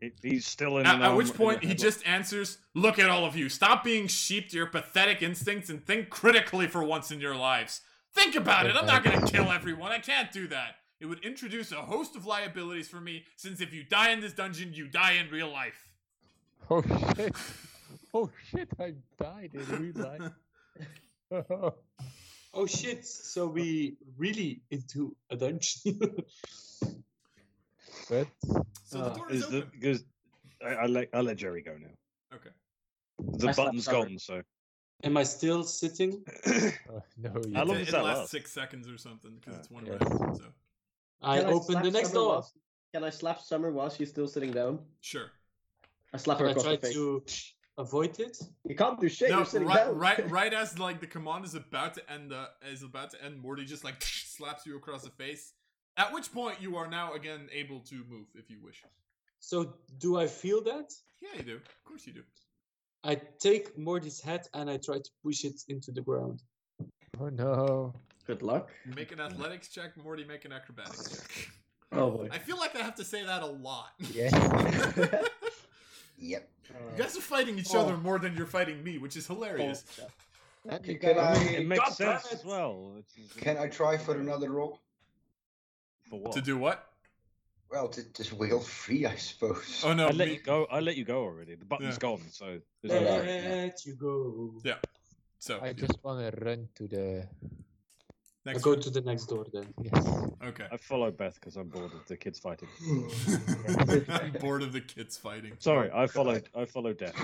F: He- He's still in.
B: At,
F: an
B: at
F: arm-
B: which
F: in
B: point
F: a
B: he
F: headlock.
B: just answers, "Look at all of you. Stop being sheep to your pathetic instincts and think critically for once in your lives. Think about it. I'm not going to kill everyone. I can't do that. It would introduce a host of liabilities for me since if you die in this dungeon, you die in real life."
E: Oh shit! Oh shit! I died in real [LAUGHS] life.
D: Oh shit! So we really into a dungeon. [LAUGHS]
E: but
B: [LAUGHS] So the
C: Uh,
B: door is
F: is the
B: open.
F: because I, I let I let Jerry go now.
B: Okay.
F: The
C: I slept
F: button's
C: over.
F: gone, so
D: Am I still sitting?
E: oh, no, you
F: How long
B: it
F: does
B: it
F: that
B: lasts
F: last?
B: six seconds or something because
F: Uh,
B: it's one
E: yeah.
B: round. So
D: I
C: Can
D: open
C: slap
D: the next
C: Summer
D: door.
C: while- Can I slap Summer while she's still sitting down?
B: sure.
C: I slap her
D: and I
C: across
D: try
C: the face.
D: to avoid it.
C: You can't do shit.
B: No,
C: you're sitting
B: right,
C: down. [LAUGHS]
B: right, right as like the command is about to end, uh, is about to end, Morty just like [LAUGHS] slaps you across the face. At which point you are now again able to move if you wish.
D: So do I feel that?
B: Yeah, you do. Of course you do.
D: I take Morty's hat and I try to push it into the ground.
E: Oh no!
C: Good luck.
B: Make an athletics check, Morty. Make an acrobatics check.
C: Oh boy.
D: [LAUGHS]
B: I feel like I have to say that a lot. [LAUGHS]
E: Yeah.
A: Yep.
B: you guys are fighting each
C: Oh.
B: other more than you're fighting me, which is hilarious.
A: Can
F: it
D: [LAUGHS]
A: I
F: makes
D: God damn
F: sense
D: it.
F: as well. It's-
A: can I try for another roll?
F: For
C: Oh.
F: what?
B: To do what?
A: Well, to just wiggle free, I suppose.
B: Oh no,
F: I let
B: me-
F: you go. I let you go already. The button's
B: Yeah.
F: gone, so there's no
D: Let
F: point.
D: you go.
B: Yeah, So
E: I just wanna run to the
D: I
B: next.
D: go to the next door then.
E: yes.
B: Okay.
F: [LAUGHS] I follow Beth because I'm bored of the kids fighting.
B: I'm [LAUGHS] bored of the kids fighting.
F: Sorry, I followed. I followed Death.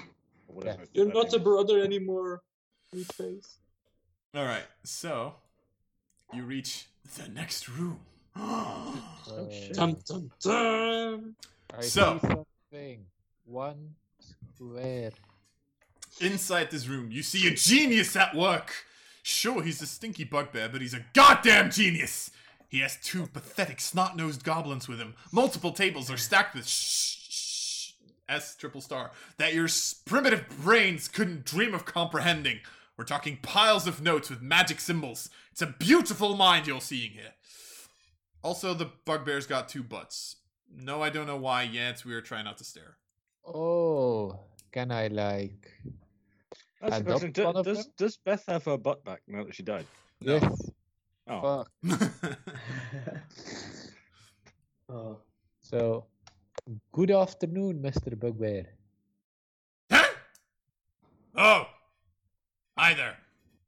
F: or whatever
E: Death.
D: You're
F: that
D: not a
F: name
D: brother anymore, Meatface.
B: All right. So you reach the next room. [GASPS]
E: Oh,
C: shit.
D: Dum dum dum.
E: I
B: Um, So-
E: see something. One square.
B: Inside this room, you see a genius at work. Sure, he's a stinky bugbear, but he's a goddamn genius. He has two pathetic snot-nosed goblins with him. Multiple tables are stacked with sh- sh- S triple star that your s- primitive brains couldn't dream of comprehending. We're talking piles of notes with magic symbols. It's a beautiful mind you're seeing here. Also, the bugbear's got two butts. No, I don't know why. Yeah, it's weird. Try not to stare.
E: Oh, can I like?
F: That's the
E: Adopt
F: question.
E: one
F: Do,
E: of
F: does,
E: them?
F: does Beth have her butt back now that she died?
B: No. [LAUGHS]
E: Yes.
F: Oh,
E: Fuck.
C: oh.
E: So, good afternoon, Mr. Bugbear.
B: Huh? Oh, hi there.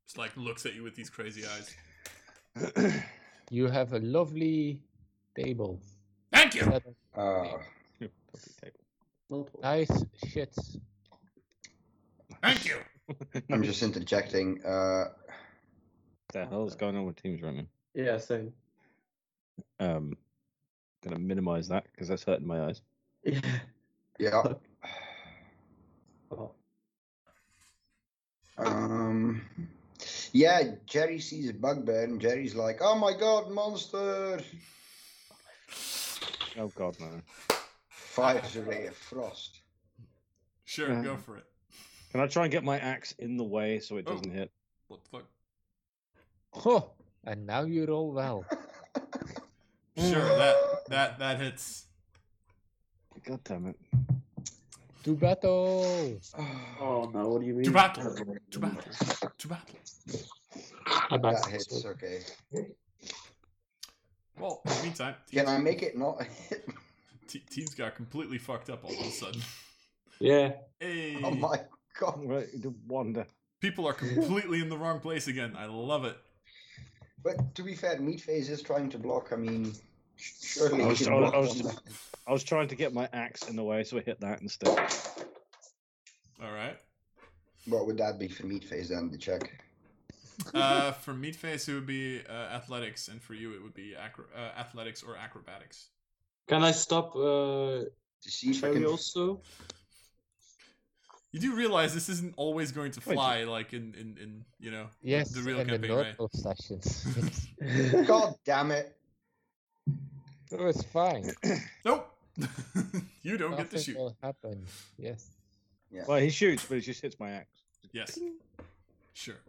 B: Just like looks at you with these crazy eyes.
F: [COUGHS]
E: You have a lovely table.
B: Thank you.
E: Set of-
A: Uh,
F: copy table.
C: Multiple.
E: Nice shit.
B: Thank you.
A: I'm just interjecting. Uh,
F: the hell's going on with Teams right now?
C: Yeah, same. [LAUGHS]
F: Um, gonna minimize that because that's hurting my eyes.
C: Yeah.
A: yeah.
C: Oh.
A: Um, yeah, Jerry sees a bugbear and Jerry's like, oh my god, monster!
F: Oh God, no!
A: Fires a ray of frost.
B: Sure,
F: Yeah.
B: go for it.
F: Can I try and get my axe in the way so it
B: Oh.
F: doesn't hit?
B: What the fuck?
E: Oh, and now you
B: [LAUGHS]
E: roll well.
B: Sure, that that that hits.
F: God damn it!
E: to battle.
C: oh no, what do you mean? Uh,
B: To battle. To battle. To battle.
D: I
A: That
D: bet.
A: hits, okay.
B: Well, in the meantime,
A: Can
B: teens,
A: I make it not hit? [LAUGHS]
B: te- teens got completely fucked up all of a sudden.
D: Yeah.
B: Hey,
A: Oh my god.
F: Right, the Wonder.
B: people are completely in the wrong place again. I love it.
A: But to be fair, Meatface is trying to block. I mean, surely.
F: I
A: he
F: was,
A: should
F: I, was-
A: block
F: I was-
A: one.
F: I was trying to get my axe in the way so it hit that instead.
A: [LAUGHS]
B: All right.
A: What would that be for Meatface then, the check?
B: Uh, for Meatface, it would be uh, athletics, and for you, it would be acro- uh, athletics or acrobatics.
D: Can I stop uh,
A: To see if I
D: Cherry
A: can.
D: also? [LAUGHS]
B: You do realize this isn't always going to
F: Wait.
B: fly, like in, in, in you know,
E: Yes,
B: the real
E: in the
B: campaign, right?
E: normal
B: [LAUGHS]
E: sessions.
A: [LAUGHS]
E: It's-
A: God damn it.
E: it was fine.
B: Nope. [LAUGHS] you don't get to
E: Nothing
B: shoot.
E: will happen. Yes.
F: Well, he shoots, but it just hits my axe.
B: Yes. Sure.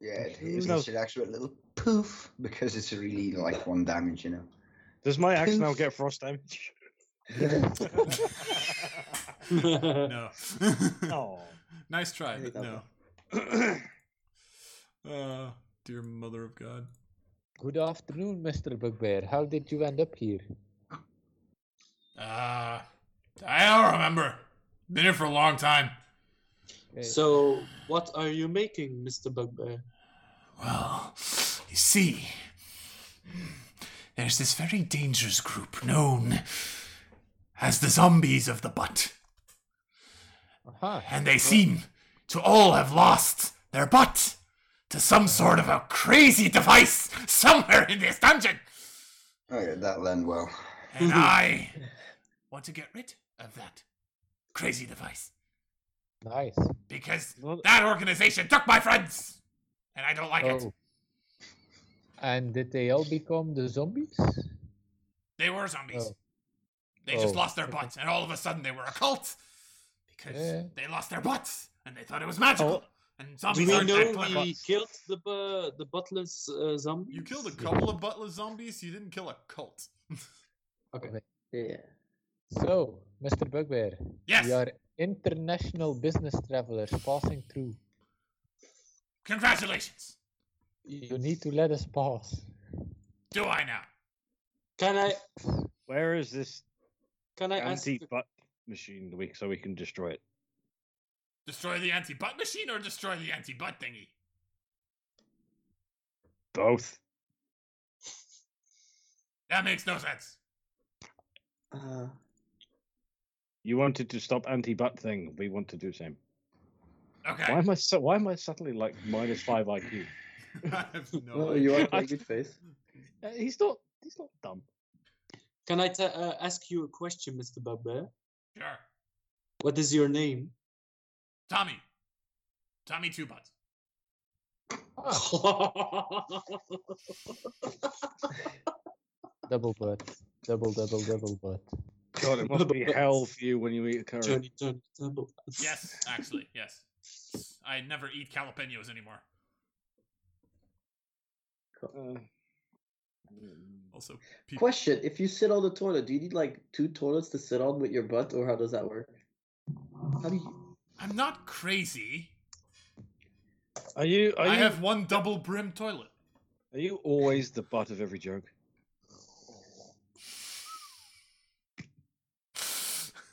A: Yeah, it hits
F: No.
A: no. an actual little poof because it's really like one damage, you know.
F: Does my axe now get frost damage?
B: No.
F: [LAUGHS]
B: [LAUGHS]
F: oh. [COUGHS]
B: nice try,
A: There you
B: but no. Uh, dear mother of God.
E: Good afternoon, Mr. Bugbear. How did you end up here?
B: Uh, I don't remember. Been here for a long time.
E: Uh,
D: So, what are you making, Mr. Bugbear?
B: Well, you see, there's this very dangerous group known as the zombies of the butt,
E: aha.
B: and they seem to all have lost their butt to some sort of a crazy device somewhere in this dungeon.
A: Okay, that'll end
C: [LAUGHS]
A: well.
B: And I want to get rid of that crazy device
E: Nice.
B: because
F: Well-
B: that organization took my friends, and I don't like it.
E: Oh. And did they all become the zombies?
B: They were zombies.
E: Oh.
B: They just
E: Oh,
B: lost their
E: okay.
B: butts, and all of a sudden they were a cult because
E: Yeah. Oh.
B: they lost their butts and they thought it was magical. And
D: Do
B: zombies
D: we
B: aren't that
D: know
B: clever.
D: we killed the bu- the butler's uh, zombie?
B: You killed a couple of butler zombies. You didn't kill a cult.
C: [LAUGHS] yeah.
E: So, Mr. Bugbear,
B: Yes.
E: we are international business travelers passing through.
B: Congratulations.
E: You need to let us pass.
B: Do I now?
D: Can I
F: Where is this
D: can I ask?
F: anti butt machine the week so we can destroy it?
B: Destroy the anti-butt machine or destroy the anti-butt thingy?
F: Both.
B: That makes no sense.
C: Uh,
F: You wanted to stop anti butt thing. We want to do same.
B: Okay.
F: Why am I so, why am I suddenly like minus five IQ?
B: [LAUGHS] I have no
C: well,
B: idea.
C: you are
F: I-
C: a good face.
F: Uh, he's not he's not dumb.
D: Can I ta- uh, ask you a question, Mr. Bugbear?
B: Sure.
D: What is your name?
B: Tommy. Tommy Two Butts.
E: Ah,
D: [LAUGHS]
E: double butt. Double, double, double butt.
F: God, it must be hell for you when you eat curry.
D: Johnny, Johnny, double.
B: Yes, actually, yes. I never eat jalapenos anymore.
F: Uh,
B: Also, people.
C: Question: If you sit on the toilet, do you need like two toilets to sit on with your butt, or how does that work? How do you?
B: I'm not crazy.
F: are you are you
B: I have one double brim toilet.
F: are you always the butt of every joke?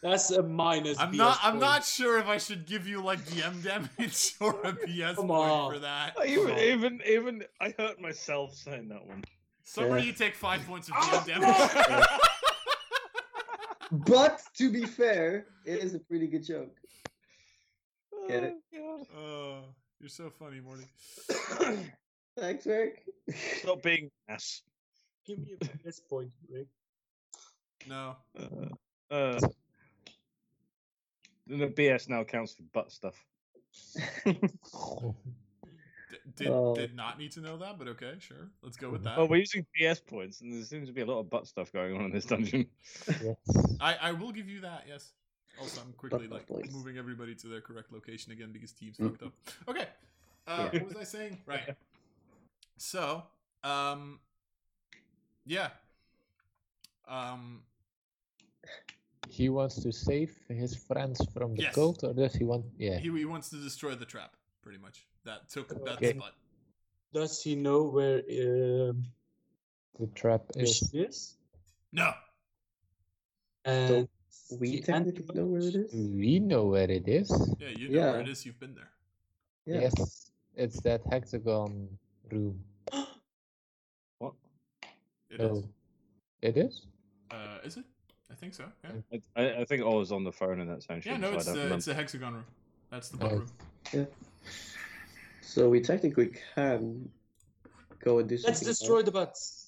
D: That's a minus.
B: I'm
D: BS
B: not. I'm
D: point.
B: not sure if I should give you like DM damage [LAUGHS] or a BS
D: Come
B: point
D: on.
B: for that.
F: Even even even I hurt myself [LAUGHS] saying that one.
B: Summer,
C: Yeah.
F: [LAUGHS]
B: you take five points of DM damage.
C: But to be fair, it is a pretty good joke. [COUGHS] Get it?
B: Oh, you're so funny, Morty.
C: Thanks, Rick.
F: Stop being an ass.
D: Give me a plus point, Rick.
B: No.
F: Uh, uh, the BS now counts for butt stuff.
B: D- did
C: Oh.
B: did not need to know that, but okay, sure. Let's go with that.
F: Oh, we're using BS points, and there seems to be a lot of butt stuff going on in
B: [LAUGHS]
F: this dungeon.
E: Yes.
B: I, I will give you that, yes. Also, I'm quickly
C: Butt
B: like
C: boys.
B: moving everybody to their correct location again because teams fucked up. Okay. Uh,
C: Yeah.
B: What was I saying? Right. So, um, yeah. Um,
E: He wants to save his friends from the
B: Yes.
E: cult, or does he want? Yeah.
B: he, he wants to destroy the trap, pretty much. That took that
E: Okay.
B: spot.
D: Does he know where um,
E: The trap
D: she
E: is.
D: is?
B: No.
D: And
C: We
D: the
C: technically know where it is.
E: We know where it is.
B: Yeah, you know where
C: Yeah.
B: it is. You've been there.
C: Yeah.
E: Yes, it's that hexagon room.
F: What?
B: It is.
E: Oh, it is.
B: Uh, is it? I think so. Yeah.
F: I, I, I think I was on the phone in that sound.
B: Yeah. No, it's the, it's the hexagon room. That's the butt
E: Oh.
B: room.
C: So we technically can go and do something.
D: Let's
C: about
D: destroy the butts.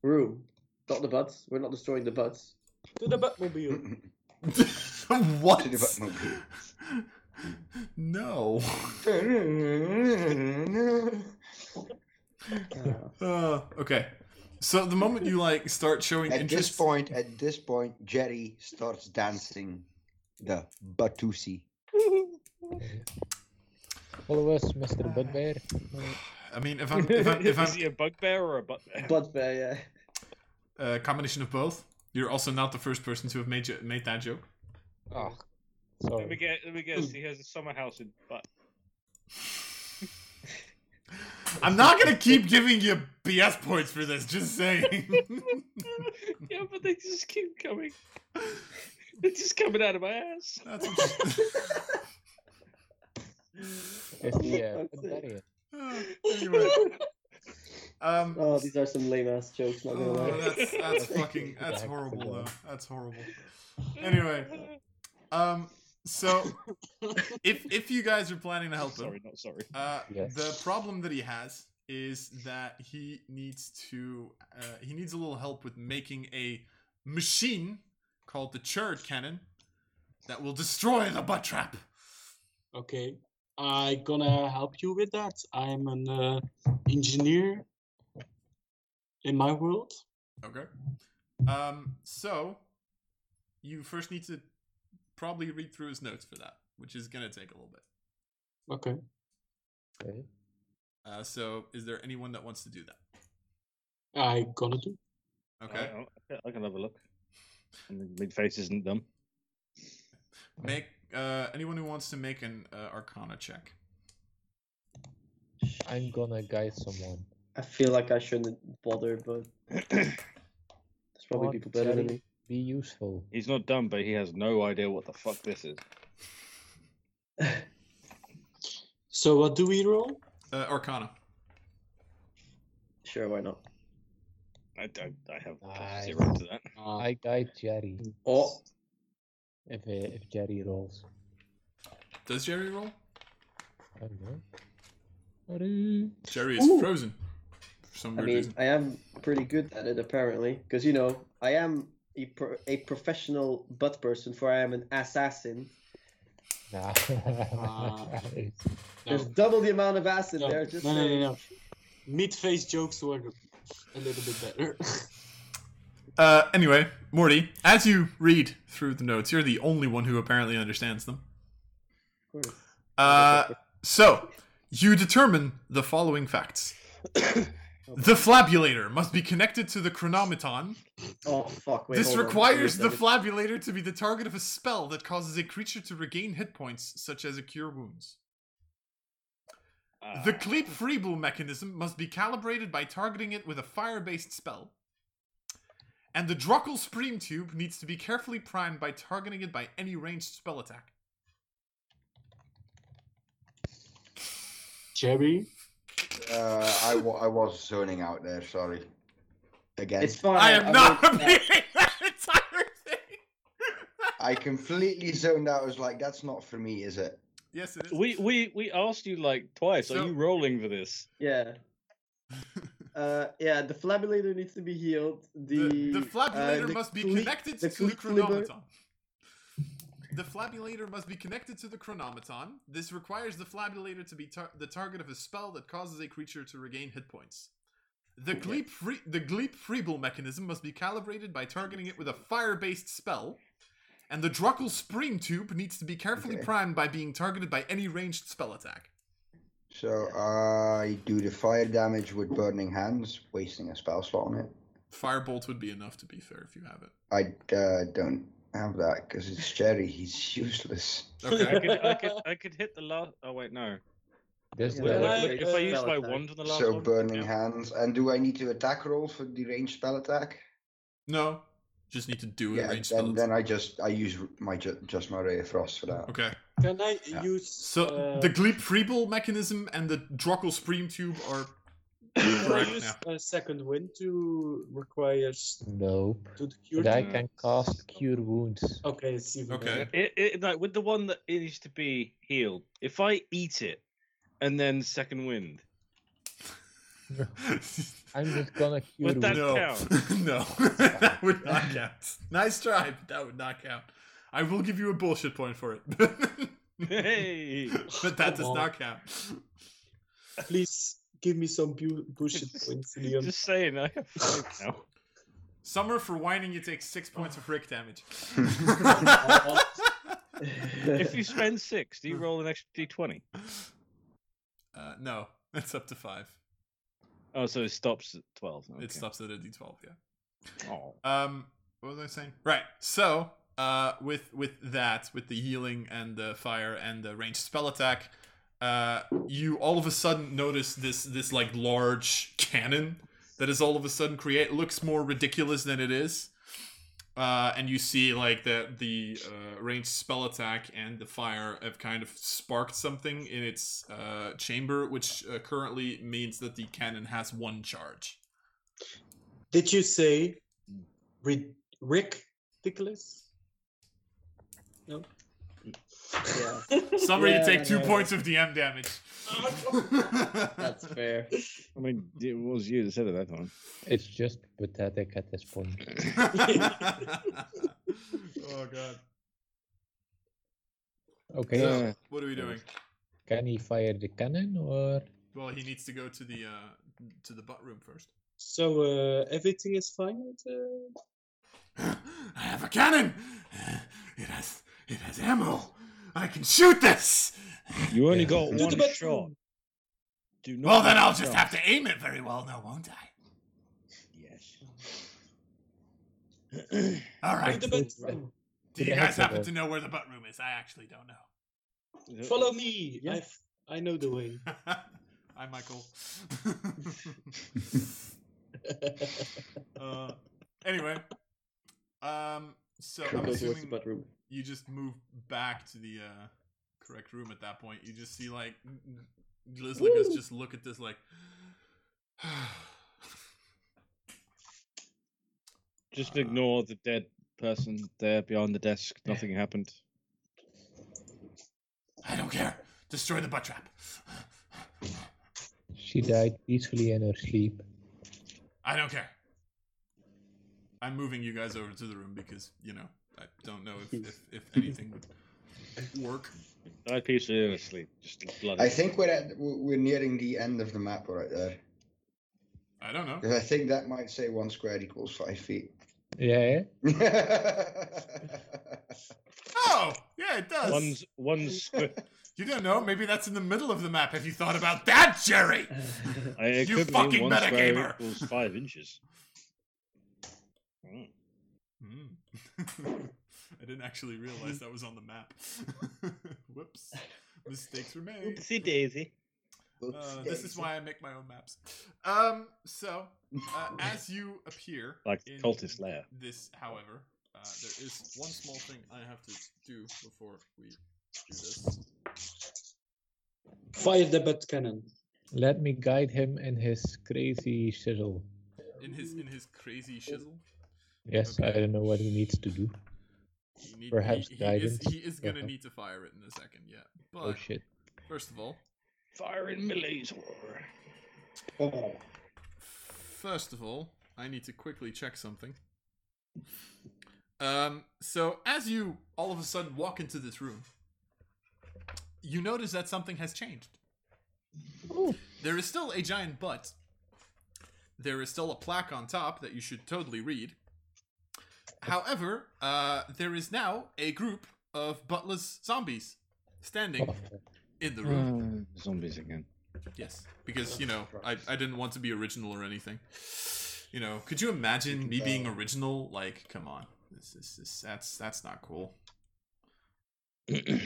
C: the room. Not the butts. We're not destroying the butts.
D: To
A: [LAUGHS]
D: the buttmobile.
B: [LAUGHS] what?
A: To the Batmobile.
B: no.
C: Uh,
B: Uh, okay. So the moment you like start showing
A: At
B: interest,
A: this point, at this point, Jerry starts dancing the Batusi.
E: Follow us, Mr. Budbear.
B: I mean, if I'm, uh, if I'm, if
A: [LAUGHS]
F: [LAUGHS] Is he a
B: I'm
F: bugbear or a [LAUGHS] bugbear?
C: but uh, yeah.
B: uh, combination of both, you're also not the first person to have made jo- made
A: [LAUGHS]
B: that joke.
E: Oh,
F: Let me
E: sorry.
F: get. Let me guess. He has a summer house in
B: [LAUGHS]
F: butt.
B: I'm not gonna keep giving you BS points for this. Just saying. [LAUGHS]
F: yeah, but they just keep coming. It's just coming out of my ass.
B: That's what
E: It's the uh,
C: That's it.
E: Budbarian.
B: [LAUGHS] anyway. Um.
C: Oh, these are some lame ass jokes. Not gonna
B: Oh,
A: [LAUGHS]
C: lie.
B: that's that's fucking
E: Yeah,
B: that's
E: I
B: horrible
E: forgot.
B: though. That's horrible.
F: [LAUGHS]
B: Anyway. Um so if if you guys are planning to help
F: sorry,
B: him,
F: not sorry.
B: uh
E: Yes.
B: the problem that he has is that he needs to uh, he needs a little help with making a machine called the churd cannon that will destroy the butt trap.
D: okay. i gonna help you with that. I'm an uh, engineer in my world.
B: Okay. Um so you first need to probably read through his notes for that, which is going to take a little bit.
D: Okay.
E: Okay.
B: Uh, so, is there anyone that wants to do that?
D: i gonna do.
B: Okay.
F: I, I, I can have a look. Mid face isn't dumb.
B: Make uh, anyone who wants to make an uh, Arcana check.
E: I'm gonna guide someone.
C: I feel like I shouldn't bother, but there's probably
E: Come on,
C: people better than
E: Jerry.
C: me.
E: Be useful.
F: He's not dumb, but he has no idea what the fuck this is.
D: So what do we roll?
B: Uh, Arcana.
C: Sure, why not?
F: I don't. I have
E: Nice.
F: zero to that.
D: Uh,
E: I guide Jerry
C: Oh,
E: if uh, if Jerry rolls.
B: Does Jerry roll?
E: I don't know. Sorry.
B: Jerry is
C: Ooh.
B: frozen for some
C: I
B: weird
C: mean,
B: reason.
C: I am pretty good at it apparently, because you know, I am a, pro- a professional butt person, for I am an assassin.
E: Nah. [LAUGHS]
D: Ah. no.
C: There's double the amount of ass in
D: No,
C: there. Just
D: no, no,
C: saying.
D: no, no. Mid face jokes were a little bit better. [LAUGHS]
B: Uh, anyway, Morty, as you read through the notes, you're the only one who apparently understands them.
C: Of course.
B: Uh, so, you determine the following
C: [COUGHS]
B: facts. The flabulator must be connected to the chronometon.
C: Oh fuck! Wait,
B: this
C: hold on.
B: requires
C: Wait
B: the
C: a second.
B: flabulator to be the target of a spell that causes a creature to regain hit points, such as a cure wounds. The
F: Ah.
B: Cleep Freeble mechanism must be calibrated by targeting it with a fire based spell. And the Druckle Spream Tube needs to be carefully primed by targeting it by any ranged spell attack.
D: Jerry,
A: Uh, I, wa- I was zoning out there, sorry. Again.
C: It's fine.
B: I am
C: I'm
B: not [LAUGHS]
C: gonna-
B: repeating that entire thing!
A: I completely zoned out. I was like, that's not for me, is it?
B: Yes, it is.
F: We we we asked you like twice.
B: So-
F: Are you rolling for this?
C: Yeah. Uh, yeah, the flabulator needs to be healed. The
B: the, the flabulator
C: uh, the
B: must be
C: cle-
B: connected
C: the
B: to the
C: cleaver-
B: chronometon. The flabulator must be connected to the chronometon. This requires the flabulator to be tar- the target of a spell that causes a creature to regain hit points. The gleep free- the gleep freeble mechanism must be calibrated by targeting it with a fire-based spell, and the druckle spring tube needs to be carefully
A: Okay.
B: primed by being targeted by any ranged spell attack.
A: So I do the fire damage with burning hands, wasting a spell slot on it.
B: Firebolt would be enough, to be fair, if you have it.
A: I uh, don't have that because it's Jerry. He's useless.
F: I
B: Okay.
F: could, I could I could hit the last. Oh wait, no.
E: There's
C: Yeah,
E: the-
C: Well,
F: Wait,
D: like,
F: wait, if I
D: uh,
F: use my
C: spell attack.
F: wand on the last
A: So
F: one,
A: burning
F: yeah.
A: hands. And do I need to attack roll for the ranged spell attack?
B: No, just need to do a
A: Yeah.
B: Mm, ranged spell.
A: Then, then I just I use my ju- just my ray of frost for that.
B: Okay.
D: Can I
A: Yeah.
D: use
B: So
D: uh,
B: the Gleep Freeball mechanism and the Drockle Spream Tube are [LAUGHS]
D: can I
B: correct
D: use
B: now.
D: a second wind to requires
E: Nope.
D: to the cure?
E: But I
F: wounds.
E: can cast cure wounds.
D: Okay, it's even
B: Okay.
D: better.
F: [LAUGHS] It, it, like with the one that it needs to be healed. If I eat it and then second wind, [LAUGHS]
E: I'm just
F: [LAUGHS]
E: gonna cure
F: But that-
B: no,
E: wounds.
F: count.
B: [LAUGHS] no, that would not count. Nice try, but that would not count. I will give you a bullshit point for it, [LAUGHS]
F: [LAUGHS] hey,
B: but that does not count.
D: Please give me some bu-
F: [LAUGHS]
D: bullshit points, Leon.
F: just saying. I have five now.
B: Summer for whining, you take six points of Rick damage. Uh,
F: If you spend six, do you roll an extra d20?
B: uh, no, it's up to five.
F: Oh, so it stops at 12. Okay.
B: It stops at a d12. Yeah.
F: Oh.
B: Um, what was I saying? Right. So, uh, with with that, with the healing and the fire and the ranged spell attack, uh, you all of a sudden notice this this like large cannon that is all of a sudden create looks more ridiculous than it is. Uh, and you see like that the uh, ranged spell attack and the fire have kind of sparked something in its uh, chamber, which uh, currently means that the cannon has one charge.
D: [LAUGHS] Did you say ri- Rick Nicholas? No.
C: Yeah.
B: Summary,
C: Yeah,
B: you take two
C: no.
B: points of DM damage. [LAUGHS]
C: That's fair.
F: I mean, it was you that said it that time.
E: It's just pathetic at this point.
B: oh god.
E: Okay.
B: So, what are we doing?
E: Can he fire the cannon or
B: Well, he needs to go to the uh, to the butt room first.
D: [LAUGHS] So uh, everything is fine with uh,
B: [GASPS] I have a cannon. [SIGHS] It has it has ammo. I can shoot this.
F: You only
E: Yeah.
F: got
D: to the
F: one shot.
D: bedroom.
F: Do not
B: Well, then
F: make
B: I'll just have
F: shots.
B: to aim it very well now, won't I?
F: Yes.
B: All
D: To
B: right.
D: the bedroom.
B: Do you guys happen to know where the butt room is? I actually don't know.
D: Follow me.
F: Yeah.
D: I've, I know the way.
B: [LAUGHS] Hi, Michael. uh, anyway, um, so
C: Go
B: I'm
C: towards the
B: assuming
C: bathroom.
B: you just move back to the uh, correct room at that point. You just see like Liz Lucas just look at this like. [SIGHS]
F: Just
B: Uh,
F: ignore the dead person there behind the desk. Nothing happened.
B: I don't care. Destroy the butt trap. [SIGHS]
E: she died peacefully in her sleep?
B: I don't care. I'm moving you guys over to the room because you know I don't know if if, if anything would work.
F: I peacefully in his sleep. Just bloody.
A: I think we're at we're nearing the end of the map right there
B: I don't know.
A: because I think that might say one squared equals five feet. [LAUGHS]
E: Yeah.
B: Uh, Oh yeah, it does.
F: one's one's. squ-
B: You don't know. Maybe that's in the middle of the map. Have you thought about that, Jerry?
F: [LAUGHS] I, it
B: You
F: could mean
B: fucking
F: one square
B: metagamer.
F: equals five inches. Mm.
B: Mm. [LAUGHS] I didn't actually realize that was on the map. [LAUGHS] Whoops. Mistakes were made.
F: Daisy.
B: Uh, this is why I make my own maps. Um, so,
F: [LAUGHS]
B: uh, as you appear.
F: Like
B: in
F: cultist lair.
B: This, however, uh, there is one small thing I have to do before we do this.
D: Fire the butt cannon.
E: Let me guide him in his crazy shizzle.
B: In his in his crazy shizzle.
E: Yes, I don't know what he needs to do.
B: You need-
E: Perhaps
B: he, he is,
E: guidance.
B: he is gonna
E: Uh-huh.
B: need to fire it in a second, yeah. But
E: Oh shit.
B: first of all,
F: Fire in Millie's
B: First of all, I need to quickly check something. Um, so as you all of a sudden walk into this room, you notice that something has changed. There is still a giant butt. There is still a plaque on top that you should totally read. However, uh, there is now a group of buttless zombies
E: Oh.
B: standing in the room.
F: [SIGHS] Zombies again.
B: Yes, because you know, I, I didn't want to be original or anything. You know, could you imagine me being original? Like, come on, this is this, that's that's not cool.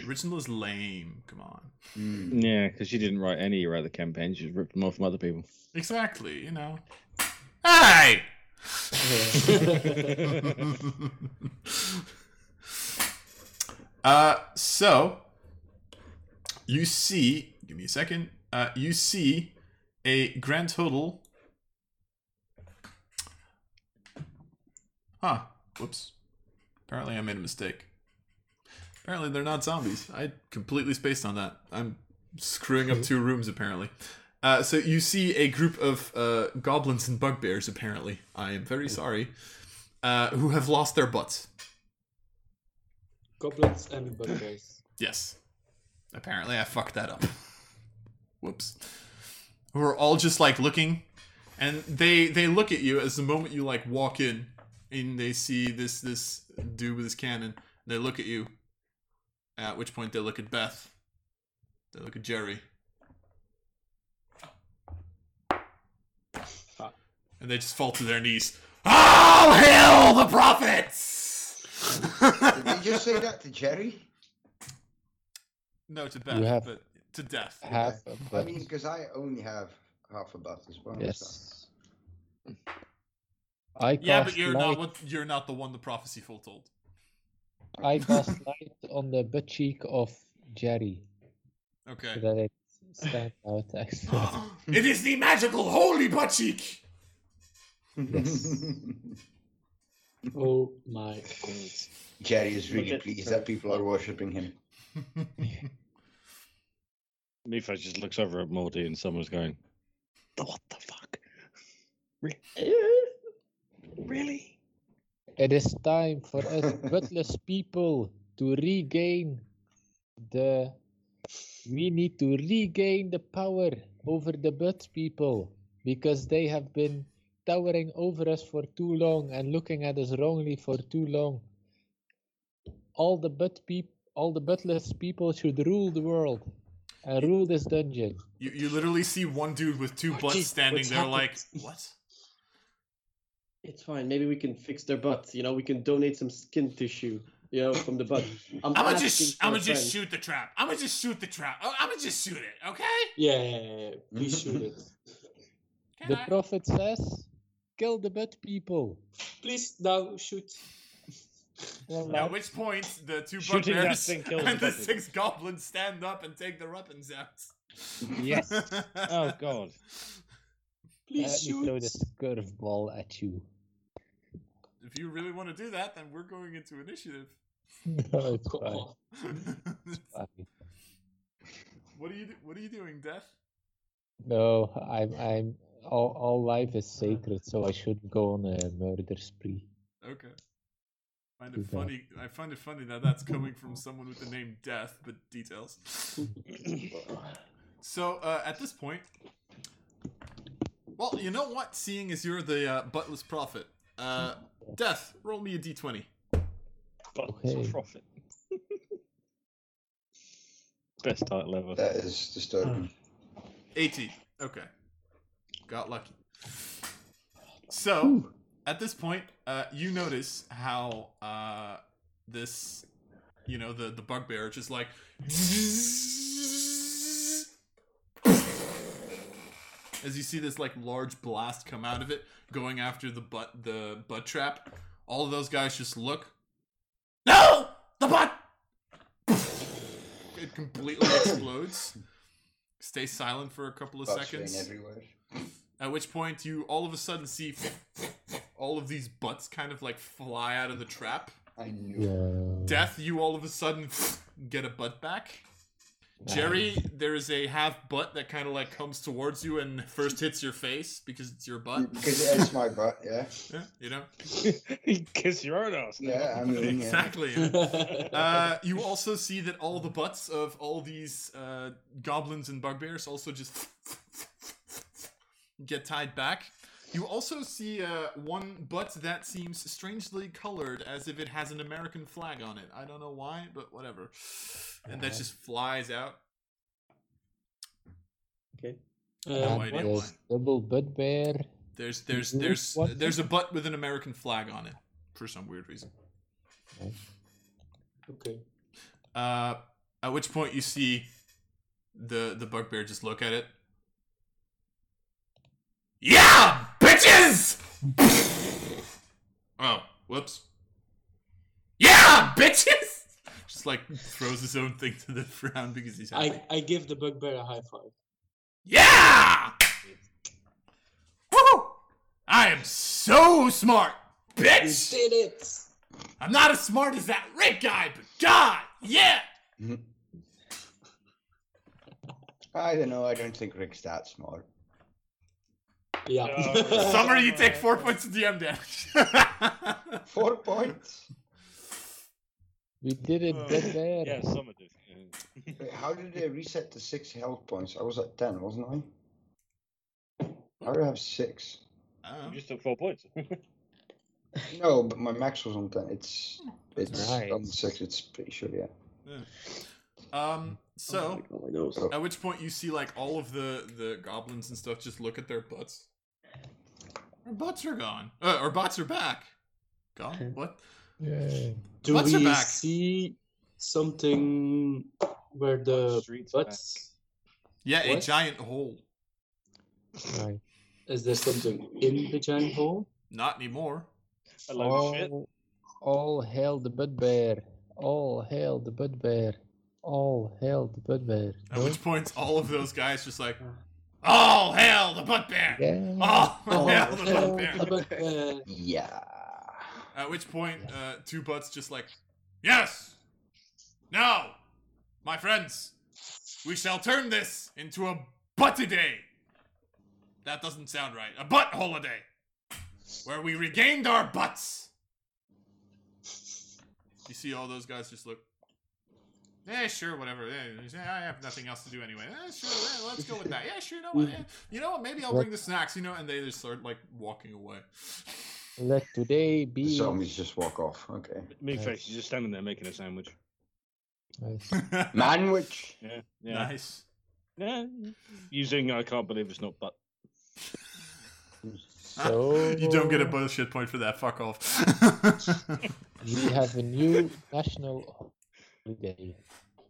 B: original is lame. Come on.
A: Hmm.
F: Yeah, because she didn't write any of the campaigns. She just ripped them off from other people. [LAUGHS]
B: Exactly. You know. Hey. uh, so you see, give me a second. Uh, you see a grand total. Huh. Whoops. Apparently, I made a mistake. Apparently, they're not zombies. I completely spaced on that. I'm screwing up two rooms, apparently. Uh, so you see a group of uh, goblins and bugbears, apparently. I am very sorry. Uh, who have lost their butts.
D: Goblins and bugbears.
B: Yes. Apparently, I fucked that up. [LAUGHS] Whoops. Who are all just like looking, and they they look at you as the moment you like walk in, and they see this this dude with his cannon. They look at you. At which point they look at Beth. They look at Jerry. And they just fall to their knees. All hail the prophets! [LAUGHS]
A: Did you just say that to Jerry?
B: No, to Beth,
E: You have-
B: but to death.
E: Half a
A: I
E: butt.
A: mean, because I only have half a butt as well. so-
E: yes. I cast
B: yeah, but you're
E: light.
B: not what you're not the one the prophecy foretold. [LAUGHS]
E: I cast light on the butt cheek of Jerry so
B: Okay.
E: that it stands out.
B: [GASPS] Oh,
E: Actually,
B: it is the magical holy butt cheek.
D: Oh my god.
A: [LAUGHS] Jerry is really
F: Okay.
A: pleased that people are worshipping him.
F: Mifas just looks over at Morty and someone's going, What the fuck? Re- eh? really?
E: it is time for us buttless people to regain the. We need to regain the power over the butt people because they have been towering over us for too long and looking at us wrongly for too long. All the butt peop, all the buttless people should rule the world and rule this dungeon.
B: You you literally see one dude with two butts
D: geez,
B: standing
D: what's
B: there like
D: happened?
B: what?
C: It's fine. Maybe we can fix their butts. You know, we can donate some skin tissue. You know, from the
B: [LAUGHS]
C: butt. I'm,
B: I'ma
C: asking
B: just
C: for a
B: I'ma just
C: friend.
B: shoot the trap. I'ma just shoot the trap. Oh, I'ma just shoot it. Okay.
D: Yeah, yeah, yeah, yeah. please shoot it.
B: Can
E: The
B: I?
E: prophet says, "Kill the butt people."
D: Please now shoot.
E: Well,
B: At
E: lad,
B: which point the two
F: Shooting that
B: bugbears
F: thing kills
B: and the
F: the
B: six goblins stand up and take their weapons out.
F: Yes.
B: [LAUGHS]
F: Oh, God.
D: Please
E: let me throw
D: shoot.
E: this curveball at you.
B: If you really want to do that, then we're going into initiative.
E: [LAUGHS]
B: [LAUGHS]
E: No, it's fine.
D: Oh,
E: fine.
B: what are you do- What are you doing, Death?
E: No, I'm. I'm. All, all life is sacred, so I shouldn't go on a murder spree.
B: Okay. Find
E: Too
B: it
E: bad.
B: funny. I find it funny that that's coming from someone with the name Death, but details. so uh, at this point, well, you know what? Seeing as you're the uh, buttless prophet, uh, Death, roll me a d20.
F: But
E: Okay.
F: profit. [LAUGHS] Best title ever.
A: That is
F: Uh,
A: disturbing.
B: 18. Okay. Got lucky. So, at this point, uh, you notice how uh, this, you know, the, the bugbear just like. As you see this like large blast come out of it, going after the butt the butt trap, all of those guys just look. No, the butt. It completely explodes. Stay silent for a couple of
A: Butts
B: seconds.
A: ring everywhere.
B: At which point you all of a sudden see all of these butts kind of like fly out of the trap
A: I knew.
E: Yeah.
B: Death, you all of a sudden get a butt back. Jerry, there is a half butt that kind of like comes towards you and first hits your face because it's your butt.
A: Because it's my butt, [LAUGHS] yeah.
B: Yeah, you know
F: [LAUGHS] Kiss your own ass. now.
A: Yeah, I mean, yeah.
B: exactly.
D: uh,
E: [LAUGHS]
B: Uh, you also see that all the butts of all these uh, goblins and bugbears also just [LAUGHS] get tied back. You also see uh, one butt that seems strangely colored, as if it has an American flag on it. I don't know why, but whatever. And that
E: Uh-huh.
B: just flies out.
D: Um,
E: And
B: idea why.
E: there's double butt bear.
B: There's there's
E: Mhm.
B: there's
E: What?
B: there's a butt with an American flag on it for some weird reason.
E: Okay.
B: Uh, at which point you see the the bugbear just look at it. Yeah, bitches. [LAUGHS] oh, whoops. Yeah, bitches. [LAUGHS] Just like throws his own thing to the ground because he's happy.
D: I, I give the bugbear a high five.
B: Yeah. Woo! I am so smart,
D: You
B: bitch.
D: did it!
B: I'm not as smart as that Rick guy, but God, yeah.
A: I don't know. I don't think Rick's that smart.
D: Yeah.
F: Yeah.
B: Summer, you take four points of DM damage.
A: Four points.
E: We did it,
F: Oh,
B: Uh,
F: [LAUGHS]
E: butt bear.
F: Yeah, some of this.
A: Wait, how did they reset to six health points? I was at ten, wasn't I? I already have six.
B: Oh.
F: You just took four points.
A: No, but my max was on ten. It's it's on
E: Right.
A: six. It's pretty sure, yeah.
B: [LAUGHS] Um. So,
C: Oh my nose.
B: at which point you see like all of the the goblins and stuff just look at their butts. Our butts are gone. Uh, our butts are back. Gone. What?
E: Yeah.
D: [LAUGHS] Do
B: Butts are
D: we
B: back.
D: see something where the
F: [LAUGHS] Streets back.
D: butts?
B: Yeah, a
D: What?
B: giant hole.
E: Right.
D: Is there something in the
B: [LAUGHS]
D: giant hole?
B: Not anymore.
F: A load
A: Oh,
F: of shit.
E: All, all hail the butt bear. All hail the butt bear. All hail the butt bear.
B: At
E: No?
B: which point, all of those guys just like, oh hell, the butt bear.
E: Yeah.
B: Oh, hell, the butt
D: Hello,
B: bear.
D: the uh, bugbear.
A: Yeah.
B: At which point, uh, two butts just like, yes, no, my friends, we shall turn this into a buttiday. That doesn't sound right. A butt holiday, where we regained our butts. You see, all those guys just look. Eh, sure, whatever. Eh, I have nothing else to do anyway. Eh, sure, eh, let's go with that. Yeah, sure, you know what? Eh, you know what? Maybe I'll bring the snacks. You know, and they just start like walking away.
E: Let today be.
A: The zombies
E: [LAUGHS]
A: just walk off. Okay.
F: Me
E: Nice.
F: face, you're just standing there making a sandwich.
E: Nice.
A: Manwich.
F: Yeah, yeah.
B: [LAUGHS] Nice.
F: yeah. Using I can't believe it's not butt.
E: So
B: [LAUGHS] You don't get a
E: Uh,
B: bullshit point for that. Fuck off.
E: We have a new national holiday.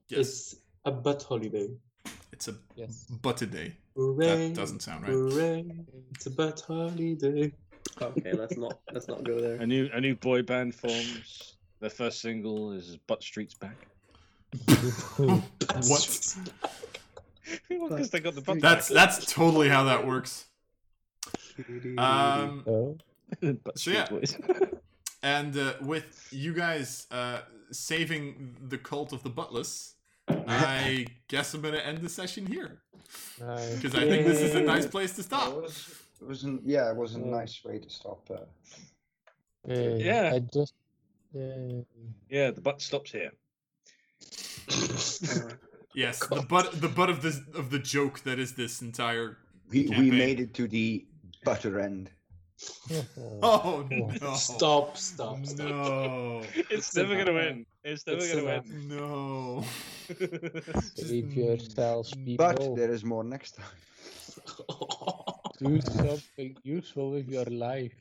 B: yes,
D: It's a butt holiday.
B: it's a
E: Yes.
B: [LAUGHS] butt a day.
D: Hooray!
B: That doesn't sound right.
D: Hooray! It's a butt holiday.
C: Okay, let's not let's not go
F: A
C: there.
F: new a new boy band forms. Their first single is Butt Streets Back. [LAUGHS]
D: [LAUGHS]
B: What? [LAUGHS]
F: Because they got the butt
B: That's that's totally how that works. Um,
E: So,
F: back. [LAUGHS] butt
B: so yeah.
F: Street Boys.
B: and uh, with you guys uh, saving the cult of the buttless, I guess I'm gonna end the session here
E: nice.
B: because I think this is a
A: Yay.
B: nice place to
A: It
B: stop.
A: was, it was an, yeah, it was a
E: Mm.
A: nice way to stop. Uh,
E: Yay.
F: Yeah.
E: I just. Yay.
F: yeah, the butt stops here.
D: Uh,
B: Yes, the butt the butt of this of the joke that is this entire. [LAUGHS]
A: we, we
B: Campaign.
A: made it to the butter end.
B: Oh no!
D: Stop! Stop! Stop!
B: No!
F: It's never gonna win. It's never
D: It's
F: gonna
D: a
F: win.
B: No!
E: Save yourselves,
A: But
E: people.
A: there is more next time.
E: Do something useful with your life.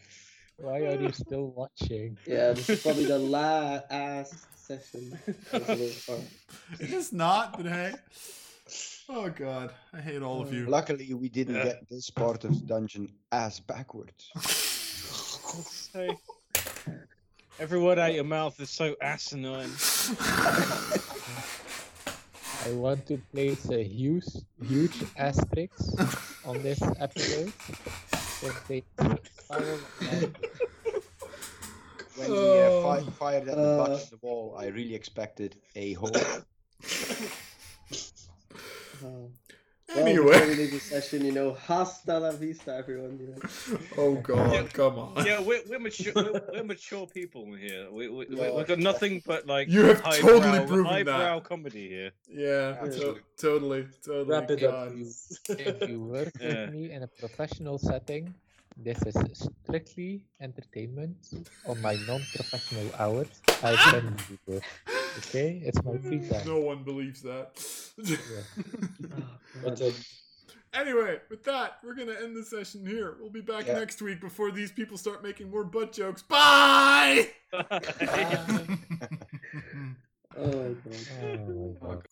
E: Why are you still watching?
C: [LAUGHS] Yeah, this is probably the last session. [LAUGHS] That was a little far.
B: It is not, but hey. Oh god, I hate all of you.
A: Luckily, we didn't
F: Yeah.
A: get this part of the dungeon as backwards.
F: Hey. Every word out your mouth is so asinine.
E: I want to place a huge, huge asterisk on this episode. That they follow my
A: when he uh,
G: Oh.
A: fi- fired at the
G: Uh.
A: butt of the wall, I really expected a hole.
C: Uh,
G: Oh. Well, before we
B: Anyway.
G: leave this session, you know, hasta la vista, everyone. You know.
B: Oh God, come on.
F: Yeah, we're, we're mature. We're, we're mature people here. We, we, we,
G: Yeah.
F: we've got nothing but like
B: You have
F: highbrow,
B: totally proven that.
F: highbrow comedy
B: [LAUGHS]
F: here. [LAUGHS]
B: Yeah, to-
A: Absolutely.
B: totally, totally.
D: [LAUGHS] Wrap
F: Oh
D: it up,
B: God.
D: please.
E: If you work
F: Yeah.
E: with me in a professional setting, this is strictly entertainment on my non-professional hours. I can do this. Okay, it's my free time.
B: No one believes that. [LAUGHS]
G: Oh,
D: But,
G: God.
D: uh,
B: anyway, with that, we're gonna end the session here. We'll be back
A: Yeah.
B: next week before these people start making more butt jokes. Bye.
G: oh, God.
E: Oh my God.